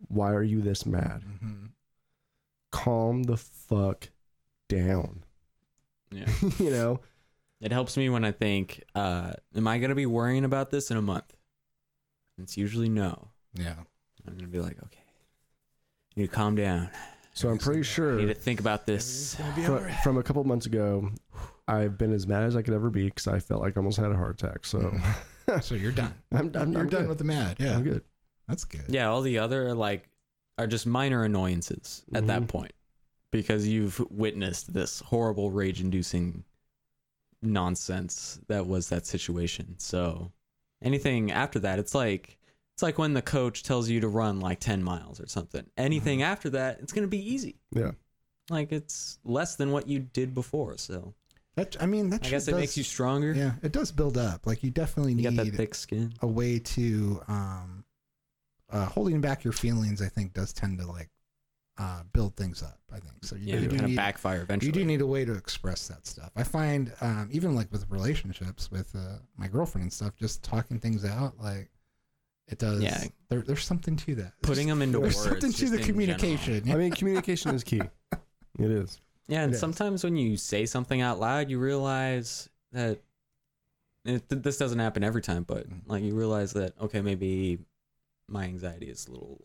why are you this mad
Mhm.
calm the fuck down.
Yeah.
you know,
It helps me when I think, uh, am I going to be worrying about this in a month? It's usually no.
Yeah.
I'm going to be like, okay, I need to calm down.
so I'm pretty
I
sure
need to think about this.
Everything's gonna be
fro-
alright.
from a couple months ago, I've been as mad as I could ever be because I felt like I almost had a heart attack. So
Mm-hmm. so you're done.
I'm, I'm,
You're
I'm
done
good.
with the mad. Yeah,
I'm good.
that's good.
Yeah, all the other like are just minor annoyances at that
Mm-hmm.
Mhm.
point because you've witnessed this horrible rage inducing nonsense that was that situation. So anything after that, it's like it's like when the coach tells you to run like 10 miles or something. Anything
Mm-hmm.
after that, it's going to be easy.
Yeah.
Like it's less than what you did before, so
That I mean, that
I
shit
guess it
does-
makes you stronger.
Yeah, it does build up. Like you definitely
You got
need
that thick skin.
a way to um, uh, holding back your feelings. I think does tend to like uh, build things up. I think so. You,
Yeah,
you
it
do
kind of
need,
backfire eventually.
you do need a way to express that stuff. I find um, even like with relationships with uh, my girlfriend and stuff, just talking things out like it does.
Yeah.
there, there's something to that.
putting them into
there's
words.
something to
just
the
in general.
communication.
I mean, communication is key. It is.
Yeah,
It
and
is.
sometimes when you say something out loud, you realize that it, th- this doesn't happen every time, but
Mm-hmm.
like you realize that okay, maybe my anxiety is a little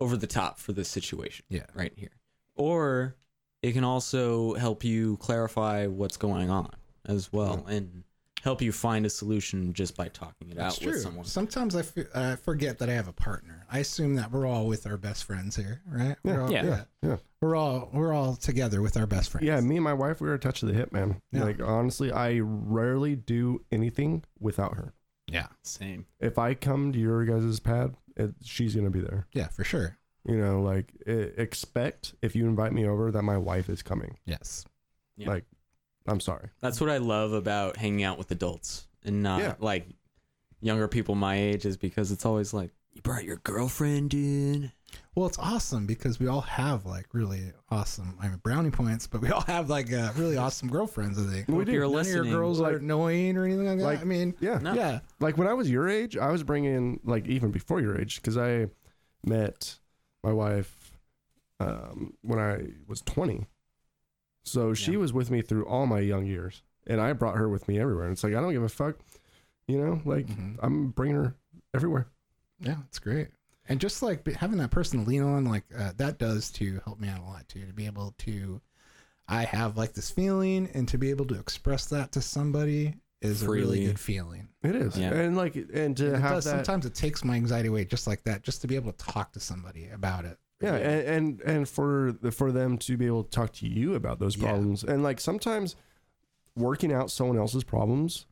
over the top for this situation
Yeah.
right here. Or it can also help you clarify what's going on as
Mm.
well and help you find a solution just by talking it
That's
out with someone.
Sometimes I f- uh, forget that I have a partner. I assume that we're all with our best friends here, right? We're all,
Yeah.
Yeah.
We're all we're all together with our best friends.
Yeah, me and my wife, we were a touch of the hip, man.
Yeah.
Like honestly, I rarely do anything without her.
yeah,
Same.
If I come to your guys' pad, it, she's gonna be there.
yeah, for sure.
You know, like e- expect if you invite me over that my wife is coming.
Yes,
Yeah.
Like, I'm sorry.
That's what I love about hanging out with adults and not
Yeah.
like younger people my age is because it's always like you brought your girlfriend in.
Well, it's awesome because we all have like really awesome. I mean, brownie points, but we all have like uh, really awesome girlfriends. I think.
We
Hope
do.
You're
None
listening.
of your girls
Like-
are annoying or anything like that.
like-
I mean,
Yeah.
No.
yeah,
like when I was your age, I was bringing like even before your age because I met my wife um, when I was twenty, so she
Yeah.
was with me through all my young years, and I brought her with me everywhere. And it's like I don't give a fuck, you know, like
Mhm.
I'm bringing her everywhere.
yeah, it's great. And just like be- having that person to lean on, like uh, that does to help me out a lot too. To be able to, I have like this feeling, and to be able to express that to somebody is a really
Freely.
good feeling.
It is,
Yeah.
and like and to
And it
have
does,
that,
sometimes it takes my anxiety away just like that, just to be able to talk to somebody about it.
yeah, and, and and for the, for them to be able to talk to you about those
Yeah.
problems, and like sometimes working out someone else's problems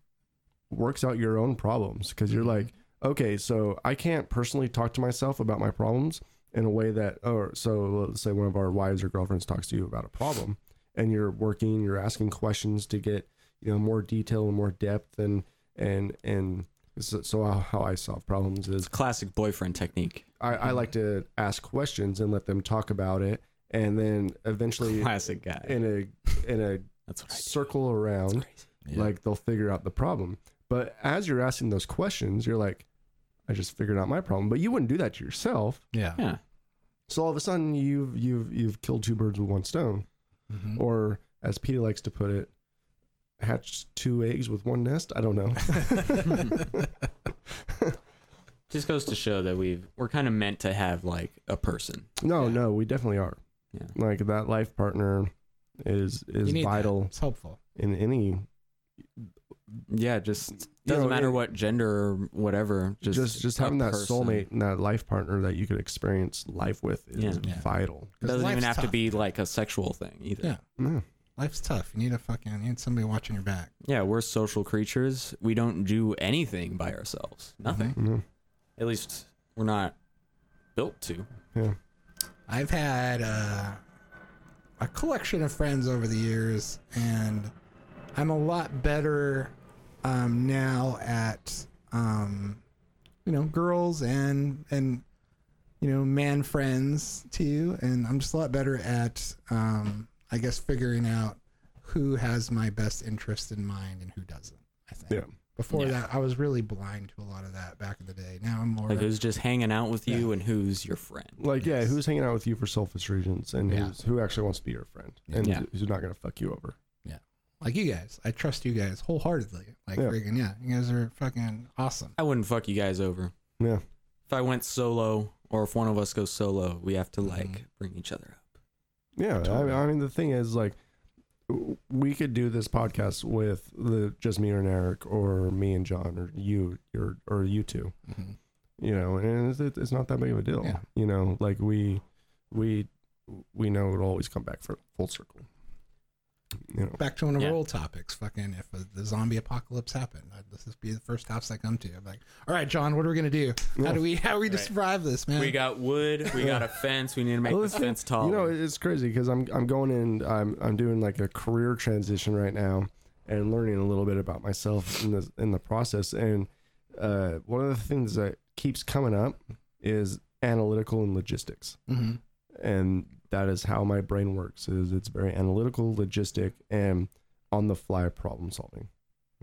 works out your own problems because you're like, okay, so I can't personally talk to myself about my problems in a way that, or so let's say one of our wives or girlfriends talks to you about a problem, and you're working, you're asking questions to get you know more detail and more depth, and and and so, so how, how I solve problems is
It's classic boyfriend technique.
I, I like to ask questions and let them talk about it, and then eventually
Classic guy.
in a in a
That's what I do.
circle around, like they'll figure out the problem. But as you're asking those questions, you're like, I just figured out my problem. But you wouldn't do that to yourself.
Yeah.
Yeah.
So all of a sudden, you've you've you've killed two birds with one stone,
Mhm.
or as Peter likes to put it, hatched two eggs with one nest. I don't know.
Just goes to show that we've we're kind of meant to have like a person.
No,
Yeah.
no, we definitely are.
Yeah.
Like that life partner is is
You need that.
vital
It's helpful.
in any
Yeah, just
You
doesn't
know,
matter
it-
what gender or whatever. Just
just just, having
a
that
person.
soulmate and that life partner that you could experience life with is
Yeah.
Yeah.
vital.
'Cause
doesn't even
life's
have to
tough.
be like a sexual thing either.
Yeah.
Yeah.
Life's tough. You need a fucking. You need somebody watching your back.
Yeah, we're social creatures. We don't do anything by ourselves. Nothing.
Mm-hmm.
Yeah.
At least we're not built to.
Yeah.
I've had uh, a collection of friends over the years, and I'm a lot better um, now at um, you know girls and and you know man friends too, and I'm just a lot better at um, I guess figuring out who has my best interest in mind and who doesn't. I think.
Yeah.
Before
Yeah.
that, I was really blind to a lot of that back in the day. Now I'm more
Like who's just hanging out with you and who's your friend.
Like yeah,
Yes.
who's hanging out with you for selfish reasons and
Yeah.
who's, who actually wants to be your friend and
Yeah.
who's not gonna fuck you over.
like you guys. I trust you guys wholeheartedly. Like
Yeah.
freaking yeah, you guys are fucking awesome.
I wouldn't fuck you guys over.
Yeah.
If I went solo or if one of us goes solo, we have to like
Mm-hmm.
bring each other up.
Yeah,
Totally.
I, I mean the thing is like w- we could do this podcast with the just me and Eric or me and John or you or or you two,
Mhm.
you know, and it's, it- it's not that big of a deal,
Yeah.
you know. Like we we we know it'll always come back for full circle, you know.
Back to one of our
Yeah.
old topics. Fucking if the zombie apocalypse happened, I'd, this would be the first house I come to. I'm like, all right, John, what are we gonna do? How
Yeah.
do we how we
Right.
survive this, man?
We got wood. We got a fence. We need to make
Well,
this
the thing-
fence taller.
You
Um,
know, it's crazy because I'm I'm going in. I'm I'm doing like a career transition right now and learning a little bit about myself in the in the process. And uh, one of the things that keeps coming up is analytical and logistics,
Mhm.
and that is how my brain works. Is it's very analytical, logistic, and on the fly problem solving.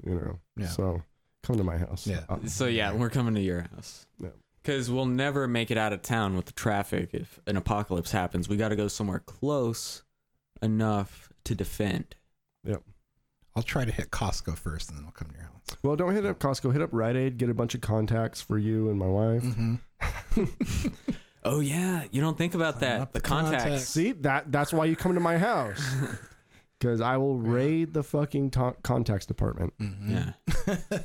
You know,
Yeah.
so come to my house.
Yeah.
Uh,
so yeah, we're coming to your house.
Yeah.
Because we'll never make it out of town with the traffic if an apocalypse happens. We got to go somewhere close enough to defend.
I'll try to hit Costco first, and then I'll come to your house.
Well, don't hit up Costco. Hit up Rite Aid. Get a bunch of contacts for you and my wife.
Mm-hmm.
Oh yeah, you don't think about
Sign
that.
up
The
the
contacts.
contacts.
See that? That's why you come to my house. Because I will raid the fucking to- contacts department.
Mm-hmm.
Yeah.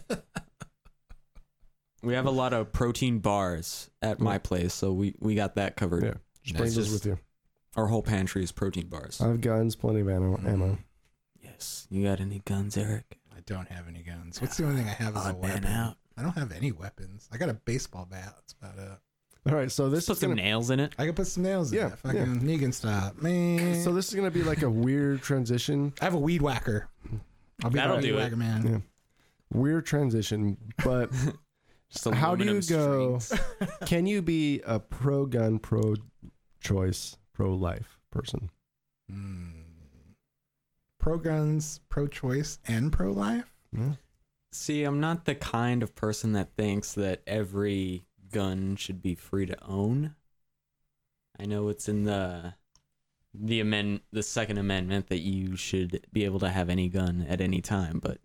we have a lot of protein bars at my place, so we we got that covered.
Yeah. Just bring
Nice.
those with you.
Our whole pantry is protein bars.
I have guns, plenty of ammo. ammo.
Mm. yes. You got any guns, Eric?
I don't have any guns. What's the only thing I have is a
Odd man
weapon.
out.
I don't have any weapons. I got a baseball bat. That's about it.
All right, so
Just
this
put
is
some
gonna,
nails in it.
I can put some nails in
Yeah,
it. Fucking Negan stop, man.
so this is gonna be like a weird transition,
I have a weed whacker. I'll be
That'll
the weed
do it.
whacker man.
Yeah. weird transition. But
Just
how do you
aluminum
go?
strings.
Can you be a pro gun, pro choice, pro life person?
Hmm. Pro guns, pro choice, and pro life.
See, I'm not the kind of person that thinks that every gun should be free to own. I know it's in the the amend the second amendment that you should be able to have any gun at any time, but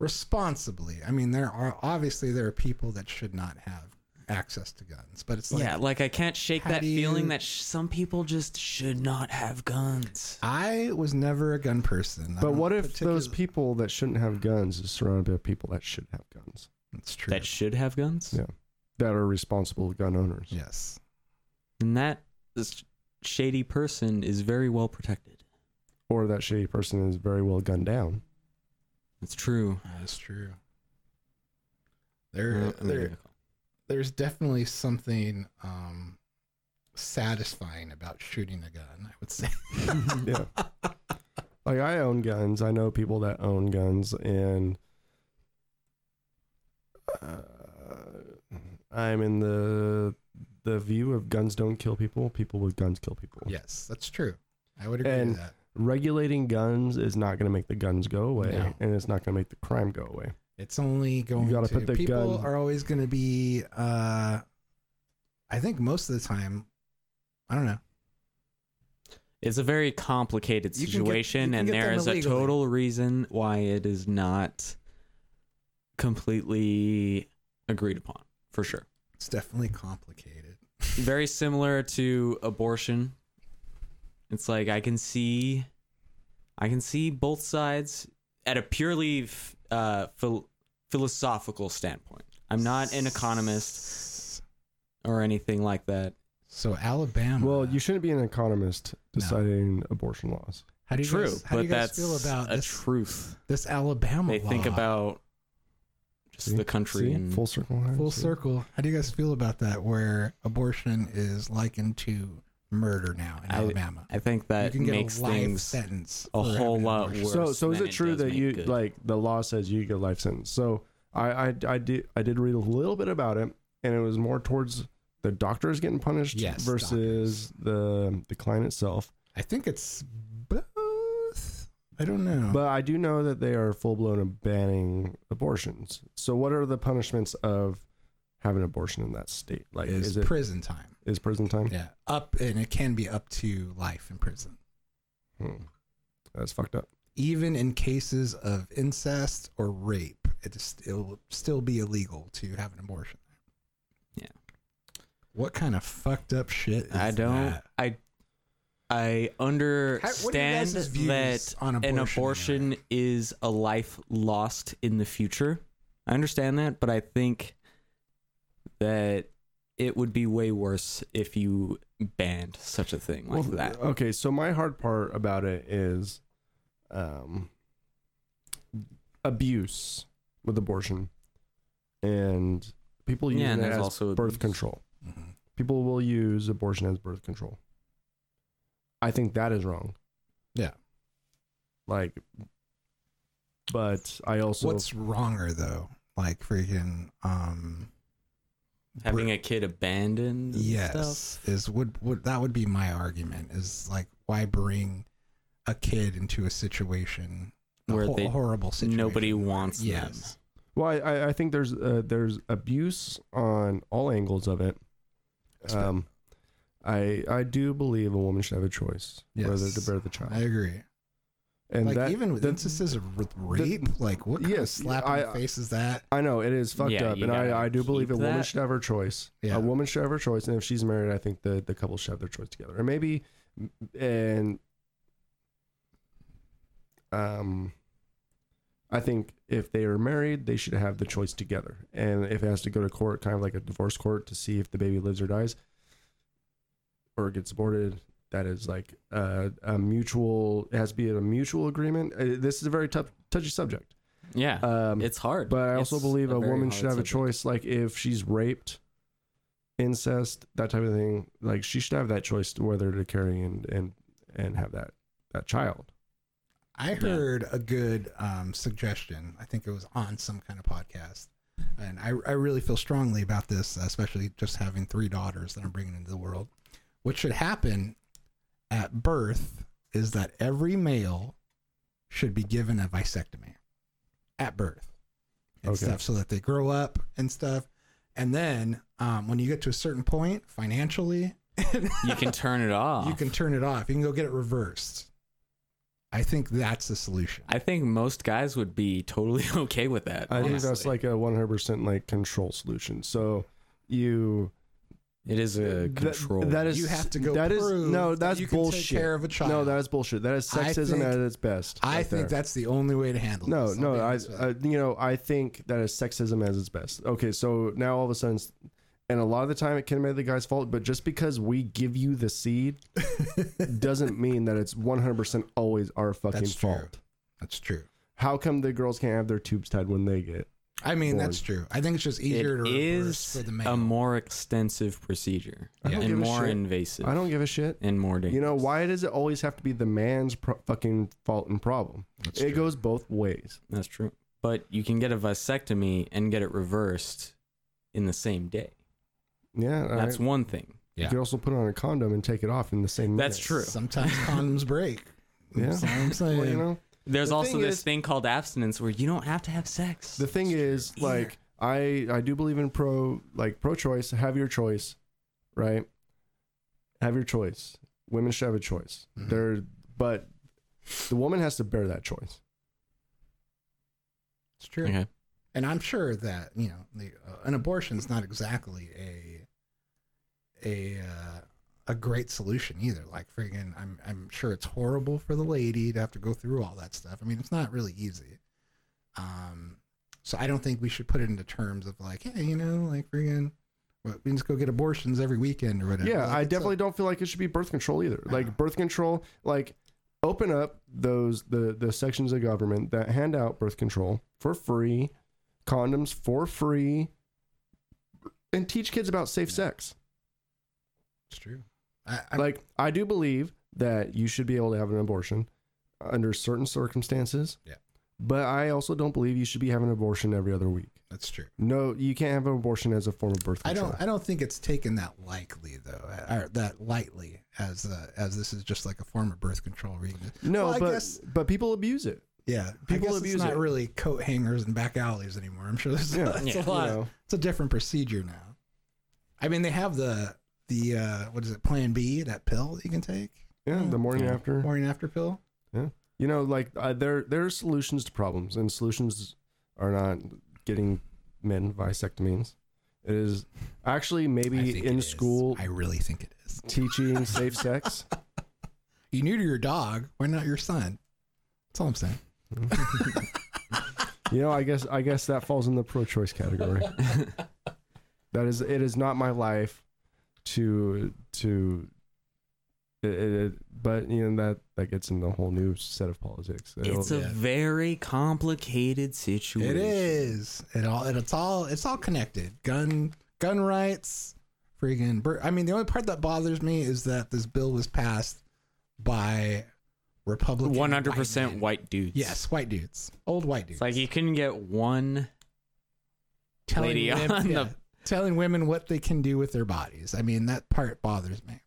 Responsibly. I mean, there are obviously there are people that should not have access to guns, but it's like
yeah, like I can't shake
how
that
do you-
feeling that sh- some people just should not have guns.
I was never a gun person. I
Uh-huh.
But
don't
what if those
particularly-
people that shouldn't have guns is surrounded by people that should have guns,
It's true.
That should have guns,
Yeah. that are responsible gun owners?
yes.
and that this shady person is very well protected.
Or that shady person is very well gunned down.
That's true.
That's true. There,
Uh, I mean,
there, there's definitely something um, satisfying about shooting a gun. I would say.
yeah. Like I own guns. I know people that own guns, and uh, I'm in the the view of guns don't kill people. People with guns kill people.
yes, that's true. I would agree
And-
with that.
Regulating guns is not going to make the guns go away,
No.
and it's not going to make the crime go away.
It's only going
gotta
to
put the
people
gun-
are always going to be. Uh, I think most of the time, I don't know.
It's a very complicated
You can get-
situation,
you can
and
get
there
them
is a
illegally.
total reason why it is not completely agreed upon, for sure.
It's definitely complicated.
Very similar to abortion. It's like I can see, I can see both sides at a purely f- uh, phil- philosophical standpoint. I'm not an economist or anything like that.
So Alabama.
Well, you shouldn't be an economist deciding abortion laws.
how do you
True,
guys, how
but
do you guys
that's
feel about
a
this,
truth.
this Alabama?
They think
law?
about just
See?
the country
See?
and
full circle. huh?
full
See?
circle. How do you guys feel about that? Where abortion is likened to murder now in
I-
Alabama.
I think
you
that
can get
makes
a life
things.
sentence.
a
for
whole
having an
lot
abortion.
worse.
So, so is
then
it
it
true
does
that
make
you
good.
like the law says you get a life sentence? So I, I, I did, I did read a little bit about it, and it was more towards the doctors getting punished
Yes,
versus the the client itself.
I think it's both. I don't
Uh-huh.
know.
But I do know that they are full blown banning abortions. So what are the punishments of having abortion in that state? Like
is
is, it
prison time.
is prison time?
Yeah, up and it can be up to life in prison,
Hmm. That's fucked up.
even in cases of incest or rape. It is still still be illegal to have an abortion.
Yeah.
What kind of fucked up shit? Is
I don't.
That?
I I
How- what are you
understand
guys' views
that
on
an
abortion
abortion
anyway?
is a life lost in the future. I understand that, but I think that it would be way worse if you banned such a thing like
Well, uh,
that.
Okay, so my hard part about it is um, abuse with abortion and people
Yeah,
using
and
it
there's
as
also
birth
abuse.
control.
Mhm.
People will use abortion as birth control. I think that is wrong.
Yeah.
Like, but I also
What's wronger though? Like freaking um
Having a kid abandoned. and
yes
Stuff.
is would would that would be my argument is like why bring a kid into a situation a
Where
ho-
they-
a horrible situation
Nobody wants them.
yes
well, I- I, I think there's uh, there's abuse on all angles of it. Um, I I do believe a woman should have a choice whether to
Yes.
bear the child.
I agree
And
like
that,
even with
that-
instances of r- rape, like what kind of
Yes,
slap in the
I-
face is that?
I know it is fucked
Yeah,
up,
you
and
gotta
I, I do believe a
keep
woman
that.
should have her choice.
Yeah.
A woman should have her choice, and if she's married, I think the the couple should have their choice together, and maybe and um, I think if they are married, they should have the choice together, and if it has to go to court, kind of like a divorce court, to see if the baby lives or dies, or gets aborted. That is like a, a mutual. It has to be a mutual agreement. Uh, This is a very tough, touchy subject.
Yeah,
Um,
it's hard.
but I also
It's
believe a,
very
woman
hard
should have
subject.
a choice. Like if she's raped, incest, that type of thing, like she should have that choice to whether to carry and and and have that that child.
I heard a good um, suggestion. I think it was on some kind of podcast, and I, I really feel strongly about this, especially just having three daughters that I'm bringing into the world. What should happen at birth is that every male should be given a vasectomy at birth and
Okay.
stuff, so that they grow up and stuff. And then um, when you get to a certain point financially,
You can turn it off.
you can turn it off. You can go get it reversed. I think that's the solution.
I think most guys would be totally okay with that.
I think that's
honestly.
like a one hundred percent like control solution. So you
it is a
that-
control.
that is
You have to go
That is
prove
no,
that
that's
you can take
bullshit.
care of a
No,
child.
that is bullshit. That is
I
sexism
think-
at its best.
I
right there.
think that's the only way to handle
No,
this. I'll
no,
be
I,
honest with you.
I, you know, I think that is sexism as its best. Okay, so now all of a sudden, s- and a lot of the time it can be the guy's fault, but just because we give you the seed doesn't mean that it's 100% always our fucking
That's true.
fault.
that's true.
How come the girls can't have their tubes tied when they get?
I mean,
Born.
that's true. I think it's just
it
easier to reverse
is
for the
a
male.
more extensive procedure
I don't
and
give a
more
shit.
invasive
I don't give a shit.
and more dangerous.
You know, why does it always have to be the man's pro- fucking fault and problem?
That's
it
true.
goes both ways.
That's true. But you can get a vasectomy and get it reversed in the same day.
Yeah,
That's
I,
one thing.
you can also put on a condom and take it off in the same.
That's
minute.
true.
Sometimes condoms break.
Yeah.
That's all I'm saying.
Well, you know,
There's
The
also
thing
this
is-
thing called abstinence where you don't have to have sex.
The thing is, like, I I do believe in pro like pro choice. Have your choice, right? Have your choice. Women should have a choice.
Mhm.
They're but the woman has to bear that choice.
It's true.
okay.
And I'm sure that you know, the, uh, an abortion is not exactly a a uh, a great solution either. Like friggin', I'm I'm sure it's horrible for the lady to have to go through all that stuff. I mean, it's not really easy. Um, so I don't think we should put it into terms of like, hey, you know, like friggin', what, we just go get abortions every weekend or whatever.
Yeah,
Like,
I
it's a-
definitely don't feel like it should be birth control either.
Uh-uh.
Like birth control, like open up those the the sections of government that hand out birth control for free, condoms for free, and teach kids about safe sex.
It's true. I, I,
like I do believe that you should be able to have an abortion under certain circumstances.
Yeah.
But I also don't believe you should be having an abortion every other week.
that's true.
No, you can't have an abortion as a form of birth
I
control.
don't. I don't think it's taken that likely though, uh, or that lightly as uh, as this is just like a form of birth control. Where you can just-
no,
Well, I
but
guess-
but people abuse it.
yeah,
People
I guess
abuse
it's not
it.
really coat hangers and back alleys anymore. I'm sure there's
Yeah.
it's
Yeah.
a lot.
You know.
It's a different procedure now. I mean, they have the the uh, what is it, Plan B, that pill that you can take
Yeah, the morning
Yeah.
after.
morning after pill.
You know, like uh, there there are solutions to problems, and solutions are not getting men vasectomies. It is actually
I
maybe
think
in
it is.
school
I really think it is.
teaching safe sex.
You neuter your dog. Why not your son? That's all I'm saying.
You know, I guess I guess that falls in the pro-choice category. that is, it is not my life to to. It, it, it- but you know that that gets into a whole new set of politics. It'll-
It's a
Yeah.
very complicated
It
situation.
is. It all. It, it's all. It's all connected. Gun. Gun rights. Friggin' bir- I mean, the only part that bothers me is that this bill was passed by Republican. white
100% white,
men.
dudes.
Yes, white dudes. Old white dudes.
It's like you couldn't get one lady
women,
on
yeah,
the
telling women what they can do with their bodies. I mean, that part bothers me.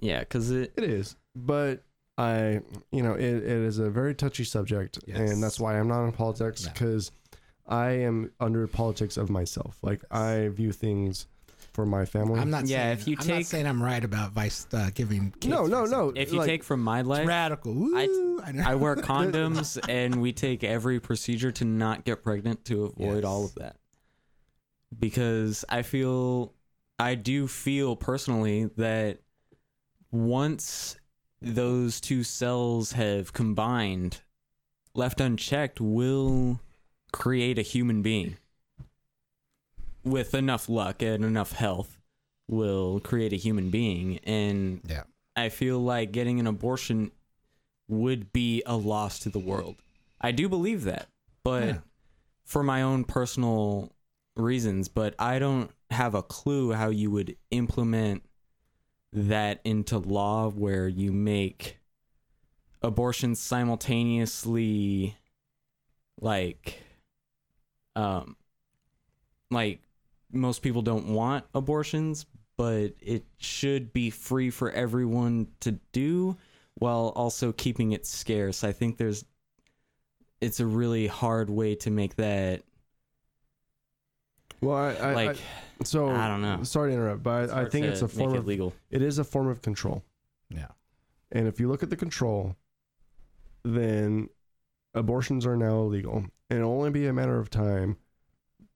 Yeah, cuz it
it is, but I you know it, it is a very touchy subject,
Yes.
and that's why I'm not in politics
No.
because I am under politics of myself. Like I view things for my family.
I'm not.
Yeah,
saying,
if you
I'm not
take-
saying I'm right about Vice uh, giving. Kids
no, no,
Vice-
no.
If you
like,
take from my
It's
life,
radical. Woo,
I-
I, know.
I wear condoms and we take every procedure to not get pregnant to avoid
Yes.
all of that. Because I feel I do feel personally that once those two cells have combined, left unchecked will create a human being. With enough luck and enough health will create a human being and
yeah.
I feel like getting an abortion would be a loss to the world. I do believe that, but
Yeah.
for my own personal reasons, but I don't have a clue how you would implement that into law where you make abortions simultaneously like um like most people don't want abortions, but it should be free for everyone to do while also keeping it scarce. I think there's it's a really hard way to make that
well, I, I,
like
I, so
I don't know.
Sorry to interrupt, but I, I
hard
think
to
it's a form
make it
of
legal.
it is a form of control.
Yeah.
And if you look at the control, then abortions are now illegal. And it'll only be a matter of time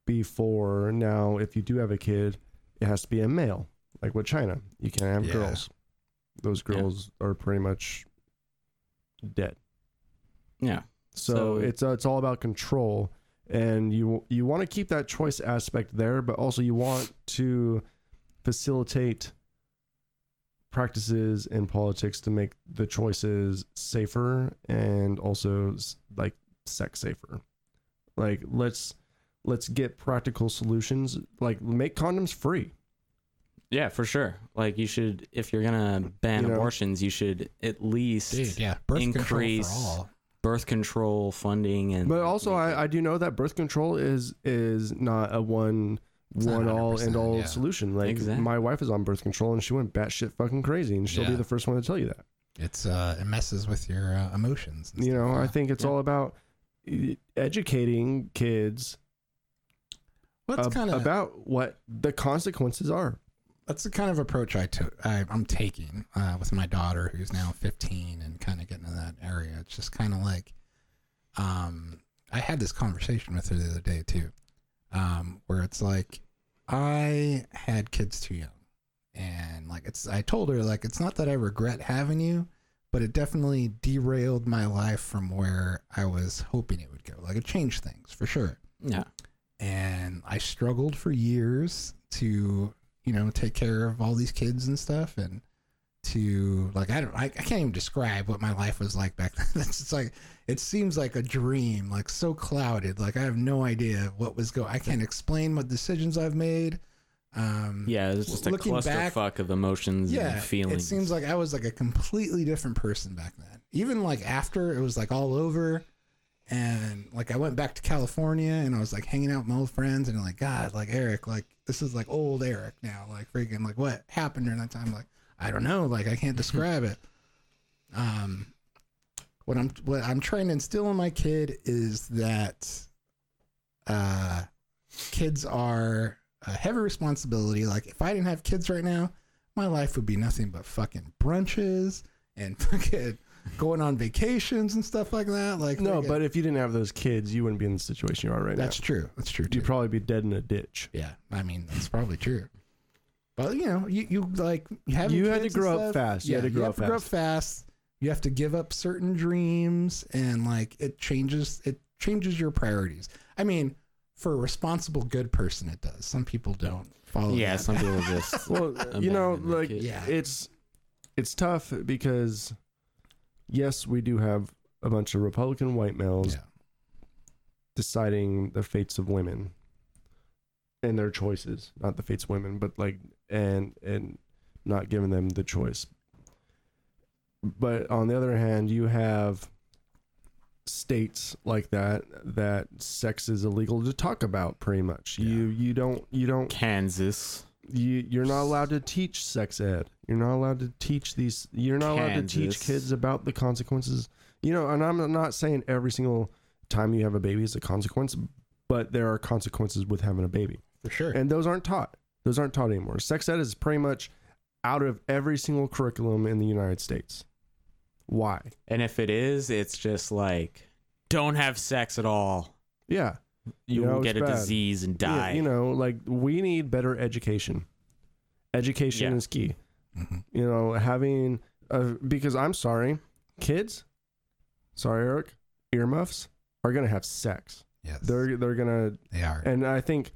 before now, if you do have a kid, it has to be a male, like with China. You can't have
Yeah.
girls. Those
Yeah.
girls are pretty much dead.
Yeah.
So,
So-
it's uh, it's all about control, and you you want to keep that choice aspect there, but also you want to facilitate practices in politics to make the choices safer and also s- like sex safer. Like let's let's get practical solutions. Like make condoms free.
Yeah, for sure. Like you should if you're going to ban
You know-
abortions, you should at least
Dude, yeah. Birth
Increase-
control for all.
birth control funding and
But also, I, I do know that birth control is is not a one
It's not
one all
100%,
end all
yeah.
solution. Like
Exactly.
my wife is on birth control and she went batshit fucking crazy, and she'll be
Yeah.
the first one to tell you that.
It's uh, it messes with your uh, emotions. and
You
stuff,
know, I
yeah.
think it's
Yeah.
all about e- educating kids
Well, that's
ab-
kind of
about what the consequences are.
that's the kind of approach I took. I, I'm taking uh, with my daughter, who's now 15, and kind of getting to that area. It's just kind of like, um, I had this conversation with her the other day too, um, where it's like, I had kids too young, and like it's. I told her like it's not that I regret having you, but it definitely derailed my life from where I was hoping it would go. Like it changed things for sure
yeah.
and I struggled for years to, you know, take care of all these kids and stuff, and to like I don't I, I can't even describe what my life was like back then. it's just like it seems like a dream, like so clouded. Like I have no idea what was going. I can't explain what decisions I've made. Um,
Yeah, it's just a
Looking back-
clusterfuck of emotions
yeah,
and feelings.
It seems like I was like a completely different person back then. Even like after it was like all over and like I went back to California and I was like hanging out with my old friends and like God, like Eric, like this is like old Eric now. Like freaking like what happened during that time? Like, I don't know, like I
Mm-hmm.
can't describe it. Um what I'm what I'm trying to instill in my kid is that uh kids are a heavy responsibility. Like if I didn't have kids right now, my life would be nothing but fucking brunches and fucking going on vacations and stuff like that. Like
No,
fucking-
but if you didn't have those kids, you wouldn't be in the situation you are right
that's true. That's true.
now.
Too.
You'd probably be dead in a ditch.
yeah, I mean that's probably true. But you know, you, you like having
You had to
kids and
grow up
stuff,
fast. You had to grow
have
up
grow fast. You have to give up certain dreams, and like it changes it changes your priorities. I mean, for a responsible good person, it does. Some people don't follow.
yeah,
that.
some people just
well, you know,
abandonment
like
kid.
Yeah.
it's it's tough because yes, we do have a bunch of Republican white males
Yeah.
deciding the fates of women and their choices, not the fates of women, but like and and not giving them the choice. But on the other hand, you have states like that that sex is illegal to talk about pretty much. You you don't you don't
Kansas.
you you're not allowed to teach sex ed. You're not allowed to teach these. You're not allowed to teach
Kansas.
kids about the consequences. You know, and I'm not saying every single time you have a baby is a consequence, but there are consequences with having a baby,
for sure.
and those aren't taught. Those aren't taught anymore. Sex ed is pretty much out of every single curriculum in the United States. Why?
And if it is, it's just like don't have sex at all.
Yeah.
You
You know,
will get a
it's bad.
disease and
Yeah,
die.
You know, like we need better education. Education
Yeah.
is key.
Mm-hmm.
You know, having uh, because I'm sorry, kids. Sorry, Eric. Earmuffs are gonna have sex.
Yes,
They're they're gonna,
they are.
and I think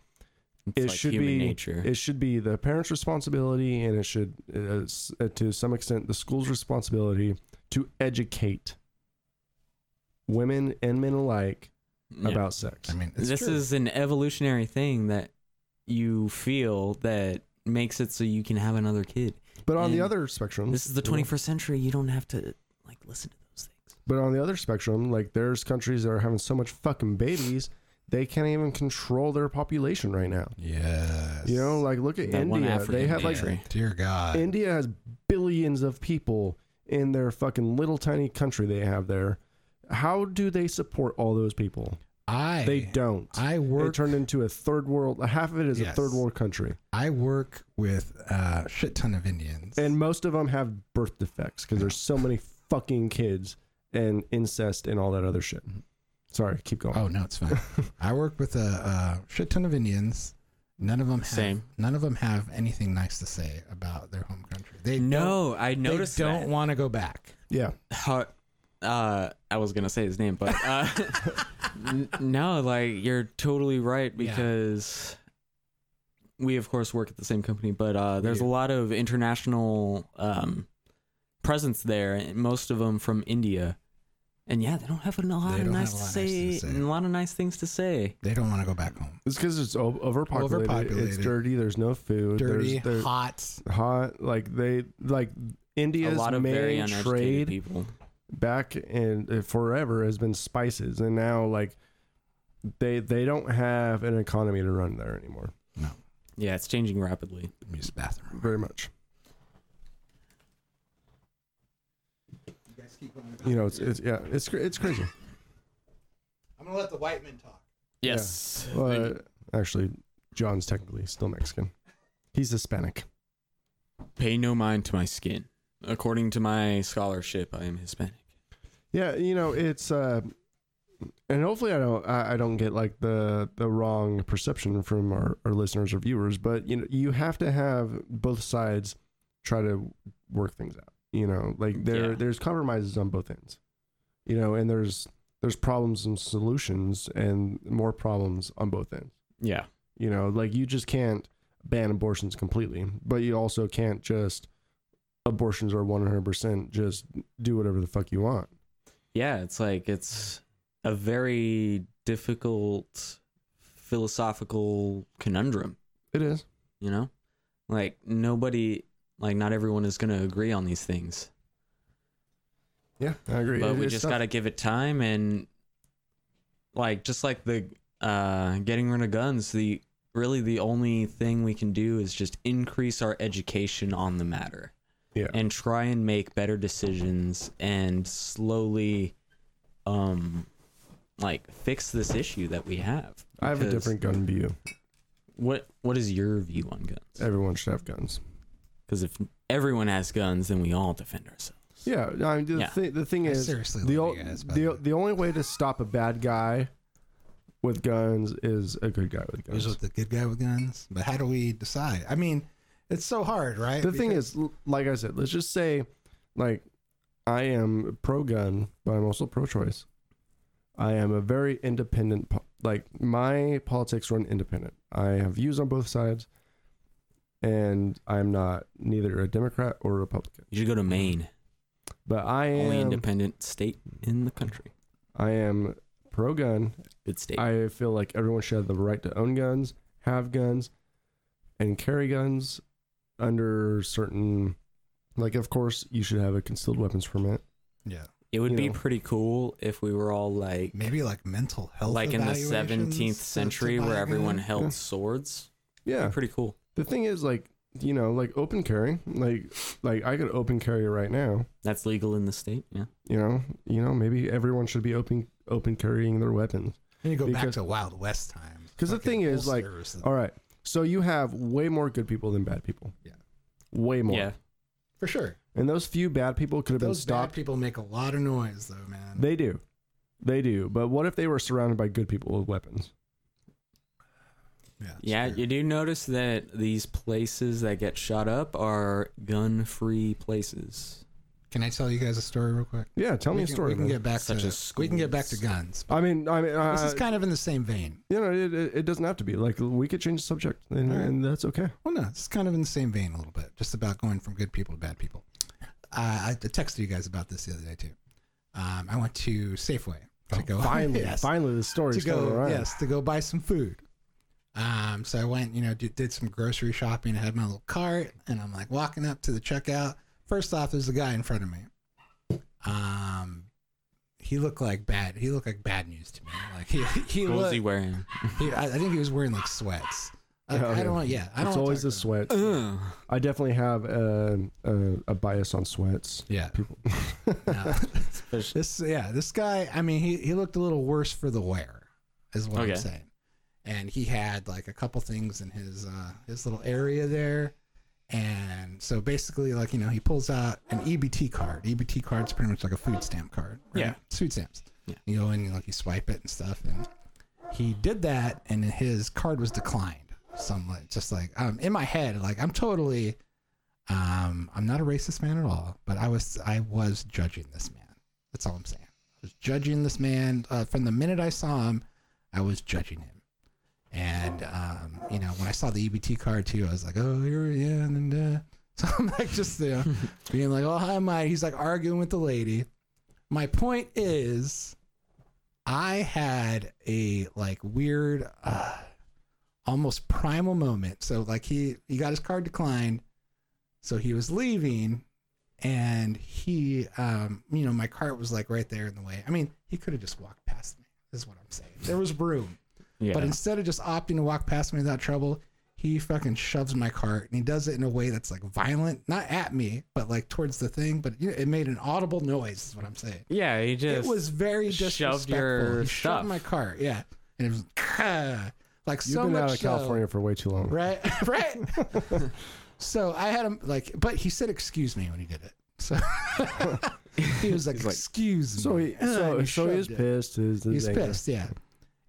It's
it
like
should
human
be
nature.
it should be the parents' responsibility, and it should, uh, s- uh, to some extent, the school's responsibility to educate women and men alike
Yeah.
about sex.
I mean, it's
this
true.
is an evolutionary thing that you feel that makes it so you can have another kid.
But on the
and
other spectrum,
This is the
you know,
21st century. You don't have to like listen to those things.
But on the other spectrum, like there's countries that are having so much fucking babies, they can't even control their population right now.
yes.
You know, like look at
That one
India. They
African
have like
country.
dear God,
India has billions of people in their fucking little tiny country they have there. How do they support all those people?
I
They don't.
I
They
work.
turned into a third world. Half of it is a
Yes.
third world country,
I work with a shit ton of Indians.
and most of them have birth defects because there's so many fucking kids and incest and all that other shit. Sorry, keep going.
Mm-hmm. oh no, it's fine. I work with a, a shit ton of Indians. None of them have,
Same.
None of them have anything nice to say about their home country. They don't-
No, I
they
noticed that.
don't want to go back.
Yeah.
how uh I was gonna say his name, but uh n- no, like you're totally right
Yeah.
because we of course work at the same company, but uh there's
do.
a lot of international um presence there, and most of them from India. And yeah, they don't have a lot
They
of
don't
nice to
have a lot of nice
say,
things to say.
and a lot of nice things to say.
They don't want to go back home.
It's because it's o- overpopulated. It's
Overpopulated.
dirty. There's no food.
Dirty,
There's, there's
hot.
hot. Like they like
A
India's
lot of very
main
uneducated
trade
people.
back in uh, forever has been spices, and now like they they don't have an economy to run there anymore.
Yeah, it's changing rapidly.
Let me use the bathroom.
Very much. You know, it's, it's yeah, it's cra- it's crazy.
I'm gonna let the white men talk.
Yes.
Uh, actually, John's technically still Mexican. He's Hispanic.
Pay no mind to my skin. According to my scholarship, I am Hispanic.
Yeah, you know it's, uh, and hopefully I don't I I don't get like the the wrong perception from our, our listeners or viewers, but you know you have to have both sides try to work things out. You know, like there
Yeah.
there's compromises on both ends. You know, and there's there's problems and solutions, and more problems on both ends.
Yeah.
You know, like you just can't ban abortions completely, but you also can't just abortions are one hundred percent just do whatever the fuck you want.
yeah it's like it's a very difficult philosophical conundrum
It is.
you know like nobody like not everyone is going to agree on these things
Yeah, I agree.
but
It-
we
it's
just
tough.
got to give it time and like just like the uh getting rid of guns the really the only thing we can do is just increase our education on the matter
Yeah.
and try and make better decisions and slowly um like fix this issue that we have
I have a
Because
different gun view.
what what is your view on guns
Everyone should have guns.
because if everyone has guns then we all defend ourselves
Yeah. no, I mean, the,
Yeah.
thi- the thing
I
is,
seriously
the,
love
ol-
you guys, by the
the,
way.
the only way to stop a bad guy with guns is a good guy with
It was
guns.
with the good guy with guns. But how do we decide? I mean, it's so hard, right?
The thing
Because-
is, l- like I said, let's just say, like, I am pro gun, but I'm also pro choice. I am a very independent, po- like, my politics run independent. I have views on both sides, and I'm not neither a Democrat or Republican.
you should go to maine
But I
only
am
independent state in the country
I am pro gun.
good state
I feel like everyone should have the right to own guns, have guns, and carry guns under certain like of course you should have a concealed weapons permit.
yeah,
it would
you
be
know.
pretty cool if we were all like
maybe like mental health,
like in the 17th
evaluations to- to
century
buy
where
a
everyone
gun.
Yeah.
held swords
Yeah.
pretty cool
The thing is like, you know, like open carry, like like I could open carry right now,
that's legal in the state yeah
you know. You know, maybe everyone should be open open carrying their weapons.
Then you go back
because-
to Wild West times.
Because the
Fucking
thing is, like,
holsters and-
All right. So you have way more good people than bad people.
Yeah.
Way more.
Yeah.
for sure.
And those few bad people could have been
Those bad
stopped.
people make a lot of noise, though, man.
They do. They do. But what if they were surrounded by good people with weapons?
yeah, it's
Yeah,
true.
you do notice that these places that get shot up are gun-free places.
Can I tell you guys a story real quick?
Yeah, tell me
we
a
can,
story.
We can
man.
get back
Such
to
as
we can get back to
schools.
guns.
I mean, I mean, uh,
This is kind of in the same vein.
you know, it, it, it doesn't have to be like we could change the subject, and,
All right.
and that's okay.
Well, no, it's kind of in the same vein a little bit, just about going from good people to bad people. Uh, I texted you guys about this the other day too. Um, I went to Safeway to go
Oh, finally,
yes,
finally, the story's
to
coming
go
around.
yes to go buy some food. Um, so I went, you know, did, did some grocery shopping. I had my little cart, and I'm like walking up to the checkout. First off, there's a guy in front of me. Um, he looked like bad. He looked like bad news to me. Like he he
What was
looked.
he wearing?
He, I, I think he was wearing like sweats. I,
Oh,
I
yeah.
don't want. Yeah, I don't
It's
wanna
always the
talk about
sweat.
Ugh.
I definitely have a, a, a bias on sweats.
it. Yeah.
People,
no. this yeah, this guy. I mean, he he looked a little worse for the wear, is what I'm
Okay.
saying. And he had like a couple things in his uh, his little area there, and so basically, like you know, he pulls out an EBT card. EBT card's pretty much like a food stamp card.
Yeah.
food stamps.
Yeah.
You go in and like you swipe it and stuff, and he did that, and his card was declined. So I'm like, just like um, in my head, like I'm totally. Um, I'm not a racist man at all, but I was I was judging this man. That's all I'm saying. I was judging this man uh, from the minute I saw him. I was judging him, and um, you know when I saw the EBT card too, I was like, oh, here, yeah, and uh. so I'm like just you know, being like, oh, hi, my. He's like arguing with the lady. My point is, I had a like weird, uh, almost primal moment. So like he he got his card declined. So he was leaving and he um you know my cart was like right there in the way. I mean, he could have just walked past me. Is what I'm saying. There was room.
Yeah.
But instead of just opting to walk past me without trouble, he fucking shoves my cart and he does it in a way that's like violent, not at me, but like towards the thing, but you know, it made an audible noise is what I'm saying.
yeah, he
It
just
was very
shoved
disrespectful.
your
he
stuff.
shoved my cart, yeah. And it was like
you've
so
been
much
out of
so-
California for way too long.
Right, right. so I had him like, but he said, "Excuse me" when he did it. So he was like,
like-
"Excuse me."
So he,
and
so,
he
so he is
Ah, shoved it.
pissed. Is is
He's
angry.
pissed, yeah.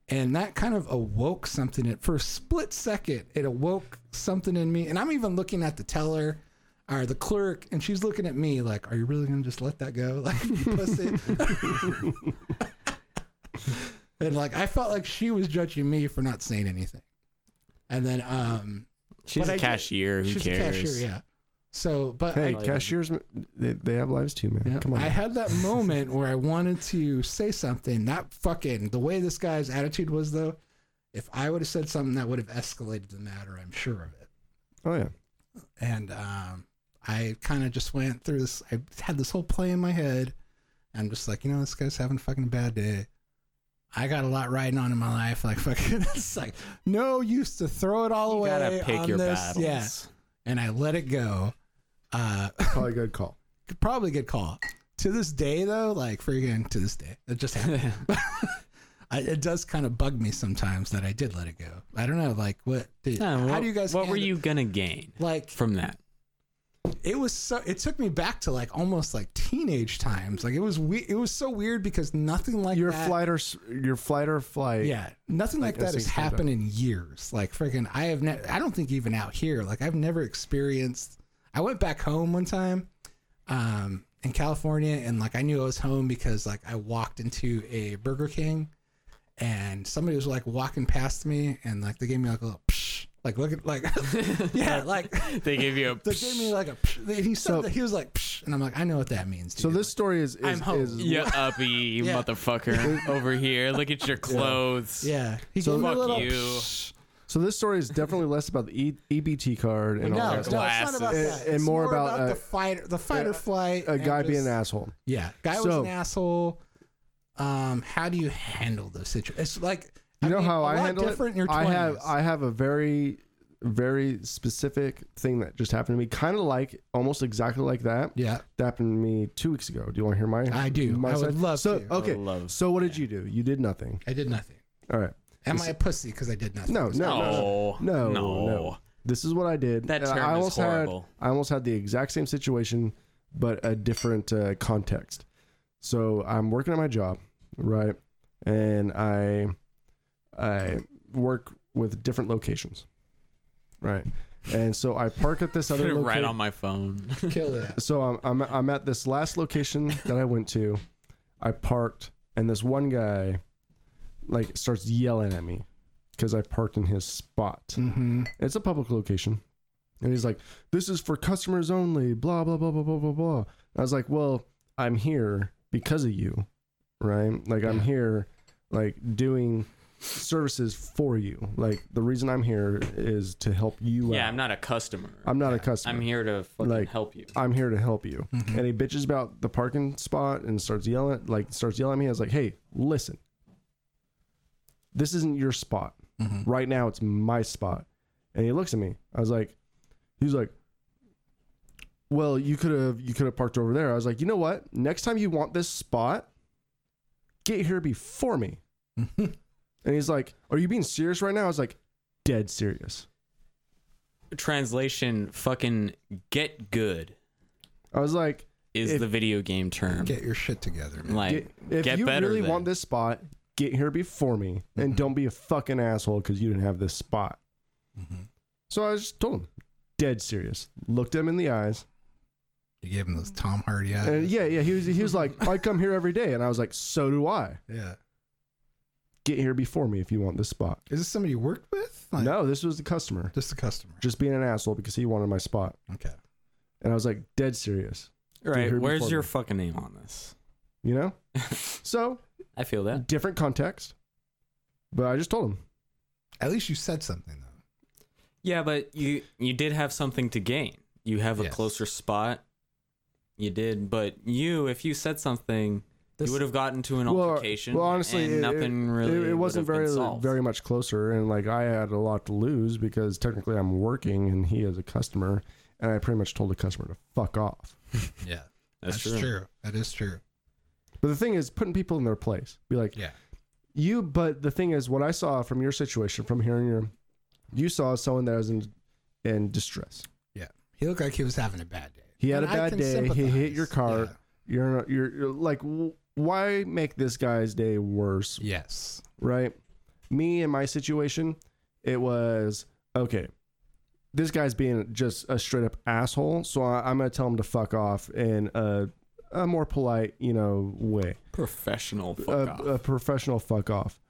And that kind of awoke something in for a split second. It awoke something in me, and I'm even looking at the teller or the clerk, and she's looking at me like, "Are you really gonna just let that go, like you pussy?" and like I felt like she was judging me for not saying anything. And then, um,
she's
but I
a
did-
cashier. Who
she's
cares?
a cashier, yeah. So, but
Hey,
I,
cashiers, they, they have lives too, man.
yeah,
Come on.
I had that moment where I wanted to say something. Not fucking the way this guy's attitude was, though. If I would have said something, that would have escalated the matter. I'm sure of it.
oh yeah.
And um, I kind of just went through this. I had this whole play in my head. I'm just like, you know, this guy's having a fucking bad day. I got a lot riding on in my life. Like fucking, it's like no use to throw it all
You
away.
gotta pick
on
your
this.
battles.
Yeah. and I let it go. Uh,
Probably a good call.
probably a good call. To this day, though, like freaking to this day, it just happened. I, it does kind of bug me sometimes that I did let it go. I don't know, like what? Did,
No,
how
what-
do you guys?
What were
handle-
you gonna gain
like?
from that?
It was so. It took me back to like almost like teenage times. Like it was we. It was so weird because nothing like
Your
that.
flight or s- your flight or flight.
Yeah, nothing like,
Like,
that has
those things like
happened in years. Like freaking, I have. Ne- I don't think even out here. Like I've never experienced. I went back home one time, um, in California, and like I knew I was home because like I walked into a Burger King, and somebody was like walking past me, and like they gave me like a little, psh, like look at like, yeah, like
They give you a.
they gave me like a. Psh, and he said
So-
that he was like, psh, and I'm like, I know what that means. Dude.
So this story is is,
I'm home.
is
you uppy motherfucker over here. Look at your clothes.
yeah, he
So-
gave me a
Fuck
little
you.
psh.
so this story is definitely less about the e, EBT card and all
No, no,
your
it's
that.
not about
glasses.
that.
And- and
It's
more about, uh,
the fight, the fight
uh,
or flight.
A
and
guy being
just-
an asshole.
Yeah, guy was
So-
an asshole. Um, how do you handle those situations? It's like
You know
mean,
how
a
I
lot
handle
different
it.
In your 20s.
I have I have a very very specific thing that just happened to me, kind of like almost exactly like that.
yeah,
That happened to me two weeks ago. Do you want to hear my?
I do.
My
I would
side?
love
so oh.
to.
okay.
love-
So what did you do? You did nothing.
I did nothing.
All right.
Am I a pussy because I did nothing?
No,
It's
no,
No,
no,
no.
no. This is what I did.
That
And
term
I
is
almost had
horrible.
I almost had the exact same situation, but a different uh, context. So I'm working at my job, right, and I I work with different locations, right, and so I park at this other
right
location.
on my phone.
Oh, Kill that.
so I'm, I'm I'm at this last location that I went to. I parked, and this one guy like starts yelling at me because I parked in his spot.
Mm-hmm.
It's a public location. And he's like, this is for customers only, blah, blah, blah, blah, blah, blah, blah. I was like, well, I'm here because of you, right? Like, I'm here, like, doing services for you. Like, the reason I'm here is to help you
Yeah,
out.
I'm not a customer.
I'm not a customer.
I'm here Mm-hmm. to fucking
Like-
help you.
I'm here to help you. And he bitches about the parking spot and starts yelling, like starts yelling at me. I was like, hey, listen, this isn't your spot.
mm-hmm,
Right now, it's my spot. And he looks at me. I was like, he's like, well, you could have you could have parked over there. I was like, you know what? Next time you want this spot, get here before me.
mm-hmm.
and he's like, are you being serious right now? I was like, dead serious.
Translation: fucking get good
I was like,
is
If-
the video game term.
Get your shit together, man.
like,
Get-
get,
if you
better.
really
then. Mm-hmm.
want this spot, get here before me, and don't be a fucking asshole because you didn't have this spot.
Mm-hmm.
So I just told him, dead serious. Looked him in the eyes,
You gave him those Tom Hardy eyes.
and Uh, yeah, yeah, he was he was like, I come here every day, and I was like, so do I.
yeah.
Get here before me if you want this spot.
Is this somebody you worked with? Like,
No, this was the customer
Just a customer.
just being an asshole because he wanted my spot,
Okay.
and I was like, dead serious.
right?
here
Where's
before
your
me.
fucking name on this?
You know, so
I feel that.
different context, but I just told him,
At least you said something though.
Yeah, but you you did have something to gain. You have a
Yes.
closer spot. You did, but you, if you said something,
This-
you would have gotten to an altercation.
Well, honestly,
and
it-
nothing
it,
really.
It, it
would
wasn't
have been
very
solved.
very much closer, and like I had a lot to lose because technically I'm working and he is a customer, and I pretty much told the customer to fuck off.
Yeah.
That's true.
That is true.
But the thing is, putting people in their place, be like
Yeah.
you. But the thing is, what I saw from your situation, from hearing your, you saw someone that was in in distress.
Yeah. He looked like he was having a bad day.
He had
And
a
I
bad
can
day. He hit
sympathize.
your car.
Yeah.
You're, not, you're you're like, w- why make this guy's day worse
Yes.
right? Me and my situation, it was okay. This guy's being just a straight up asshole, so I, I'm gonna tell him to fuck off in a, a more polite, you know, way,
Professional. Fuck
a,
off.
a professional fuck off.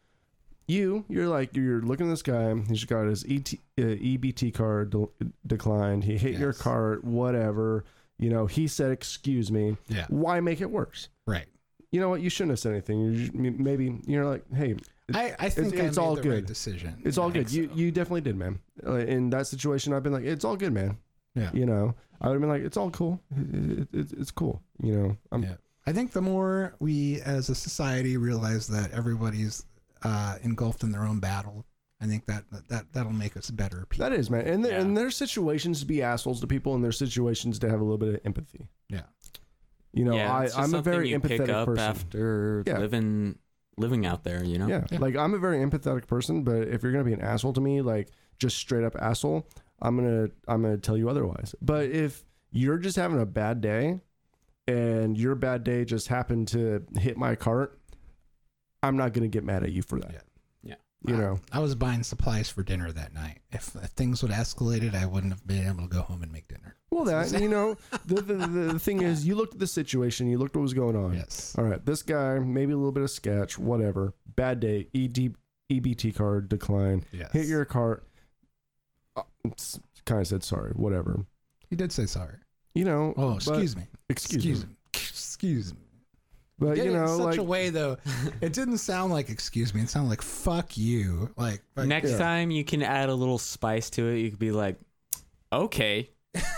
You, you're like you're looking at this guy. He's got his ET, uh, EBT card de- declined. He hit your
Yes.
cart, whatever. You know, he said, "Excuse me."
Yeah.
Why make it worse?
Right.
You know what? You shouldn't have said anything. You just- maybe you're like, "Hey,
I, I think I
it's
made
all
the
good.
right decision.
It's all good. You you definitely did, man. Uh, In that situation, I've been like, it's all good, man.
Yeah.
You know, I would have been like, it's all cool. It, it, it's cool. You know, I'm
Yeah. I think the more we as a society realize that everybody's uh, engulfed in their own battle, I think that that that'll make us better people.
that is, man. And there,
Yeah.
and there's situations to be assholes to people, and there's situations to have a little bit of empathy.
yeah.
You know,
yeah,
I,
it's just
I'm a
something
very
you pick
empathetic
up
person.
after
Yeah.
living living out there. You know.
yeah.
Yeah.
like I'm a very empathetic person, but if you're gonna be an asshole to me, like just straight up asshole, I'm gonna I'm gonna tell you otherwise. But if you're just having a bad day, and your bad day just happened to hit my cart, I'm not gonna get mad at you for that.
Yeah.
Yeah.
you know.
I was buying supplies for dinner that night. If, if things would escalated, I wouldn't have been able to go home and make dinner.
Well, that you know, the, the the thing is, you looked at the situation, you looked what was going on.
Yes.
All right, this guy, maybe a little bit of sketch, whatever. Bad day, E ED, EBT card decline.
Yes.
Hit your cart. kind of said sorry, whatever.
He did say sorry.
You know.
Oh,
but-
excuse me.
Excuse, me.
me. Excuse me.
But
Did
you
it in
know,
such
like
a way though, it didn't sound like excuse me. It sounded like fuck you. Like, like-
Next
Yeah.
time you can add a little spice to it. You could be like, okay,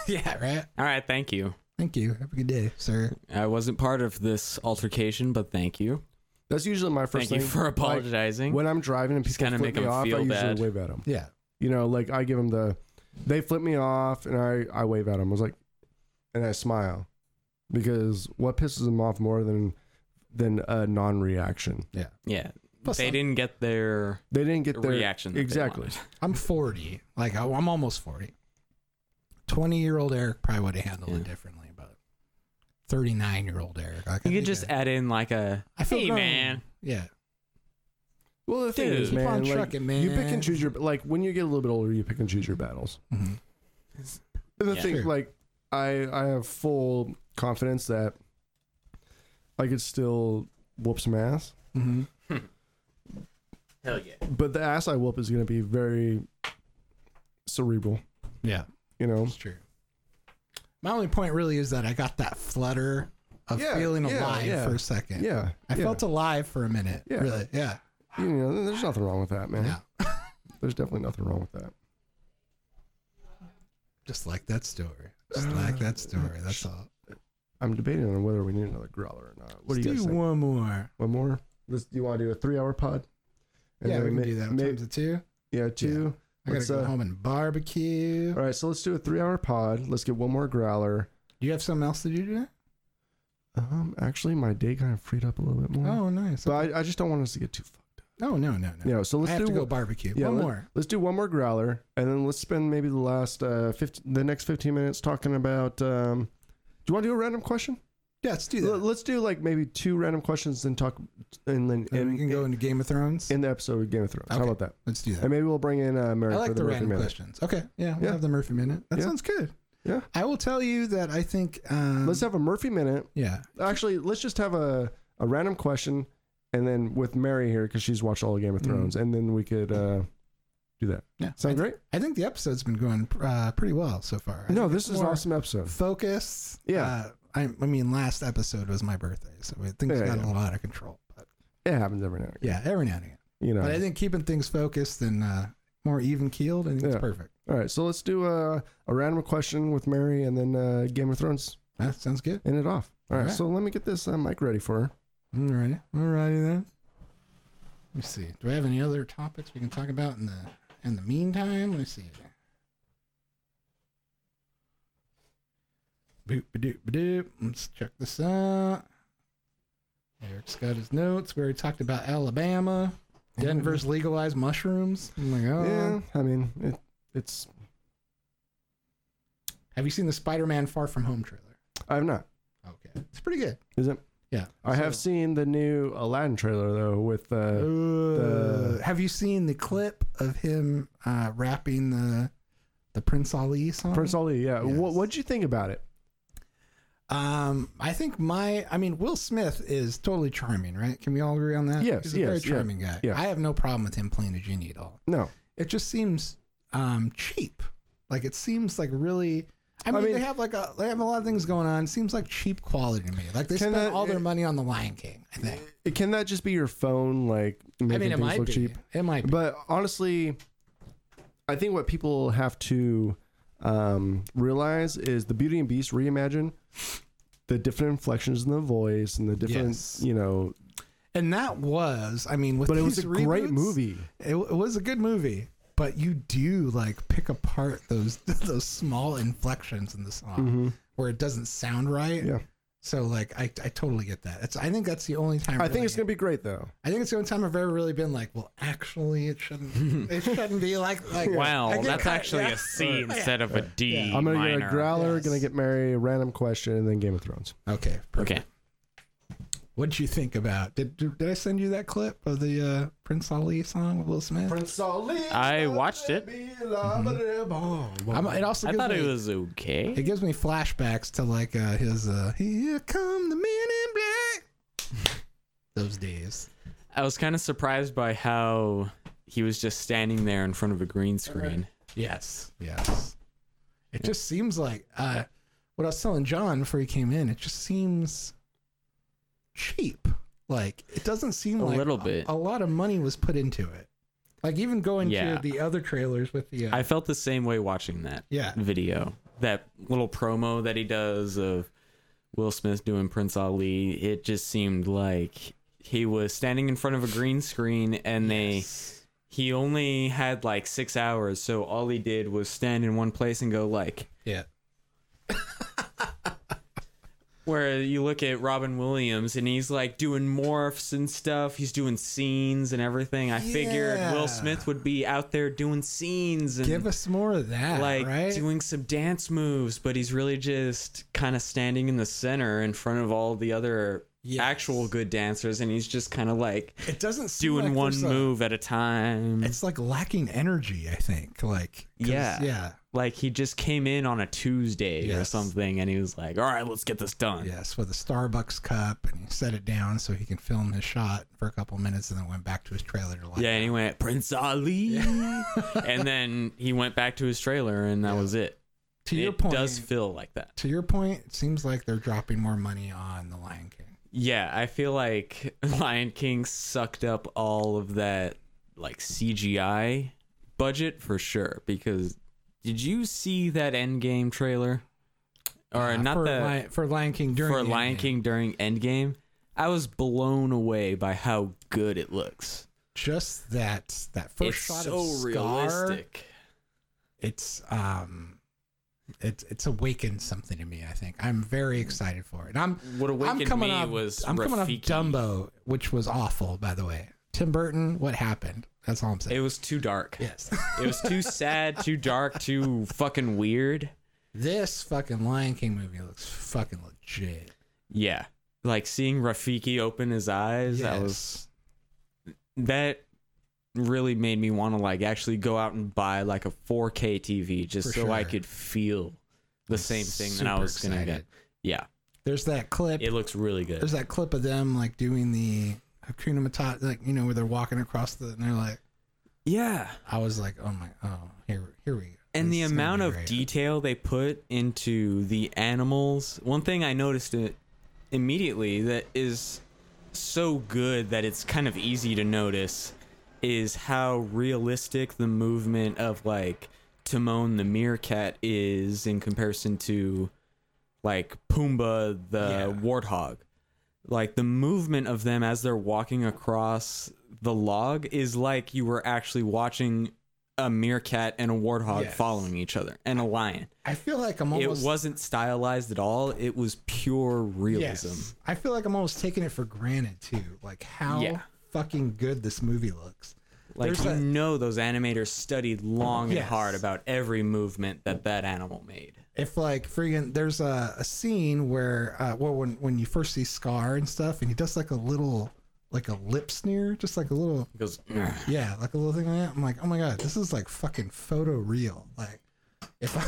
yeah, right.
all right, thank you.
Thank you. Have a good day, sir.
I wasn't part of this altercation, but thank you.
that's usually my first
Thank you
thing.
for
Like,
apologizing.
when I'm driving and people
kinda
flip
make
me
'em
off, I
feel
usually
bad.
wave at them.
Yeah.
You know, like I give them the, they flip me off and I I wave at them. I was like, and I smile, because what pisses them off more than than a non-reaction.
Yeah.
yeah,
Plus,
they didn't get their
They didn't get their
reaction. that they
exactly.
wanted.
I'm 40. Like I, am almost 40. 20 year old Eric probably would have handled
Yeah.
it differently, but 39 year old Eric, like, I
You
think
could just
I,
add in like a
I feel
hey
grown."
man,
Yeah,
Well, the thing
Dude.
is,
Keep
man,
on
like,
trucking, man.
you pick and choose your like when you get a little bit older, you pick and choose your battles.
Mhm.
And the
Yeah.
thing,
Sure.
like, I I have full confidence that I could still whoop some ass,
Mhm.
hell yeah.
but the ass I whoop is going to be very cerebral.
yeah,
You know,
it's true. My only point really is that I got that flutter of
Yeah,
feeling
yeah,
alive
yeah.
for a second.
yeah,
I
yeah.
felt alive for a minute.
Yeah.
Really. Yeah.
you know, there's nothing wrong with that, man.
Yeah.
There's definitely nothing wrong with that.
Just like that story. Just
Uh,
like that story. That's all.
I'm debating on whether we need another growler or not. What
Let's
do you guys think?
one more.
One more? This, do you want to do a three-hour pod?
yeah, we can
may-
do that. What
may-
time's it two?
yeah, two.
I gotta
Let's,
go
uh,
home and barbecue.
All right, so let's do a three-hour pod. Let's get one more growler.
Do you have something else to do today?
Um, actually, my day kind of freed up a little bit more.
Oh, nice.
So I, I just don't want us to get too fucked up.
Oh no, no, no.
Yeah, so
I
let's
have
do
to go
one-
barbecue.
yeah,
One
let-
more.
Let's do one more growler, and then let's spend maybe the last uh 15, the next fifteen minutes talking about. Um, do you want to do a random question?
Yeah, let's do
L-
that.
let's do like maybe two random questions, then talk, and then
and we can
in,
go into Game of Thrones.
in the episode of Game of Thrones. How
Okay.
about that?
let's do
And
that.
maybe we'll bring in uh, Mary
I
for
like
the,
the
Murphy
random
Minute.
questions. Okay, yeah, we'll
Yeah.
have the Murphy minute. That
Yeah.
sounds good.
Yeah.
I will tell you that I think. Um,
Let's have a Murphy minute.
Yeah,
Actually, let's just have a, a random question, and then with Mary here because she's watched all of Game of
Mhm.
Thrones, and then we could uh, do that.
yeah. I,
Sound great?
I think the episode's been going uh, pretty well so far. I
No,
think
this
it's
is an
more
awesome episode.
Focused.
Yeah.
Uh, I, I mean, last episode was my birthday, so I think it's
Yeah,
gotten
yeah.
a lot of control. But
It happens every now and
yeah, every now and again.
again. You know.
But I think keeping things focused and uh, more even keeled, I think it's
Yeah.
perfect.
All right, so let's do a, a random question with Mary, and then uh, Game of Thrones
That sounds good.
end it off. All right,
All right.
so let me get this uh, mic ready for her.
All righty. All righty then. Let me see. Do I have any other topics we can talk about in the in the meantime? Let me see. Boop badoop badoop. Let's check this out. Eric's got his notes where he talked about Alabama. Denver's legalized mushrooms. I'm like, oh.
Yeah, I mean, it, it's
Have you seen the Spider-Man Far From Home trailer?
I have not.
Okay, it's pretty good.
Is it?
Yeah,
I have
so-
seen the new Aladdin trailer though with uh,
Uh, have you seen the clip of him uh, rapping the the Prince Ali song?
Prince Ali. Yeah, what
Yes.
what'd you think about it?
Um, I think my, I mean, Will Smith is totally charming, right? Can we all agree on that?
Yes,
he's a very
yes, yeah,
charming guy.
yeah.
I have no problem with him playing a genie at all.
No,
It just seems um cheap. Like it seems like really. I mean,
mean-
they have like a they have a lot of things going on. It seems like cheap quality to me. Like they
Can
spent
that-
all their money on the Lion King. I think.
can that just be your phone like making
I mean, it
things
might
look
be.
cheap?
It might be.
But honestly, I think what people have to um, realize is the Beauty and Beast reimagine the different inflections in the voice and the different,
Yes.
you know.
and that was, I mean, with
But it was a
these
great
reboots,
movie.
It, it was a good movie, but you do like pick apart those those small inflections in the song where it doesn't sound right.
Mm-hmm. Yeah,
So like I, I totally get that. It's I think that's the only time
I think it's
really-
gonna be great though.
I think it's the only time I've ever really been like, well, actually, it shouldn't it shouldn't be like like I
Wow,
get
that's
cut,
actually
yeah.
a C instead of a D
Yeah.
I'm gonna get
minor.
a growler,
Yes.
gonna get Mary, a random question, and then Game of Thrones.
Okay, perfect.
Okay.
What'd you think about? Did, did did I send you that clip of the uh, Prince Ali song with Will Smith?
Prince Ali.
I watched it.
Mm-hmm.
I'm, it also
I
gives
thought
me,
it was okay.
It gives me flashbacks to like uh, his uh, "Here Come the Men in Black." Those days.
I was kind of surprised by how he was just standing there in front of a green screen.
Yes. Yes. It just seems like uh, what I was telling John before he came in. It just seems cheap. Like it doesn't seem
A
like
little bit.
A, lot of money was put into it. Like even going
Yeah.
to the other trailers with the uh,
I felt the same way watching that
yeah
video. That little promo that he does of Will Smith doing Prince Ali, it just seemed like he was standing in front of a green screen and they he only had like 6 hours, so all he did was stand in one place and go like
yeah
where you look at Robin Williams and he's like doing morphs and stuff. He's doing scenes and everything. I figured
Yeah.
Will Smith would be out there doing scenes and
Give us more of that,
like
right?
doing some dance moves, but he's really just kind of standing in the center in front of all the other
Yes.
actual good dancers, and he's just kind of like
it doesn't seem
doing
like
one
there's a-
move at a time.
It's like lacking energy. I think. Like 'cause-
Yeah.
yeah,
like he just came in on a Tuesday or
Yes.
something, and he was like, "All right, let's get this done."
yes, with a Starbucks cup, and he set it down so he can film his shot for a couple minutes, and then went back to his trailer to like.
Yeah, and he went Prince Ali, and then he went back to his trailer, and that was it.
to your
it
point,
does feel like that.
to your point, it seems like they're dropping more money on the Lion King.
Yeah, I feel like Lion King sucked up all of that like CGI budget for sure. Because did you see that Endgame trailer? Or
Uh,
not
for
the
Lion, for Lion King during
for
the
Lion
Endgame.
King during Endgame? I was blown away by how good it looks.
Just that that
it's
first shot
so
of Scar,
realistic.
It's um, it's it's awakened something to me. I think I'm very excited for it. And I'm
What awakened
I'm coming
me
off,
was
I'm coming off
Rafiki.
Dumbo, which was awful, by the way. Tim Burton, what happened? That's all I'm saying.
It was too dark.
yes,
It was too sad, too dark, too fucking weird.
this fucking Lion King movie looks fucking legit.
Yeah. Like seeing Rafiki open his eyes, that was that really made me want to like actually go out and buy like a 4K TV just
For
so I
sure.
could feel the same thing that I
super
was gonna get.
excited.
Yeah,
There's that clip.
it looks really good.
there's that clip of them like doing the Hakuna Matata, like you know where they're walking across the and they're like.
Yeah,
I was like, oh my, oh here, here we go.
and the
This is gonna
amount
be
of
great.
detail they put into the animals. One thing I noticed it immediately that is so good that it's kind of easy to notice is how realistic the movement of like Timon the meerkat is in comparison to like Pumbaa the
Yeah.
warthog. Like the movement of them as they're walking across the log is like you were actually watching a meerkat and a warthog
Yes.
following each other and a lion.
I feel like I'm almost
it wasn't stylized at all. It was pure realism.
Yes. I feel like I'm almost taking it for granted too, like how
Yeah.
fucking good this movie looks.
Like
There's
you
that-
know, those animators studied long and
Yes.
hard about every movement that that animal made.
If like friggin' there's a, a scene where uh, well when when you first see Scar and stuff, and he does like a little like a lip sneer, just like a little
Because
yeah, like a little thing like that. I'm like, oh my god, this is like fucking photo real. Like if I,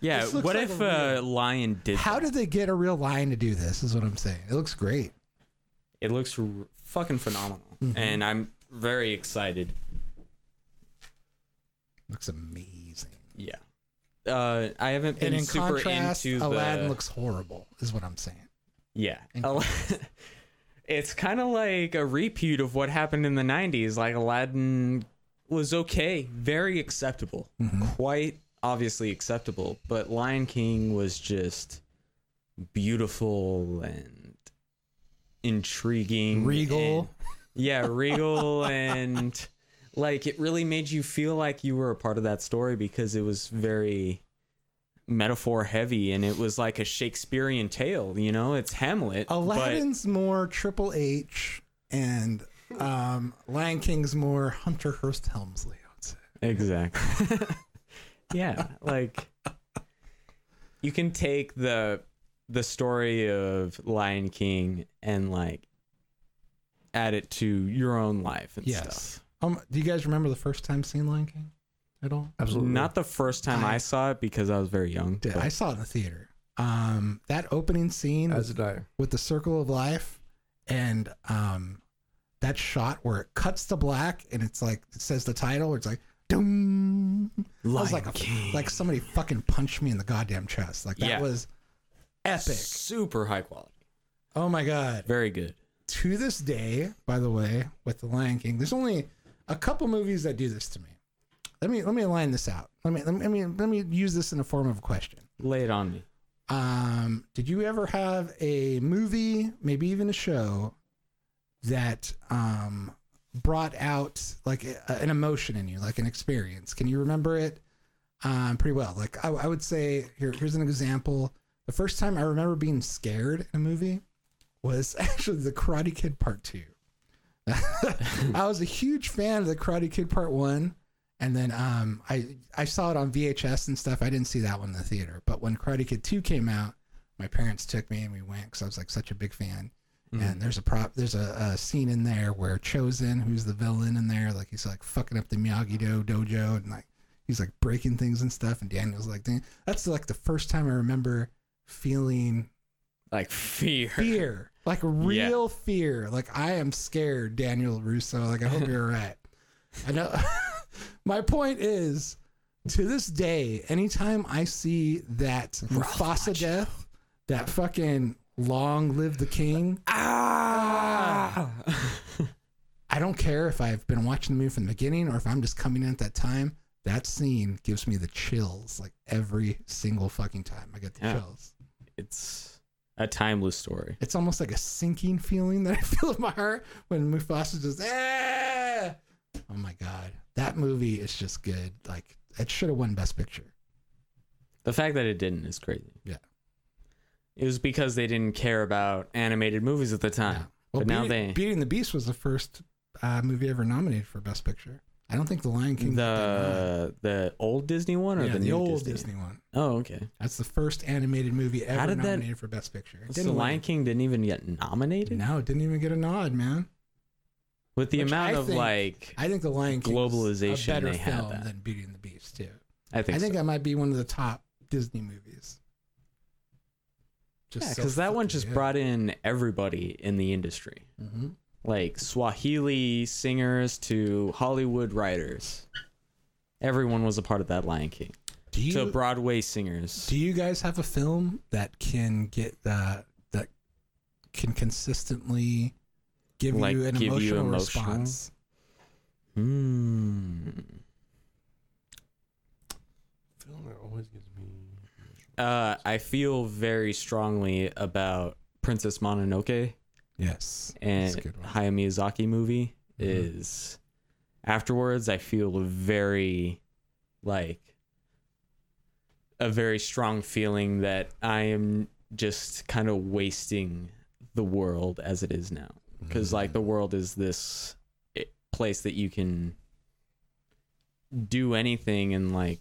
yeah,
This looks
what
like
if
a
a lion did?
how
that?
did they get a real lion to do this? Is what I'm saying. It looks great.
it looks r- fucking phenomenal,
Mm-hmm.
and I'm very excited.
looks amazing.
Yeah, uh, I haven't been
And in
super
contrast,
into
Aladdin
the
looks horrible. Is what I'm saying.
Yeah.
And-
Al- it's kind of like a repeat of what happened in the 90s. Like Aladdin was okay, very acceptable,
Mm-hmm.
quite obviously acceptable, but Lion King was just beautiful and intriguing.
Regal.
and- yeah, regal and like it really made you feel like you were a part of that story because it was very metaphor heavy and it was like a Shakespearean tale, you know? It's Hamlet. but-
Aladdin's more Triple H, and um, Lion King's more Hunter Hearst Helmsley. I would say.
Exactly. yeah, like you can take the the story of Lion King and like add it to your own life and
Yes.
stuff.
Um, do you guys remember the first time seeing Lion King at all?
Absolutely.
Not the first time I,
I-
saw it because I was very young.
Did
but-
I saw it in the theater? Um, that opening scene
as
with,
did I.
with the circle of life, and um, that shot where it cuts to black, and it's like it says the title. It's like. Doom. I was
Lion
like, a,
King.
like somebody fucking punched me in the goddamn chest. Like that
Yeah.
was epic.
Super high quality.
Oh my god.
Very good.
to this day, by the way, with the Lion King, there's only a couple movies that do this to me. Let me let me line this out. Let me let me let me, let me use this in the form of a question.
Lay it on me.
Um, did you ever have a movie, maybe even a show, that um brought out like a, an emotion in you, like an experience? Can you remember it um pretty well? Like I, I would say here here's an example. The first time I remember being scared in a movie was actually The Karate Kid Part 2. I was a huge fan of The Karate Kid Part 1 and then um, I I saw it on VHS and stuff. I didn't see that one in the theater, but when Karate Kid 2 came out, my parents took me and we went cuz I was like such a big fan. And there's a prop there's a, a scene in there where Chosen, who's the villain in there, like he's like fucking up the Miyagi-Do dojo and like he's like breaking things and stuff and Daniel's like "Dang." that's like the first time I remember feeling
Like fear.
fear, like real fear. Like I am scared, Daniel Russo. Like I hope you're right. I know. My point is, to this day, anytime I see that Mufasa death, that fucking long live the king,
Ah!
I don't care if I've been watching the movie from the beginning or if I'm just coming in at that time. That scene gives me the chills like every single fucking time. I get the
Yeah.
chills.
it's a timeless story.
It's almost like a sinking feeling that I feel in my heart when Mufasa just ah! Oh my god, that movie is just good. Like it should have won Best Picture.
The fact that it didn't is crazy.
Yeah.
It was because they didn't care about animated movies at the time.
Well,
But now
Beauty,
they-
Beauty and the Beast was the first uh, movie ever nominated for Best Picture. I don't think The Lion King.
The the old Disney one or
yeah,
the,
the,
new
old
Disney?
Disney. one.
Oh, okay.
That's the first animated movie ever
did that-
nominated for Best Picture. It
So the
win.
Lion King didn't even get nominated
No, it didn't even get a nod, man.
with the
Which
amount
I
of
think-
like.
I think The Lion King was
Globalization,
a better
they had
film
that.
than Beauty and the Beast too.
I think
I think
so.
that might be one of the top Disney movies.
yeah, because that one just brought in everybody in the industry,
hmm
like Swahili singers to Hollywood writers. Everyone was a part of that Lion King.
Do you
to Broadway singers.
do you guys have a film that can get that that can consistently give
Like,
you an
give you
emotional,
emotional?
response?
Hmm.
Film that always gives me.
Uh, I feel very strongly about Princess Mononoke
Yes,
and
That's a good one.
Hayao Miyazaki movie.
Mhm.
Is afterwards, I feel very like a very strong feeling that I am just kind of wasting the world as it is now.
Mm-hmm.
because like the world is this i- place that you can do anything and like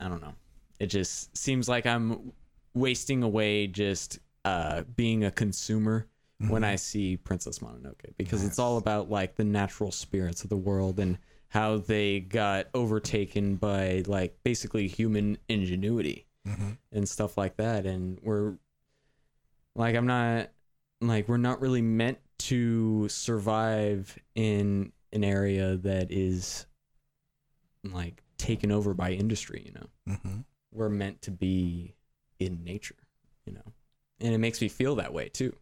i don't know it just seems like i'm wasting away just uh being a consumer
Mm-hmm.
when i see princess mononoke because it's all about like the natural spirits of the world and how they got overtaken by like basically human ingenuity
Mhm.
and stuff like that and we're like i'm not like we're not really meant to survive in an area that is like taken over by industry you know
Mhm.
we're meant to be in nature you know and it makes me feel that way too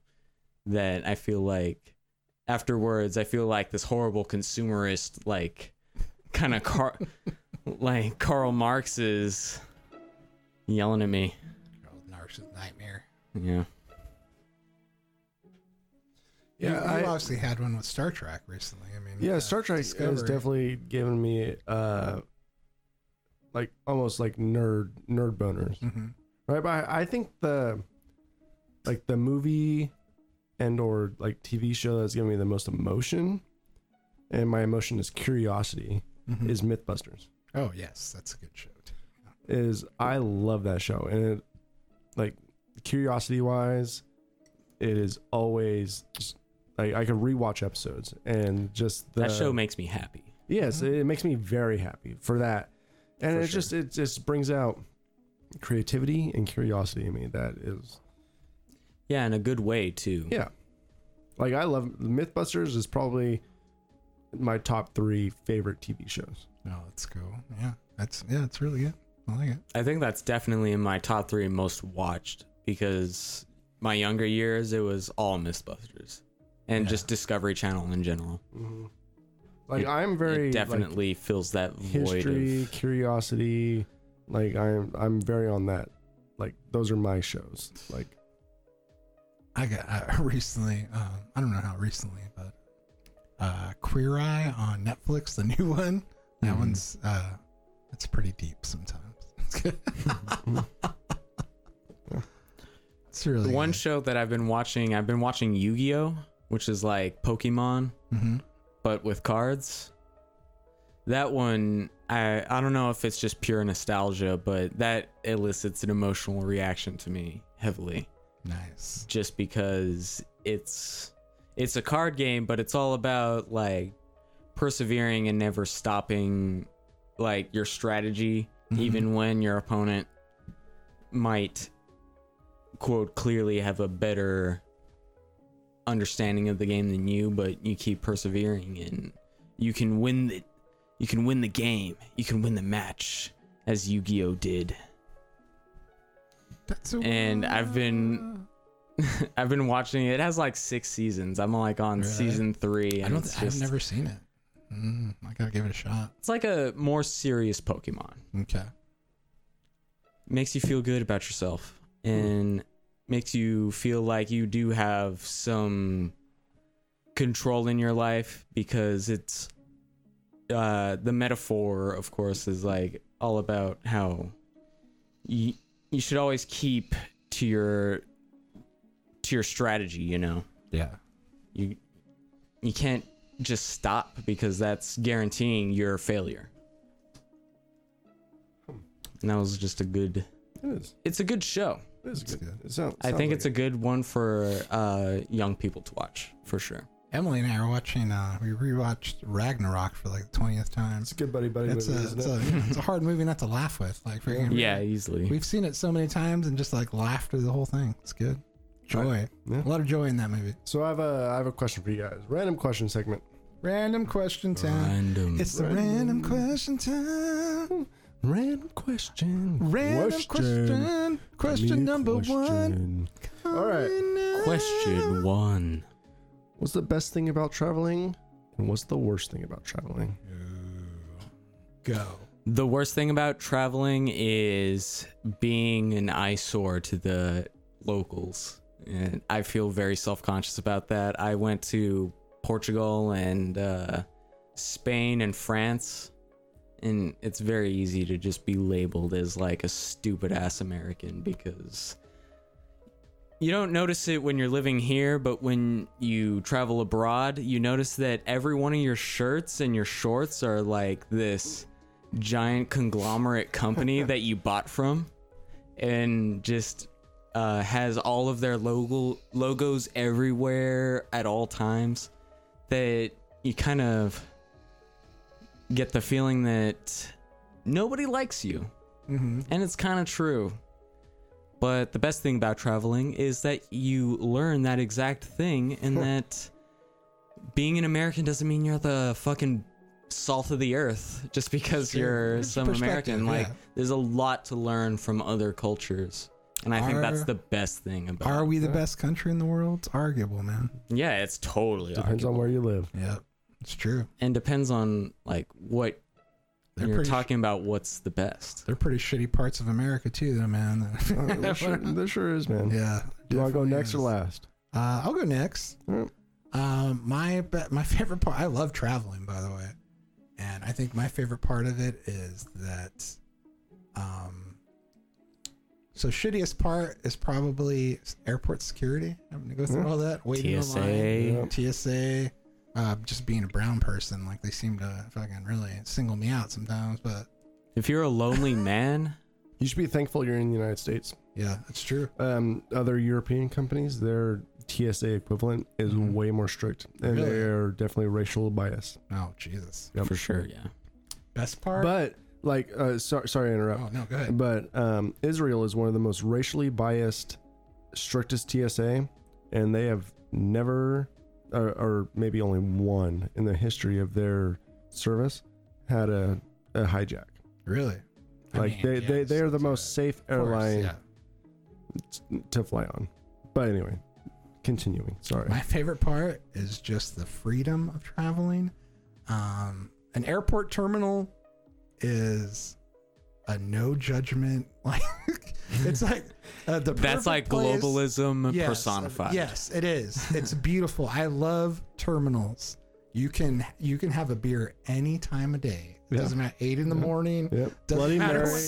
that i feel like afterwards i feel like this horrible consumerist like kind of car like karl marx is yelling at me
Oh,
Girl, Narcissist Nightmare.
yeah
You-
Yeah,
you,
I,
obviously had one with Star Trek recently. I mean,
yeah.
uh,
Star Trek has
Discovery.
definitely given me uh, like almost like nerd nerd boners.
Mhm.
Right, but I I think the like the movie and or like TV show that's given me the most emotion, and my emotion is curiosity,
Mhm.
is MythBusters.
oh yes, that's a good show. too.
Is I love that show, and it like curiosity wise, it is always just like I could rewatch episodes and just the
that show makes me happy
Yes, it makes me very happy for that, and
Mm-hmm. For
it
sure.
just it just brings out creativity and curiosity in me. That is
Yeah, in a good way too.
Yeah. Like I love MythBusters is probably my top three favorite TV shows.
Oh, that's cool. Yeah, that's yeah, it's really good. I like it.
I think that's definitely in my top three most watched because my younger years it was all MythBusters and
Yeah.
just Discovery Channel in general.
Like
Mm-hmm. It-
I'm very
it
like,
definitely fills that void
history
of
curiosity. Like I'm I'm very on that. Like those are my shows. Like
I got I recently. Um, I don't know how recently, but uh, Queer Eye on Netflix, the new one. That
Mhm.
one's uh, it's pretty deep sometimes. It's good. It's really
The one
good.
show that I've been watching, I've been watching Yu Gi Oh, which is like Pokemon,
Mhm.
but with cards. That one, I I don't know if it's just pure nostalgia, but that elicits an emotional reaction to me heavily,
Nice.
just because it's it's a card game, but it's all about like persevering and never stopping, like your strategy, even when your opponent might quote clearly have a better understanding of the game than you but you keep persevering and you can win the you can win the game you can win the match as yu-gi-oh did
That's a-
and i've been i've been watching it. it has like six seasons i'm like on
Really?
season three and
I don't.
it's
I've
just-
never seen it. Mm, I gotta give it a shot.
it's like a more serious pokemon
Okay.
makes you feel good about yourself and makes you feel like you do have some control in your life because it's uh the metaphor of course is like all about how you you should always keep to your to your strategy you know
Yeah.
you you can't just stop because that's guaranteeing your failure and that was just a good
It is.
it's a good show
It is
That's
good.
good.
It sounds,
I think it's
a.
a good one for uh, young people to watch for sure.
Emily and I were watching. Uh, we rewatched Ragnarok for like the twentieth time.
It's a good buddy buddy
It's
movie,
a,
isn't
it's,
it?
a, it's a hard movie not to laugh with. Like, freaking-
Yeah, easily.
we've seen it so many times and just like laughed through the whole thing. It's good. Joy,
Yeah.
a lot of joy in that movie.
So I have a I have a question for you guys. Random question segment.
Random question time.
Random.
It's the random question time.
Random question.
Random question. Question, number one.
All right.
coming up.
Question one.
What's the best thing about traveling, and what's the worst thing about traveling?
Go.
The worst thing about traveling is being an eyesore to the locals. And I feel very self conscious about that. I went to Portugal and uh, Spain and France, and it's very easy to just be labeled as like a stupid ass American because you don't notice it when you're living here, but when you travel abroad, you notice that every one of your shirts and your shorts are like this giant conglomerate company that you bought from and just uh, has all of their logo logos everywhere at all times that you kind of get the feeling that nobody likes you
Mhm.
and it's kind of true but the best thing about traveling is that you learn that exact thing and that being an american doesn't mean you're the fucking salt of the earth just because
true.
you're
It's
some
perspective,
american like
yeah.
there's a lot to learn from other cultures and i think that's
Are-
the best thing about
Are we the
Yeah.
best country in the world? It's arguable, man.
yeah it's totally
Depends on
arguable.
where you live.
Yep. It's true.
and depends on like what
They're
you're
pretty sh-
talking about what's the best
They're pretty shitty parts of America too, though, man.
Uh, there, sure, there sure is, man.
yeah.
Do you want to go
definitely
next or
is.
last?
Uh, I'll go next.
Mm.
Um, my be- my favorite part. I love traveling, by the way, and I think my favorite part of it is that. Um, so shittiest part is probably s- airport security. I'm gonna go through
Mm.
all that waiting
tsa
in
Yeah.
the line. TSA. Uh, just being a brown person, like they seem to fucking really single me out sometimes. But
if you're a lonely man
You should be thankful you're in the United States.
yeah, that's true.
Um, other European companies, their TSA equivalent is
Mhm.
way more strict, and
Really?
they are definitely racial bias.
Oh Jesus.
Yep.
for sure yeah
Best part.
But like, uh, sorry, sorry to interrupt.
oh no, go ahead.
But um, Israel is one of the most racially biased, strictest TSA, and they have never, or, or maybe only one in the history of their service, had a, a hijack.
Really. I
Like
mean,
they,
yeah,
they, they are the
it's, uh,
most safe
of course,
airline
yeah.
t- to fly on. But anyway, continuing. Sorry.
My favorite part is just the freedom of traveling. Um, an airport terminal is a no judgment. Like it's like uh, the
that's
perfect
like
place-
globalism
Yes,
personified
Yes, it is. It's beautiful. I love terminals. You can you can have a beer any time of day. It
Yeah.
doesn't matter eight in the
Yeah.
morning.
Yep.
Doesn't
Bloody
matter what
Mary.
time it is.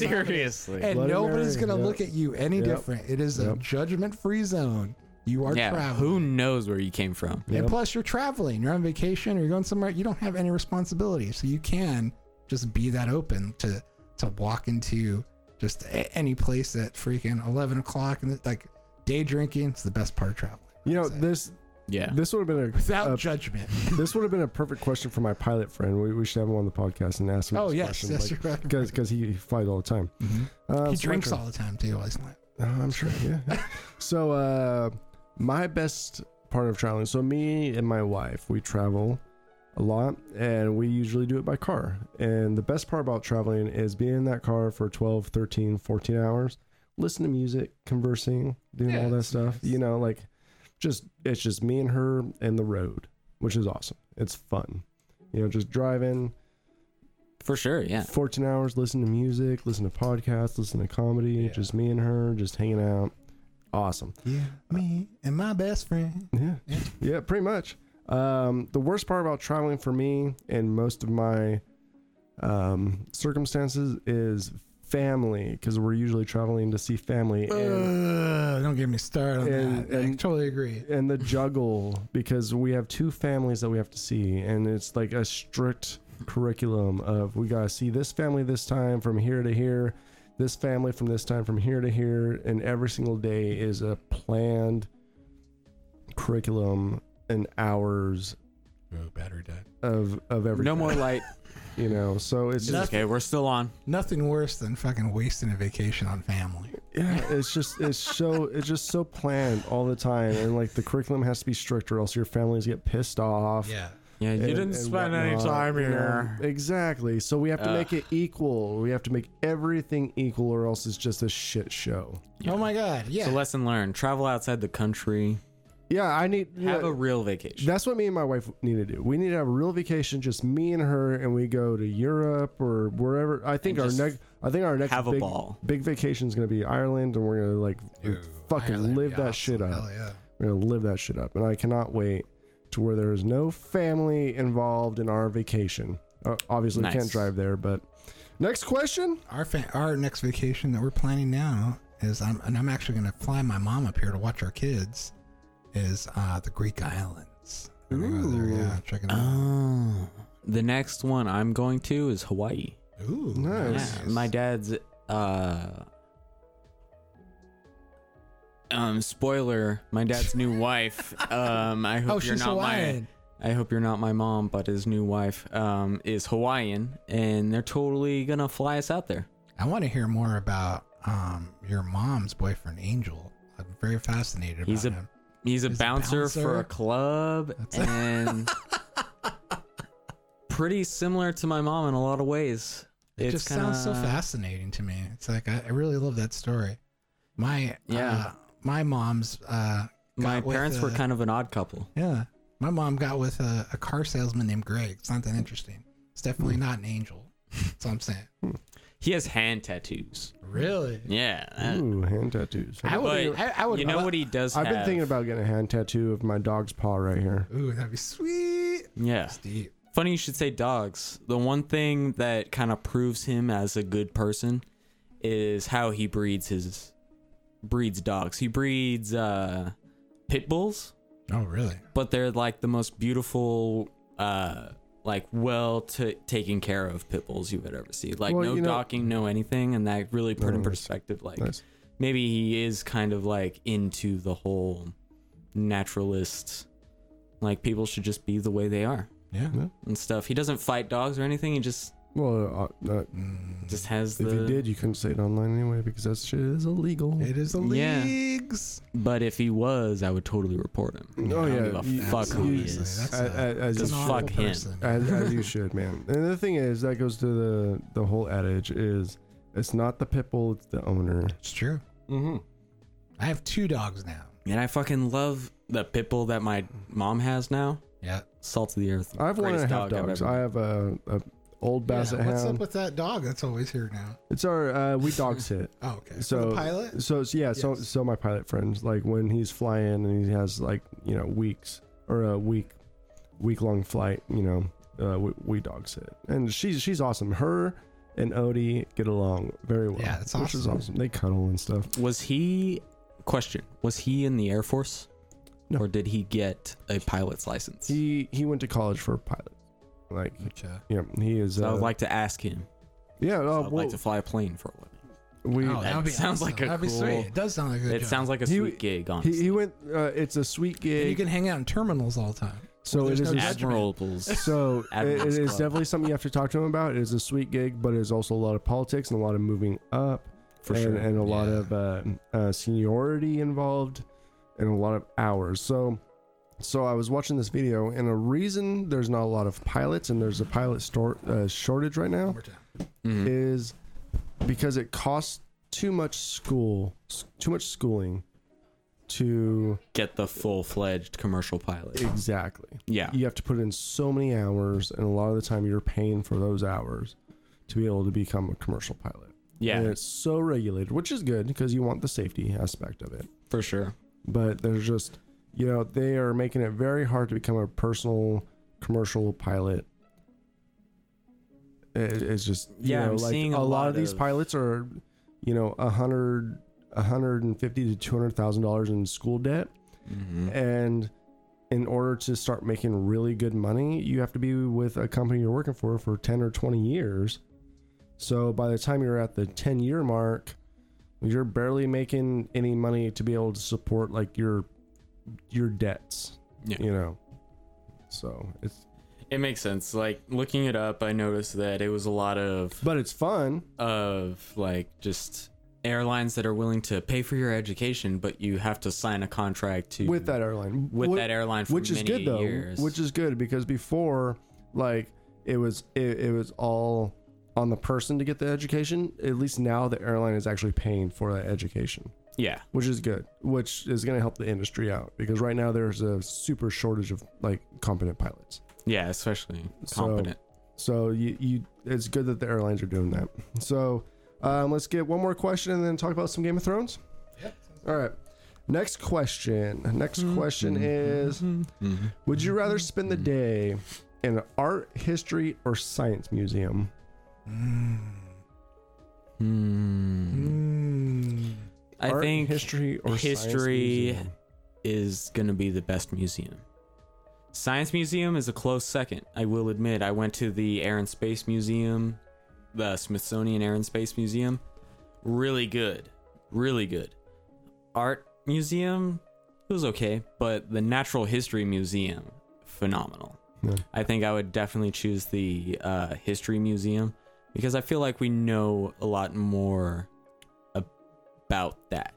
Seriously.
And
Bloody
nobody's
Mary,
gonna
yeah.
look at you any
Yep.
different. It is a
Yep.
judgment free zone. You are
yeah,
traveling.
who knows where you came from?
And
Yep.
plus, you're traveling, you're on vacation, or you're going somewhere. You don't have any responsibility, so you can just be that open to to walk into just a- any place at freaking eleven o'clock and like day drinking. It's the best part of traveling.
You know
I'd say.
this.
Yeah.
This would have been a
without
uh,
judgment.
this would have been a perfect question for my pilot friend. We, we should have him on the podcast and ask him.
Oh
this
yes,
question,
yes, you're right.
because because he flies all the time.
Mhm.
Uh,
He
so
drinks
Michael-
all the time too. While he's not.
Uh, I'm sure. Yeah. so, uh, my best part of traveling. So, me and my wife, we travel a lot, and we usually do it by car. And the best part about traveling is being in that car for 12, 13, 14 hours, listening to music, conversing, doing
Yeah,
all that
it's
stuff.
nice.
You know, like just it's just me and her and the road, which is awesome. It's fun. You know, just driving
For sure, yeah.
14 hours, listen to music, listen to podcasts, listen to comedy,
Yeah.
just me and her, just hanging out. Awesome.
Yeah, me and my best friend.
Yeah.
Yeah.
Yeah, pretty much. Um, the worst part about traveling for me and most of my um, circumstances is family because we're usually traveling to see family and,
Ugh, don't get me started on
and-
that. I
and-
totally agree.
and the juggle because we have two families that we have to see and it's like a strict curriculum of we gotta see this family this time from here to here this family from this time from here to here and every single day is a planned curriculum and hours
Oh, battery died.
of of everything.
No more light.
you know. So it's
It's
just
okay. We're still on.
Nothing worse than fucking wasting a vacation on family.
yeah, it's just it's so it's just so planned all the time, and like the curriculum has to be strict, or else your families get pissed off.
Yeah.
Yeah,
and-
you didn't
and
spend any
whatnot,
time
you know?
here.
Exactly. So we have to
Ugh.
make it equal. We have to make everything equal, or else it's just a shit show.
Yeah.
Oh my god. Yeah.
So lesson learned. Travel outside the country.
Yeah, I need.
Have
yeah,
a real vacation.
that's what me and my wife need to do. We need to have a real vacation, just me and her, and we go to Europe or wherever. I think
And
our
just
next, I think our next
have a
big,
ball.
big vacation is going to be Ireland, and we're going to like fucking
Ireland,
live
yeah,
that shit up.
Hell yeah.
We're gonna live that shit up, and I cannot wait to where there is no family involved in our vacation. Uh, obviously,
Nice.
we can't drive there, but next question.
Our fa- our next vacation that we're planning now is I'm and I'm actually gonna fly my mom up here to watch our kids. Is uh the Greek islands. We're gonna go there,
Ooh.
yeah, check it out.
Oh. The next one I'm going to is Hawaii.
Ooh,
Nice.
Yeah, my dad's uh um spoiler, my dad's new wife. Um I hope
Oh,
you're
she's
not
Hawaiian.
my I hope you're not my mom, but his new wife um is Hawaiian and they're totally going to fly us out there.
I want to hear more about um your mom's boyfriend Angel. I'm very fascinated
He's
about
a-
him.
He's a,
He's a
bouncer, for
bouncer.
a club
it.
and pretty similar to my mom in a lot of ways.
It
It's
just sounds so
kinda-
fascinating to me. It's like I, I really love that story. My
Yeah.
uh, my mom's uh
My
got with,
parents were
uh,
kind of an odd couple.
Yeah. My mom got with a, a car salesman named Greg. It's not that interesting. It's
Hmm.
definitely not an angel. That's what I'm saying.
He has hand tattoos.
Really?
Yeah. that-
Ooh, hand tattoos.
I would.
But
I, I would.
you know what he does
I've been
have?
thinking about getting a hand tattoo of my dog's paw right here.
Ooh, that'd be sweet.
Yeah.
It's deep.
Funny you should say dogs. The one thing that kind of proves him as a good person is how he breeds his breeds dogs. He breeds uh pit bulls,
Oh, really?
but they're like the most beautiful uh like well t- taken care of pit bulls you would ever see. Like
Well,
no
you know-
docking, no anything, and that really put in
Nice.
perspective like
Nice.
maybe he is kind of like into the whole naturalist like people should just be the way they are
Yeah.
and stuff he doesn't fight dogs or anything he just
Well, uh, uh,
Mm.
just has
if you
the
did, you couldn't say it online anyway because that shit is illegal.
It is the
Yeah.
leagues.
but if he was i would totally report him
oh
I don't
yeah,
give a
you-
fuck who he
you-
is.
That's
I- I-
a,
I
that's
just
an
fuck
awful
him.
person.
as, as you should, man. And the thing is, that goes to the the whole adage is it's not the pit bull, it's the owner.
It's true.
Mm-hmm.
I have two dogs now.
and i fucking love the pit bull that my mom has now
Yeah.
salt of the earth
I've wanted to
greatest
have
dog I've
dogs.
ever-
I have a, a old basset
Yeah, What's up
hound.
with that dog that's always here now?
it's our uh, we dog sit.
Oh, okay.
So-
the pilot.
So it's- yeah, so
Yes.
so my pilot friends like when he's flying and he has like you know weeks or a week week long flight, you know, uh, we, we dog sit, and she's she's awesome. Her and Odie get along very well.
Yeah, that's
Which is
awesome.
awesome. They cuddle and stuff.
Was he question? Was he in the Air Force?
No.
Or did he get a pilot's license?
He he went to college for a pilot. Like
Which, uh,
yeah, he is.
So I
Uh,
would like to ask him.
yeah, uh,
'cause I'd
well,
like to fly a plane for a living.
we
oh, that would be
sounds
awesome.
like a
that'd be
cool-
sweet. It does sound like a good
It
job.
sounds like a
He-
sweet gig,
he,
honestly.
he went. Uh, it's a sweet
And you
gig.
can hang out in terminals all the time.
so it
there's
is
no
a
judgment.
Admirals.
So it, it
Admiral's
is
Club.
definitely something you have to talk to him about. It is a sweet gig, but it's also a lot of politics and a lot of moving up,
For
and,
sure.
and a lot
Yeah.
of uh, uh, seniority involved, and a lot of hours. So, so I was watching this video, and a reason there's not a lot of pilots, and there's a pilot store, uh, shortage right now,
One more time.
Mhm.
is because it costs too much school, s- too much schooling, to
Get the full fledged commercial pilot.
exactly.
Yeah.
you have to put in so many hours, and a lot of the time you're paying for those hours to be able to become a commercial pilot. And
Yeah.
it's so regulated, which is good because you want the safety aspect of it.
For sure.
But there's just, you know, they are making it very hard to become a personal commercial pilot. It- it's just, you
Yeah,
know,
I'm
like
seeing a
a, lot,
lot
of these
of-
pilots are, you know, a hundred, a hundred and fifty to two hundred thousand dollars in school debt
Mhm.
and in order to start making really good money you have to be with a company you're working for for 10 or 20 years so by the time you're at the 10 year mark you're barely making any money to be able to support like your your debts
Yeah.
you know so it's
It makes sense. Like looking it up, I noticed that it was a lot of
but it's fun
of like just airlines that are willing to pay for your education, but you have to sign a contract to
with that airline
with
What-
that airline for
which is
many
good though
years.
which is good because before like it was it, it was all on the person to get the education at least now the airline is actually paying for that education
yeah,
which is good which is going to help the industry out because right now there's a super shortage of like competent pilots
yeah, especially
So-
competent.
so you, you it's good that the airlines are doing that so um, let's get one more question and then talk about some game of thrones
Yep.
all right next question next
Mm-hmm.
question is
Hmm.
Would you rather spend the day in an art, history, or science museum?
Hmm.
Mm.
I
Art,
think
history or science
history-
museum?
is gonna be the best museum. Science Museum is a close second. I will admit, I went to the Air and Space Museum, the Smithsonian Air and Space Museum. Really good. Really good. Art Museum, it was okay, but the Natural History Museum, phenomenal.
Yeah.
I think I would definitely choose the uh, History Museum because I feel like we know a lot more about that.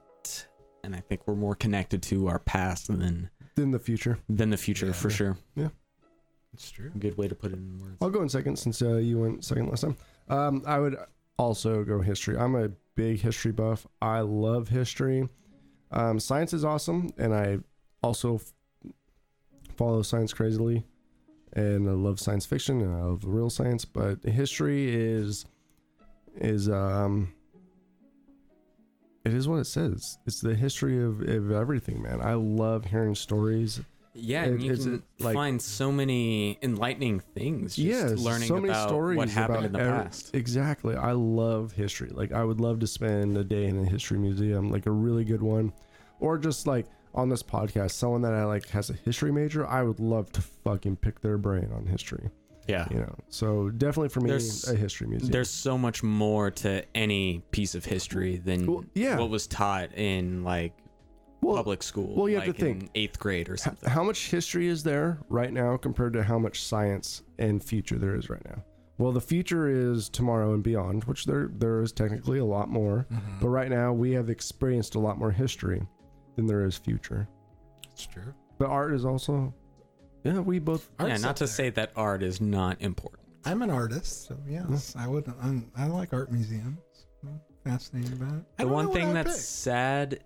And I think we're more connected to our past than
Then the future.
than the future
Yeah.
for sure.
It's true.
Good way to put it in words.
I'll go in second since uh, you went second last time. Um, I would also go history. I'm a big history buff. I love history. Um, science is awesome, and I also f- follow science crazily, and I love science fiction and I love real science. But history is is um, it is what it says. It's the history of, of everything, man. I love hearing stories.
Yeah, and
It-
you
it's-
can
it's like-
find so many enlightening things. Just
Yes,
learning
so many
about
stories
what happened
about
in the
every-
past.
Exactly. I love history. Like I would love to spend a day in a history museum, like a really good one, or just like on this podcast, someone that I like has a history major. I would love to fucking pick their brain on history.
yeah,
You know. So definitely for me,
There's-
a history museum.
there's so much more to any piece of history than
Well, yeah.
what was taught in like
well,
public school.
well, you have to
like, in
think.
eighth grade or
h-
something.
how much history is there right now compared to how much science and future there is right now? Well, the future is tomorrow and beyond, which there there is technically a lot more.
Mhm.
But right now, we have experienced a lot more history than there is future.
It's true.
But art is also, yeah, we both.
yeah,
Art's
not
up
to
there.
say that art is not important.
I'm an artist, so yes,
Mm.
I would. I'm, I like art museums. I'm fascinated by it. I
The
don't know
one
what I
thing
would
that's
pick.
sad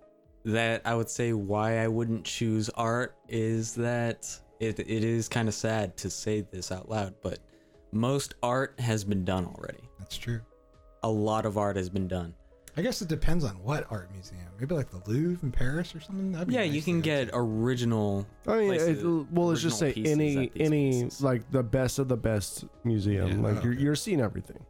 that I would say why I wouldn't choose art is that it, it is kind of sad to say this out loud, but most art has been done already.
that's true.
A lot of art has been done.
I I guess it depends on what art museum. Maybe like the Louvre in Paris or something. That'd be
Yeah,
nice
you
to
can
go
get
to.
original.
I mean,
Place
it,
the
well, let's just say
original pieces
any
at these
any
places.
like the best of the best museum.
Yeah.
like you're
Okay.
you're seeing everything.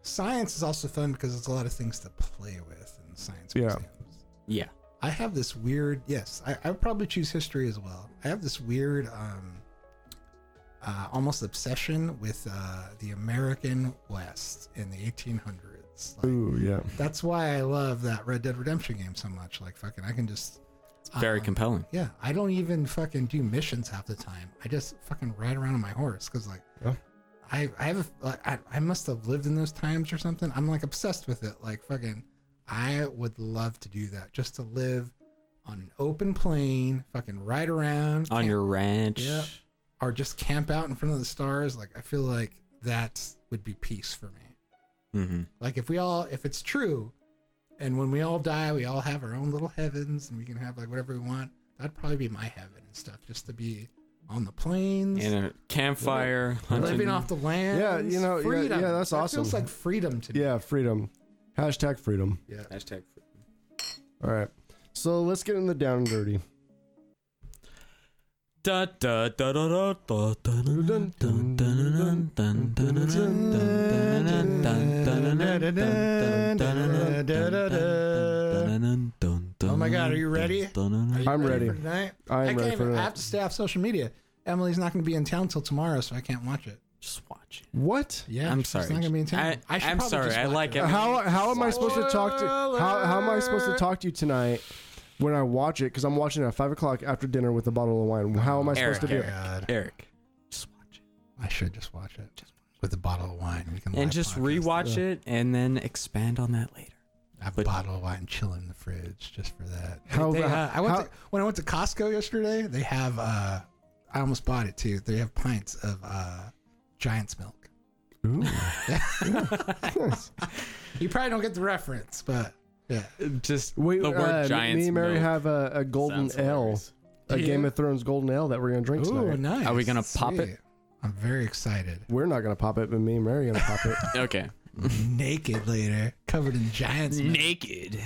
science is also fun because it's a lot of things to play with in science
Yeah.
museums.
Yeah.
I have this weird. Yes, I, I would probably choose history as well. I have this weird, um, uh, almost obsession with uh, the American West in the 1800s. Like,
Ooh, yeah.
that's why I love that Red Dead Redemption game so much. Like fucking, I can just.
Very
um,
compelling.
Yeah, I don't even fucking do missions half the time. I just fucking ride around on my horse because like,
Yeah.
I I have a, like I, I must have lived in those times or something. I'm like obsessed with it. Like fucking, I would love to do that just to live on an open plain, fucking ride around
On
camp-
your ranch.
Yeah. or just camp out in front of the stars. Like I feel like that would be peace for me.
hmm
Like if we all if it's true, and when we all die, we all have our own little heavens and we can have like whatever we want. That'd probably be my heaven and stuff, just to be on the plains,
And a campfire, hunting.
living off the land.
Yeah, you know, yeah,
freedom.
yeah, that's
That Feels
awesome.
like freedom to me.
Yeah, freedom. Hashtag freedom.
yeah.
Hashtag.
All right. So let's get in the down and dirty.
Da, da, da, da, da, da, da, da, da, da, da, da, da, da, da.
Oh my God, are you ready? Are you
I'm
For
ready.
tonight?
I am
can't
ready for
even, I have
that.
to stay off social media. Emily's not going to be in town till tomorrow, so I can't watch it.
Just watch it.
What?
Yeah,
I'm
she's
sorry.
not going to be in town.
I-
should
I'm
probably
sorry,
just
I
watch
like
it.
it.
How how am I supposed to talk to how how am I supposed to talk to you tonight when I watch it? Because I'm watching it at five o'clock after dinner with a bottle of wine. How am I supposed to
Eric,
do
Eric.
it?
God,
Eric, just watch it.
I should just watch it with a bottle of wine. We can
And
live
just
podcast it.
rewatch it and then expand on that later.
I have
But-
a bottle of wine chilling in the fridge just for that.
How
They,
about-
uh, I went
how-
to, when I went to Costco yesterday. They have uh, I almost bought it too. They have pints of uh, Giant's milk.
Ooh.
You probably don't get the reference, but yeah,
Just
Wait,
the
uh,
word giants.
me and Mary
milk
have a, a golden
sounds
ale,
hilarious.
a
Yeah.
Game of Thrones golden ale that we're gonna drink
Ooh,
tonight.
nice.
Are we gonna pop it?
Sweet. I'm very excited.
We're not gonna pop it, but me and Mary are gonna pop it.
Okay.
Naked later, covered in Giant's milk.
Naked.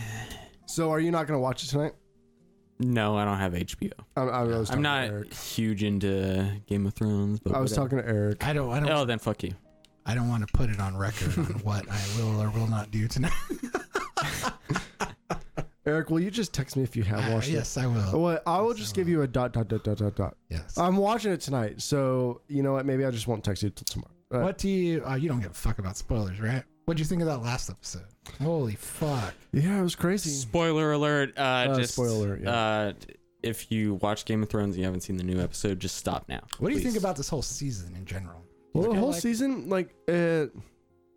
So are you not gonna watch it tonight?
No, I don't have HBO.
I'm, I was
I'm
talking to
not
Eric.
huge into Game of Thrones, but
I was
whatever.
talking to Eric.
I don't. I don't.
Oh, then fuck you.
I don't want to put it on record on what I will or will not do tonight.
Eric, will you just text me if you
Ah,
have watched it?
yes, I
Oh,
will.
Well, I will just give you a dot dot dot dot dot dot.
Yes.
uh,
I'm watching it tonight, so you know what? Maybe I just won't text you till tomorrow. Uh,
What do you? Uh, you don't give a fuck about spoilers, right? What'd you think of that last episode? Holy fuck!
Yeah, it was crazy.
Spoiler alert. Uh, just
spoiler alert, yeah.
Uh, if you watch Game of Thrones and you haven't seen the new episode, just stop now.
What do you think
please.
about this whole season in general?
Well, the
Okay,
whole
like-
season, like, uh,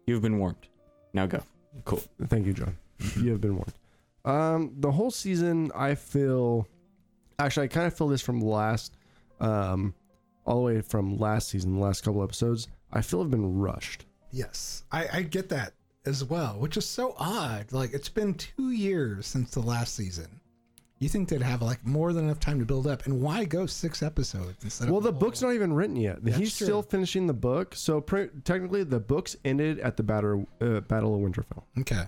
You've been warmed. Now go.
thank you, John. you have been warned. Um, the whole season, I feel. Actually, I kind of feel this from last, um, all the way from last season, the last couple episodes. I feel I've been rushed.
Yes, I, I get that as well, which is so odd. Like it's been two years since the last season. You think they'd have like more than enough time to build up, and why go six episodes instead of?
Well, the book's not even written yet. He's
true.
still finishing the book, so pre- technically, the books ended at the batter, uh, Battle of Winterfell.
okay.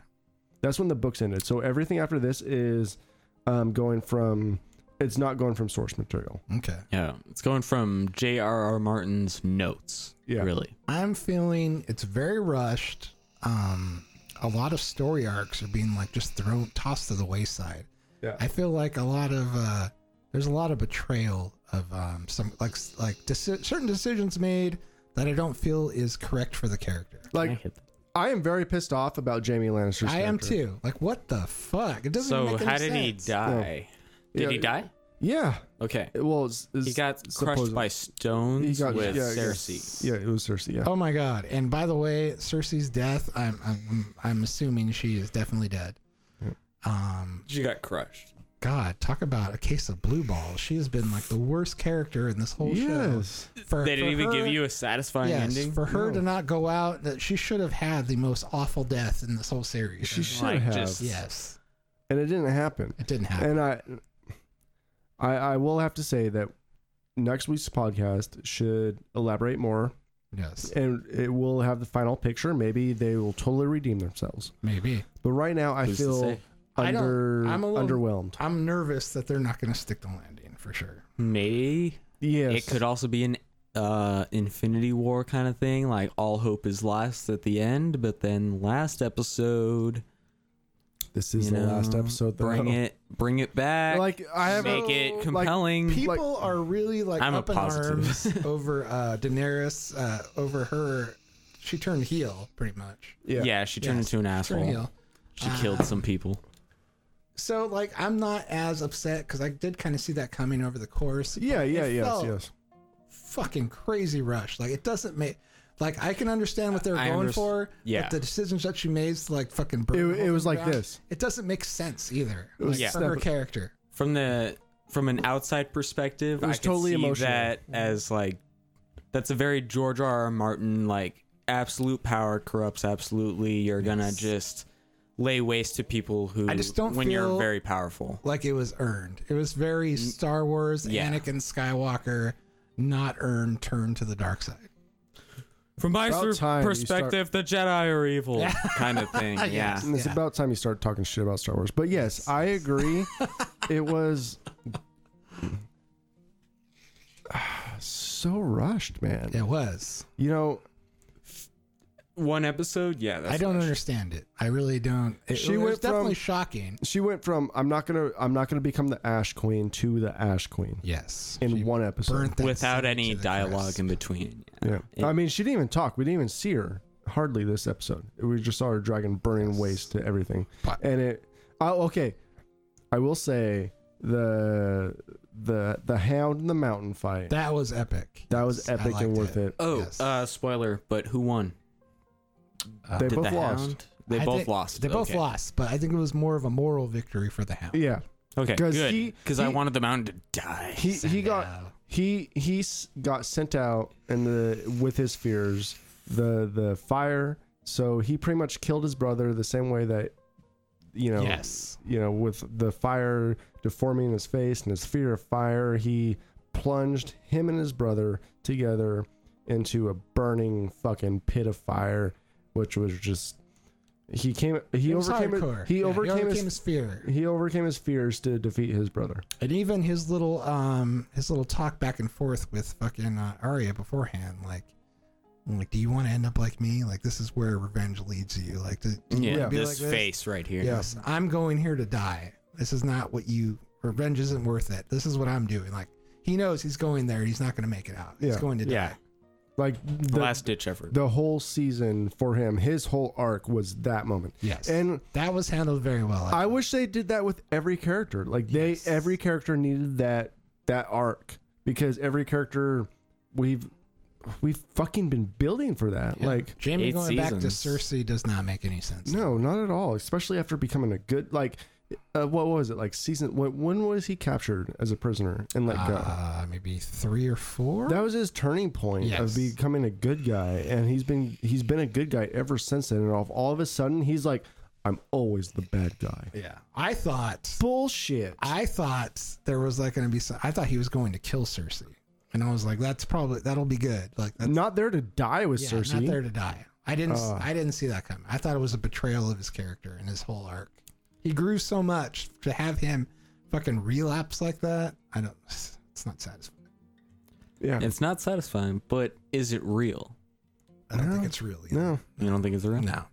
That's when the books ended. So everything after this is um, going from. It's not going from source material.
Okay,
Yeah, it's going from J.R.R. Martin's notes.
Yeah.
Really.
I'm feeling it's very rushed. Um, a lot of story arcs are being like just thrown tossed to the wayside.
Yeah.
I feel like a lot of uh, there's a lot of betrayal of um, some like like deci- certain decisions made that I don't feel is correct for the character.
I
Like
hit that.
I am very pissed off about Jamie Lannister's.
I am
character.
too. Like what the fuck? It doesn't.
So
make any
how did he
sense.
die? Did
Yeah.
he die?
Yeah.
Okay.
Well, it's, it's
He got crushed
supposed-
by stones with
yeah,
Cersei.
Yeah, it was Cersei. Yeah.
Oh my god! And by the way, Cersei's death. I'm I'm I'm assuming she is definitely dead. Um,
She got crushed.
God, talk about a case of blue balls. She has been like the worst character in this whole
yes.
show. For,
They didn't
for
even give
her-
you a satisfying
yes,
ending.
for her
No.
to not go out. That she should have had the most awful death in this whole series.
She should
Like,
have.
just-
yes,
And it didn't happen.
it didn't happen.
And I, I, I will have to say that next week's podcast should elaborate more
Yes,
and it will have the final picture. Maybe they will totally redeem themselves.
maybe.
But right now, I
Who's to
feel
say?
I don't-
under
I'm a little-
underwhelmed.
I'm nervous that they're not going to stick the landing for sure.
May
Yes,
it could also be an uh Infinity War kind of thing, like all hope is lost at the end, but then last episode
This is
you
the
know,
last episode. Though.
Bring it bring it back.
Like I have
make it
Mm, like,
compelling.
People are really like
I'm a
up in arms
positive.
over uh, Daenerys uh, over her. She turned heel pretty much.
yeah.
yeah.
she turned
Yes,
into an
she
asshole.
turned heel.
She killed some people.
So like I'm not as upset because I did kind of see that coming over the course.
yeah,
but
yeah,
it
yes,
felt
yes.
Fucking crazy rush. Like it doesn't make. Like I can understand what they're
I
going
underst-
for.
yeah.
But the decisions that she made to like fucking.
It,
burn the
it
whole
was like
ground,
this.
It doesn't make sense either.
It was
like,
Yeah.
for her
separate.
character.
From the from an outside perspective,
It
I
was
could
totally
see
emotional.
that as like that's a very George R. R. Martin like absolute power corrupts absolutely. You're gonna just lay waste to people who
I just don't
when you're
feel-
very powerful.
like it was earned. It was very Star Wars
yeah.
Anakin Skywalker, not earned, turn to the dark side.
From my
About
sur-
time you
perspective, the Jedi are evil, kind of thing. Yeah.
Yes.
And it's
Yeah.
about time you start talking shit about Star Wars. But yes, I agree. it was so rushed, man.
It was.
You know,
One episode, yeah. That's
I don't
what
understand it. I really don't. It,
She
it was
went from-
definitely shocking.
she went from I'm not gonna I'm not gonna become the Ash Queen to the Ash Queen
Yes.
in
She
one episode.
burnt that
Without
city
any
to the
dialogue
crisp.
in between.
Yeah.
It-
I mean, she didn't even talk. We didn't even see her hardly this episode. We just saw her dragon burning waste to everything.
But-
And it oh okay. I will say the the the hound and the mountain fight. That,
That was epic.
was
Yes, I
epic
liked
and worth it.
Oh,
Yes.
uh, spoiler, but who won?
Uh,
They
Did
both
the
lost.
Hound? They
I
both
think-
lost.
They both
okay.
lost, but I think it was more of a moral victory for the hound.
Yeah.
Okay,
'Cause
good.
he-
Because I
he-
wanted the mountain to die.
He he
Send
got
out.
he he s- got sent out and the with his fears the the fire. So he pretty much killed his brother the same way that you know
Yes.
you know, with the fire deforming his face and his fear of fire, he plunged him and his brother together into a burning fucking pit of fire, which was just he came he
It was
overcame
hardcore.
it, he
Yeah,
overcame
he
his,
his fear.
he overcame his fears to defeat his brother.
And even his little um his little talk back and forth with fucking uh, Arya beforehand, like, like, do you want to end up like me? Like, this is where revenge leads you. Like, do, do you
yeah,
wanna be
this
like this?
face right here.
Yes, I'm going here to die. This is not what you. Revenge isn't worth it. This is what I'm doing. Like, he knows he's going there. He's not going to make it out. He's
Yeah.
going to die.
Yeah.
Like the,
Last ditch effort.
the whole season for him, his whole arc was that moment.
Yes,
And
that was handled very well.
I wish they did that with every character. Like they,
Yes.
every character needed that that arc because every character we've we've fucking been building for that.
Yeah.
Like
Jamie
Eight
going back to
seasons.
Cersei does not make any sense.
no, not at all. Especially after becoming a good like, uh, what was it like season? When, when was he captured as a prisoner and let go?
uh, maybe three or four.
That was his turning point
Yes.
of becoming a good guy, and he's been he's been a good guy ever since then. And all, all of a sudden, he's like, I'm always the bad guy.
yeah, I thought
Bullshit.
I thought there was like going to be some. I thought he was going to kill Cersei, and I was like, "That's probably that'll be good." Like, that's,
not there to die with
yeah,
Cersei.
not there to die. I didn't.
Uh.
I didn't see that coming. I thought it was a betrayal of his character and his whole arc. He grew so much to have him fucking relapse like that. I don't. It's not satisfying.
Yeah.
It's not satisfying, but is it real?
I don't
No.
think it's really.
No.
You don't think it's real?
No.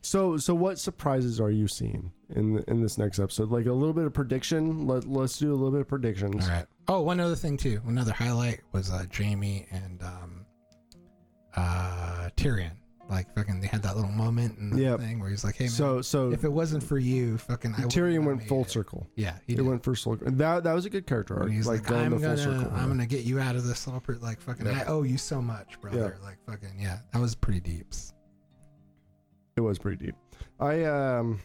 So so what surprises are you seeing in the, in this next episode? Like a little bit of prediction. Let let's do a little bit of predictions.
All right. Oh, one other thing too. Another highlight was uh, Jamie and um, uh, Tyrion. Like fucking, they had that little moment and
Yep.
thing where he's like, "Hey man,
So so
if it wasn't for you, fucking, I wouldn't
Tyrion
have
went
made
full
it.
circle.
Yeah, he
It
did.
went first circle. That that was a good character arc.
And he's
like,
like,
going
I'm
the
gonna,
full circle.
I'm gonna get you out of this little, per- like fucking.
Yeah.
I owe you so much, brother. Like fucking, yeah. That was pretty deep.
It was pretty deep. I um.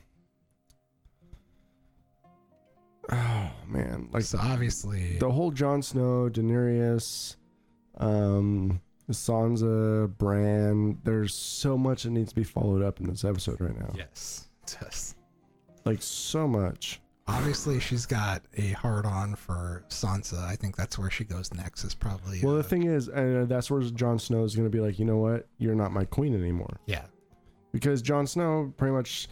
Oh man, like
so obviously,
the whole Jon Snow, Daenerys, um, Sansa, Bran. There's so much that needs to be followed up in this episode right now.
yes, yes.
Like so much.
Obviously, she's got a hard on for Sansa. I think that's where she goes next. Is probably
Well,
uh,
the thing is, and that's where Jon Snow is going to be like, you know what? You're not my queen anymore.
yeah,
Because Jon Snow pretty much,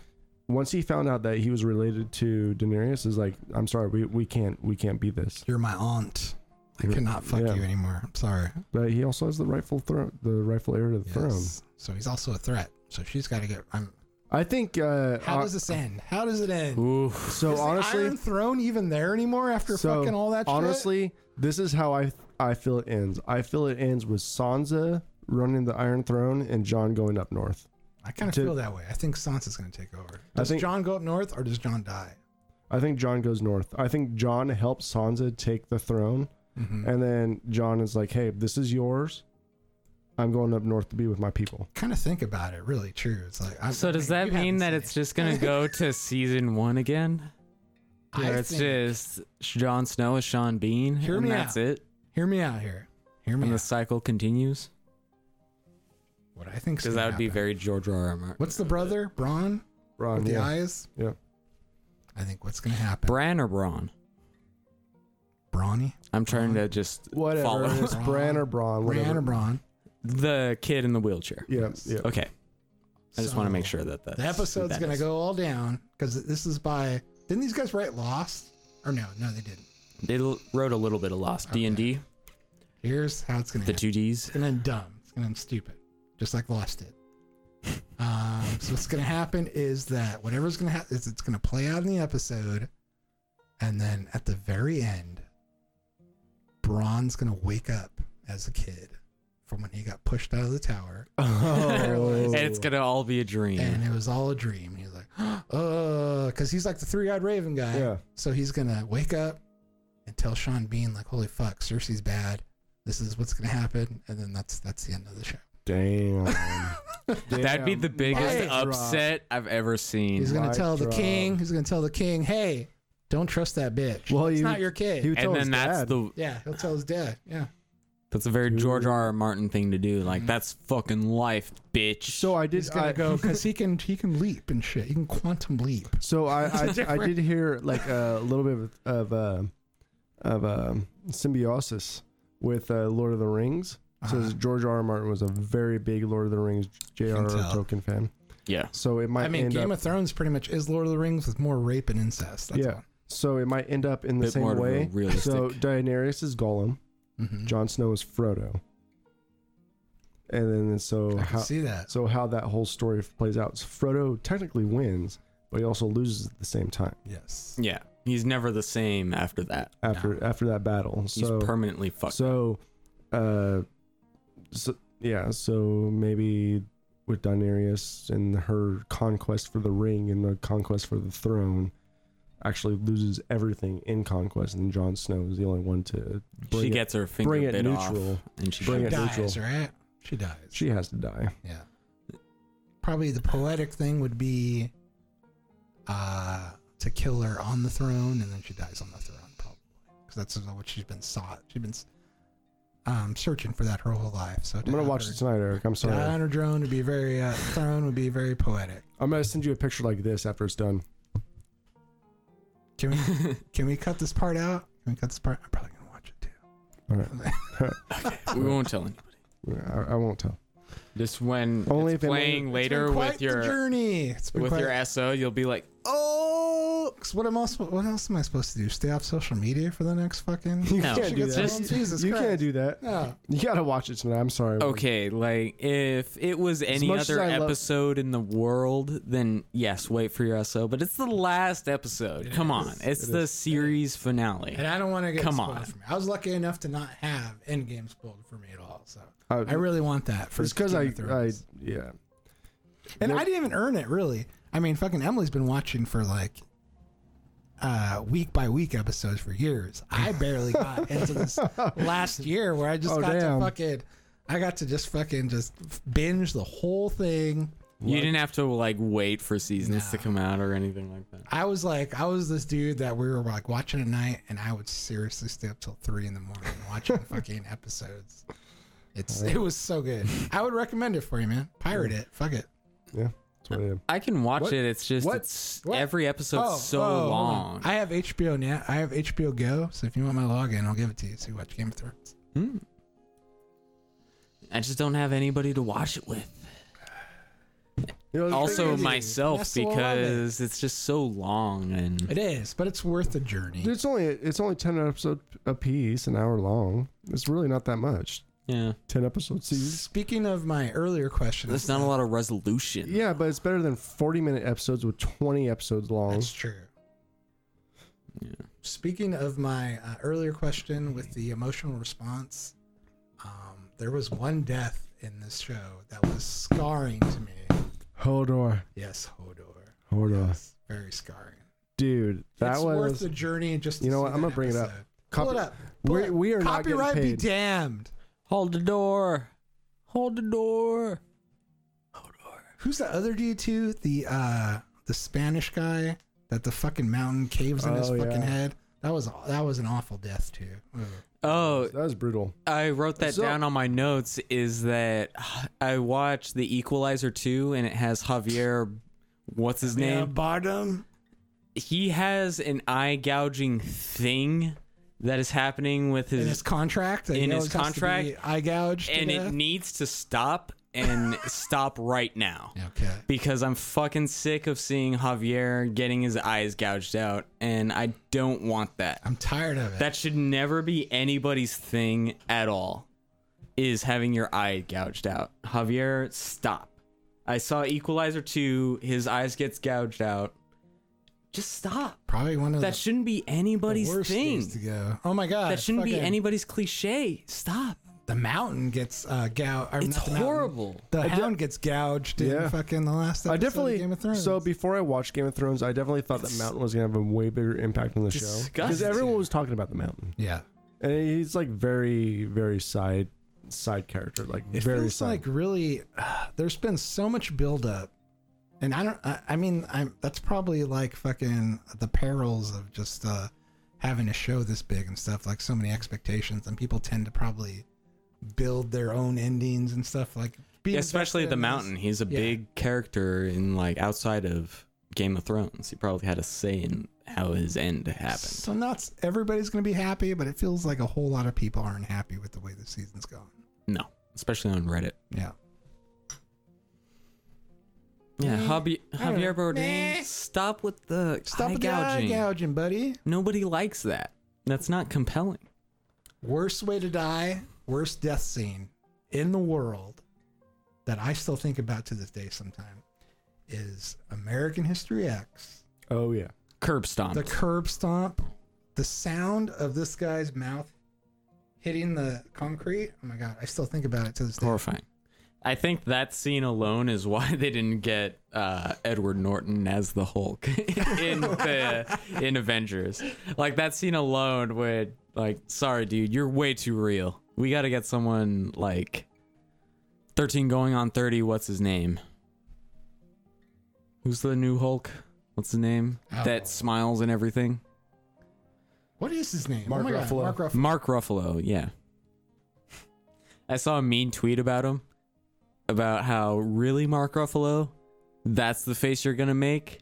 once he found out that he was related to Daenerys, is like, I'm sorry, we, we can't we can't be this.
you're my aunt. I
You're-
cannot fuck
yeah.
you anymore. I'm sorry.
But he also has the rightful throne, the rightful heir to the throne.
Yes. So he's also a threat. So she's got to get. I'm,
I think. Uh,
how
uh,
does this end? How does it end?
Ooh.
so
Is
honestly,
the Iron Throne even there anymore after
So,
fucking all that? shit?
honestly, this is how I I feel it ends. I feel it ends with Sansa running the Iron Throne and John going up north.
I kind of
to-
feel that way. I think Sansa's going to take over.
I
Does
think-
John go up north or does John die?
I think John goes north. I think John helps Sansa take the throne,
Mm.
and then John is like, "Hey, this is yours. I'm going up north to be with my people."
Kind of think about it. Really true. It's like. I'm,
So does that
you haven't
mean that
seen
it's
it.
just gonna go to season one again?
I
Where it's
think-
just Jon Snow is Sean Bean,
Hear
and
me
that's
out.
it,
Hear me out here. Hear me
and the
out.
cycle continues.
What I think
Because that would be very George R. R. Martin.
What's the brother? Braun
Ron,
with the
yeah.
eyes.
Yeah.
I think what's going to happen.
Bran or Braun?
Brawny.
I'm trying to just
Whatever.
follow
It's Bran or Braun. Whatever.
Bran or Braun.
the kid in the wheelchair.
Yeah,
Yes.
yeah.
Okay. I just want
So,
to make sure that that's,
The episode's
that
going to
is.
go all down because this is by. Didn't these guys write Lost? Or no, no, they didn't.
They l- wrote a little bit of Lost D and D,
Here's how it's going to
the
happen.
two Ds.
It's gonna end dumb. It's gonna end stupid, just like Lost did. Um, so what's gonna happen is that whatever's gonna happen is it's gonna play out in the episode, and then at the very end, Braun's gonna wake up as a kid from when he got pushed out of the tower,
Oh.
And it's gonna all be a dream.
and it was all a dream. He's like, oh, because he's like the three-eyed raven guy.
Yeah.
So he's gonna wake up and tell Sean Bean like, "Holy fuck, Cersei's bad. This is what's gonna happen," and then that's that's the end of the show.
Damn.
That'd be the
Damn.
biggest
Mic drop.
upset I've ever seen.
He's gonna
Mic
tell the
drop.
king. He's gonna tell the king, "Hey, don't trust that bitch.
Well,
it's
he-
not your kid."
He would tell
and
his
then that's
dad.
the
yeah, he'll tell his dad. Yeah,
That's a very
Dude.
George R. R. Martin thing to do.
Mm-hmm.
Like that's fucking life, bitch.
So I did.
he's gonna
I,
go because he can. He can leap and shit. He can quantum leap.
So I I, I did hear like a little bit of of, um of um, symbiosis with uh, Lord of the Rings. So
Uh-huh.
George R. R. Martin was a very big Lord of the Rings J.R.R.
Can tell.
Tolkien fan.
yeah,
So it might
I mean,
end
Game
up,
of Thrones pretty much is Lord of the Rings with more rape and incest. That's
yeah. So it might end up in the
Bit
same
more of a
way. So
realistic- Mm-hmm.
Daenerys is Gollum.
all. Mhm.
Jon Snow is Frodo. And then so
I can
how
see that.
so how that whole story plays out. is Frodo technically wins, but he also loses at the same time
Yes.
yeah. He's never the same after that.
after after that battle.
He's
so
permanently fucked.
So, uh, so yeah, so maybe with Daenerys and her conquest for the ring and the conquest for the throne, actually loses everything in conquest, and Jon Snow is the only one to bring
she
it.
gets her finger
bring it
bit
neutral.
off, and she
Bring
She
it
dies.
dies,
neutral.
right? She dies.
She has to die.
Yeah. Probably the poetic thing would be uh, to kill her on the throne, and then she dies on the throne, probably, because that's what she's been sought. She's been um, searching for that her whole life. So
I'm gonna watch
her,
it tonight, Eric. I'm
to have
sorry.
her drone would be very uh, throne would be very poetic.
I'm gonna send you a picture like this after it's done.
Can we can we cut this part out? Can we cut this part? I'm probably gonna watch it too.
All right.
we won't tell anybody.
I, I won't tell.
Just when
Only
Only
if it-
playing later
It's been quite
with
the
your
journey. It's been
with
quite-
your SO, you'll be like,
Oh, 'cause what am I? sp- What else am I supposed to do? Stay off social media for the next fucking?
You
No.
can't
She
do
gets
that.
home? Jesus
you can't
Christ.
do that.
No.
You gotta watch it tonight. I'm sorry.
okay, like if it was any
much as
other
I love-
episode in the world, then yes, wait for your SO. But it's the last episode. Come on, it's the series finale.
And I don't want to get
Come
spoiled
on.
for me. I was lucky enough to not have Endgame spoiled for me at all. So
Uh,
I really want that. For
It's because
Game
I,
of
I,
Thrones.
yeah.
and I didn't even earn it really. I mean, fucking Emily's been watching for like uh week by week episodes for years. I barely got into this last year where I just
Oh,
got
damn.
to fucking. I got to just fucking just binge the whole thing.
You didn't have to like wait for seasons to
Nah.
come out or anything like that.
I was like, I was this dude that we were like watching at night, and I would seriously stay up till three in the morning watching fucking episodes. It's it was so good. I would recommend it for you, man. Pirate it. Fuck it.
Yeah. That's what I am.
I can watch
What?
it. It's just
What?
it's
What?
every episode's
Oh,
so
oh, hold on.
long.
I have HBO now. I have HBO Go. So if you want my login, I'll give it to you. So you watch Game of Thrones.
Hmm. I just don't have anybody to watch it with.
You know, the
Also
thing is,
myself
That's the lot of it.
because it's just so long and
It is, but it's worth the journey.
it's only it's only ten episodes a piece, an hour long. It's really not that much.
yeah.
Ten episodes. seasons.
Speaking of my earlier question,
There's not a lot of resolution.
Yeah, but it's better than forty minute episodes with twenty episodes long.
That's true.
Yeah.
Speaking of my uh, earlier question with the emotional response, um, there was one death in this show that was scarring to me.
Hodor,
Yes, Hodor.
Hodor,
Yes, very scarring.
dude, that
it's
was
worth the journey and just to
You know
see
what? I'm
that
gonna bring it up.
episode.
Copy-
Pull it up. Pull
We,
it up.
we are not
Copyright
getting
be
paid.
damned.
Hold the door. Hold the door.
Who's the other dude too? The uh the Spanish guy that the fucking mountain caves in his
Oh,
fucking
yeah.
head. That was that was an awful death too. Ugh.
Oh,
that was brutal.
I wrote that
So-
down on my notes is that I watched The Equalizer 2 and it has Javier what's his
Yeah,
name?
Bardem.
He has an eye gouging thing that is happening with
in
his
his contract. that he
in his
always has to
contract,
be eye gouged, to
and it
death?
needs to stop and stop right now
okay.
because I'm fucking sick of seeing Javier getting his eyes gouged out and I don't want that.
I'm tired of it.
That should never be anybody's thing at all. Is having your eye gouged out. Javier, stop. I saw Equalizer 2, his eyes gets gouged out. Just stop.
Probably one of
That
the,
shouldn't be
the
anybody's
worst
thing.
things to go. Oh my god,
That shouldn't be
fucking-
anybody's cliche. Stop.
The mountain gets uh, gouged.
It's horrible.
The hound gets gouged in
Yeah.
fucking the last episode
I definitely
of Game of Thrones.
so before I watched Game of Thrones, I definitely thought that Mountain was gonna have a way bigger impact on the show because
Disgusting.
everyone was talking about the Mountain,
yeah,
and he's like very very side side character, like
it
very
feels
side.
like really. Uh, there's been so much buildup, and I don't. I, I mean, I'm. That's probably like fucking the perils of just uh, having a show this big and stuff. Like so many expectations, and people tend to probably build their own endings and stuff. Like be
Especially
invested
the
in this.
mountain. He's a
Yeah.
big character in like outside of Game of Thrones. He probably had a say in how his end happened.
So not s- everybody's gonna be happy, but it feels like a whole lot of people aren't happy with the way the season's gone.
No. Especially on Reddit.
Yeah.
Yeah,
Meh.
Javi-
I don't
Javier
know.
Bardem,
Meh.
stop with the
Stop
eye
with the eye
gouging.
gouging, buddy.
Nobody likes that. That's not compelling.
Worst way to die, worst death scene in the world that I still think about to this day sometime is American History X.
oh yeah,
Curb stomp.
The curb stomp, the sound of this guy's mouth hitting the concrete. Oh my god, I still think about it to this day.
Horrifying. I think that scene alone is why they didn't get uh, Edward Norton as the Hulk in the in Avengers. Like that scene alone would like, sorry, dude, you're way too real. We got to get someone like thirteen going on thirty. What's his name? Who's the new Hulk? What's the name
Oh.
that smiles and everything?
What is his name?
Mark
oh my God,
Ruffalo.
Mark Ruffalo.
Mark Ruffalo, yeah. I saw a mean tweet about him about how really Mark Ruffalo, that's the face you're going to make.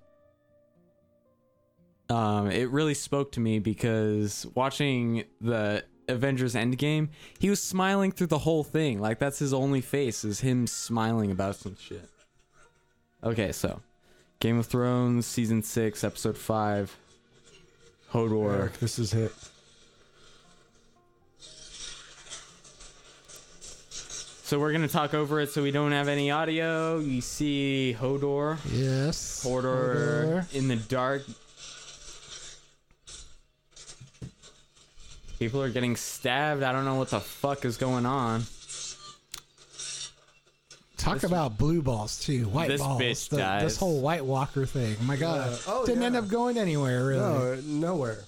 Um it really spoke to me because watching the Avengers Endgame, he was smiling through the whole thing. Like that's his only face is him smiling about some shit. Okay, so Game of Thrones season 6 episode 5 Hodor.
Eric, this is hit.
So we're gonna talk over it so we don't have any audio. You see Hodor,
Yes.
Hodor in the dark. People are getting stabbed. I don't know what the fuck is going on.
Talk about blue balls too. White
This
balls.
bitch
the- This
dies.
whole White Walker thing. my god.
oh,
Didn't
yeah.
end up going anywhere really.
No, nowhere.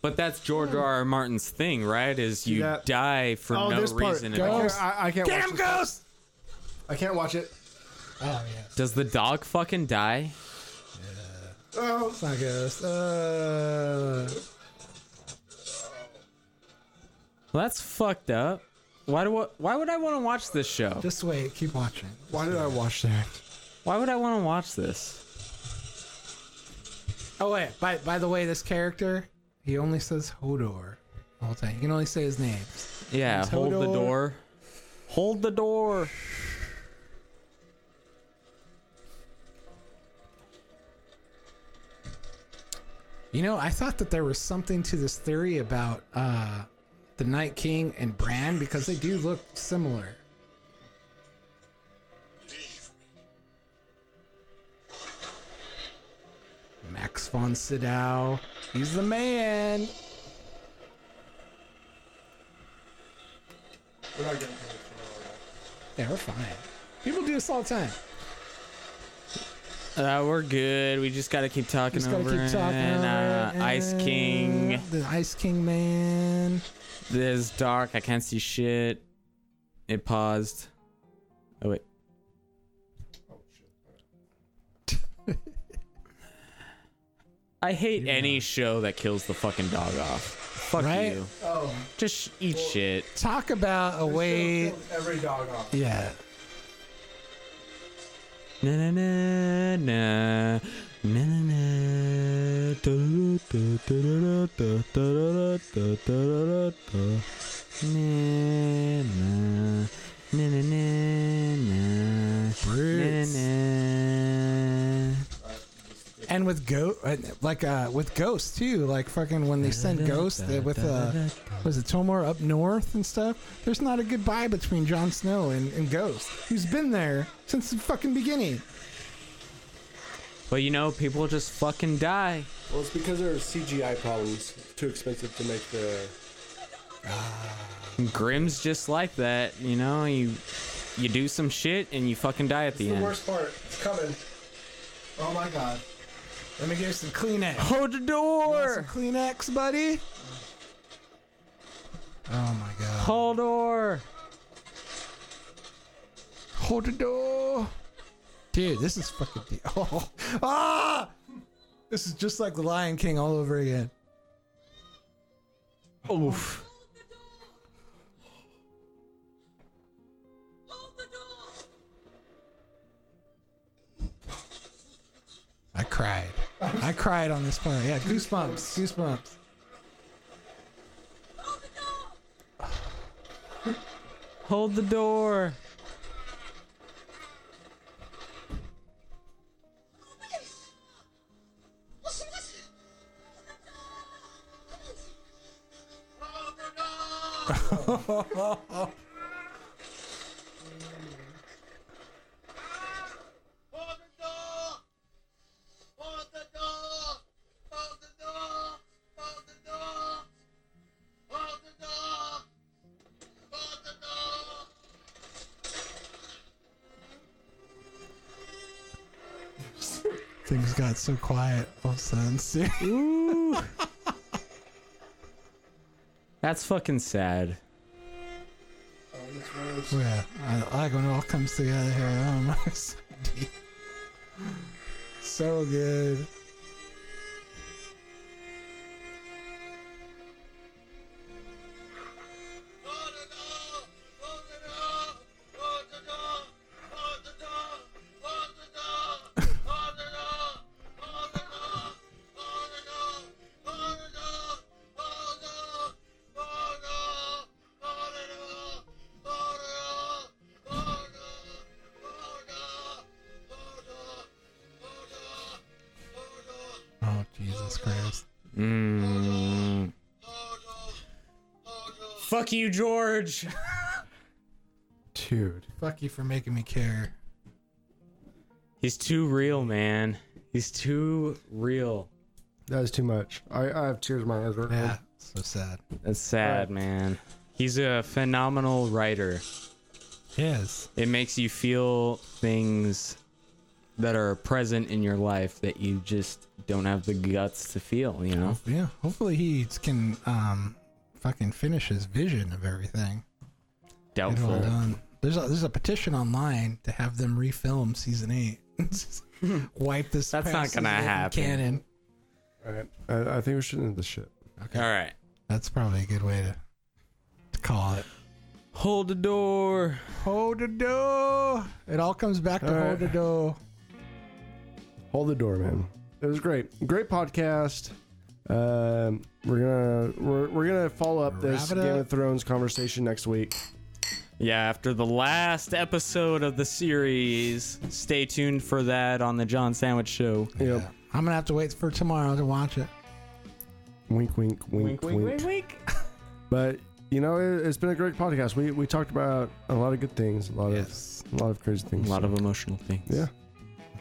But that's George R. R. Martin's thing, right? Is you
Hmm. Yeah.
die for
oh,
no
this part.
reason at
I
all.
can't, I, I can't watch this.
ghost!
I can't watch it.
Oh yeah.
Does the dog fucking die?
Oh,
It's not a ghost. Uh
Well, that's fucked up. Why do I, why would I want to watch this show?
Just wait. Keep watching.
Why did I watch that?
Why would I want to watch this?
Oh wait. By by the way, this character he only says Hodor the whole time. He can only say his name.
Yeah, hold the
Hodor.
door. Hold the door.
You know, I thought that there was something to this theory about uh, the Night King and Bran because they do look similar. Max von Sydow, he's the man. Yeah, we're fine. People do this all the time.
Uh, we're good. We just gotta keep talking
Just gotta
over
keep talking.
it.
over
Uh,
it.
Ice King.
the Ice King man.
This is dark. I can't see shit. It paused. Oh wait. I hate any show that kills the fucking dog off. Fuck
Right?
you. Oh. Just sh- eat shit.
Talk about a way.
Every dog off.
Yeah.
Na na na na na na na. Da, da, da, da, da, da, da, da, da, da, da, da. Na, na. Na, na, na, na.
Brutes.
Na, na, na.
And with go like uh with ghosts too, like fucking when they send ghosts uh, with uh was it Tomar up north and stuff. There's not a goodbye between Jon Snow and, and Ghost, who's been there since the fucking beginning.
But you know, people just fucking die.
Well, it's because there are CGI problems. It's too expensive to make the.
Grimm's just like that, you know. You you do some shit and you fucking die at the end.
part. It's coming.
Oh my god. Let me get you some Kleenex.
Hold the
Some
door.
Kleenex, buddy. Oh my god.
Hold door.
Hold the door. Dude, this is fucking. De- oh. Ah! This is just like The Lion King all over again.
Oof.
I cried. I cried on this part. Yeah, goosebumps. Goosebumps.
Hold the door.
Things got so quiet all of a sudden. See?
Ooh. That's fucking sad.
yeah, I like when it all comes together here. Oh my, so deep. So good. Oh Jesus Christ.
Mm. Fuck you, George.
Dude.
Fuck you for making me care.
He's too real, man. He's too real.
That is too much. I, I have tears in my eyes right
Yeah. So sad.
That's sad, man. He's a phenomenal writer.
Yes.
It makes you feel things that are present in your life that you just don't have the guts to feel, you know?
Yeah. Hopefully he can um fucking finish his vision of everything. Get it all
Doubtful.
done. There's a there's a petition online to have them refilm season eight. Wipe this.
That's
past
not gonna
season out of
happen.
Canon.
All right. I, I think we should end this shit.
All right.
That's probably a good way to, to call it.
Hold the door.
Hold the door. It all comes back to
All right.
hold the door.
Hold the door, man. It was great. Great podcast. Um, we're gonna we're, we're gonna follow up this
Wrap it
Game
up.
of Thrones conversation next week.
Yeah, after the last episode of the series, stay tuned for that on the John Sandwich Show.
Yep.
I'm gonna have to wait for tomorrow to watch it.
Wink, wink, wink, wink, But you know, it, it's been a great podcast. We we talked about a lot of good things, a lot
Yes.
of a lot of crazy
A
things.
lot of emotional things.
Yeah.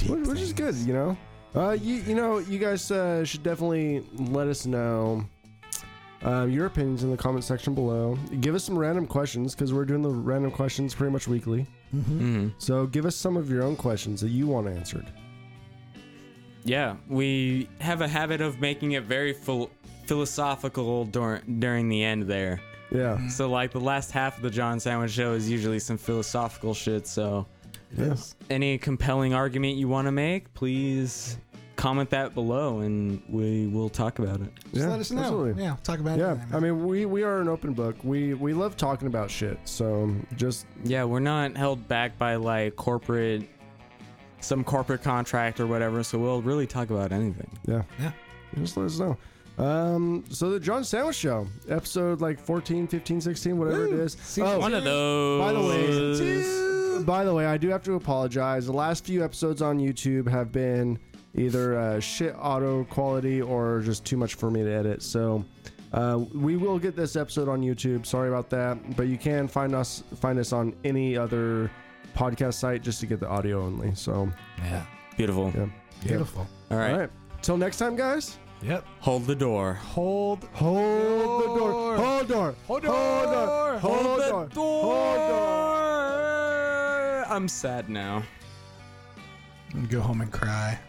which, which is good, you know. Uh, you you know, you guys uh, should definitely let us know uh, your opinions in the comment section below. Give us some random questions because we're doing the random questions pretty much weekly.
Mm-hmm.
Mhm.
So give us some of your own questions that you want answered.
Yeah, we have a habit of making it very phil- philosophical dur- during the end there.
Mm-hmm. Yeah,
So, like, the last half of the John Sandwich Show is usually some philosophical shit. So,
yes.
any compelling argument you want to make, please comment that below and we will talk about it.
Just let us know.
Absolutely.
Yeah, talk about
Yeah,
it.
I mean, we we are an open book. We we love talking about shit. So just
Yeah, we're not held back by like corporate, some corporate contract or whatever. So, we'll really talk about anything.
yeah,
Yeah.
Just let us know. Um, so the John Sandwich Show, episode like 14, 15, 16, whatever it
Woo!
is. Oh,
Season
One of those.
By the way,
Two.
by the way, I do have to apologize. The last few episodes on YouTube have been either uh, shit auto quality or just too much for me to edit. So uh, we will get this episode on YouTube. Sorry about that, but you can find us find us on any other podcast site just to get the audio only. So
yeah.
Beautiful.
yeah,
Beautiful.
All right.
all right. Till next time, guys.
Yep.
Hold the door.
Hold.
Hold the door.
Door.
Hold door.
Hold
Hold
door.
door. Hold
the
door.
door.
Hold door.
I'm sad now.
Go home and cry.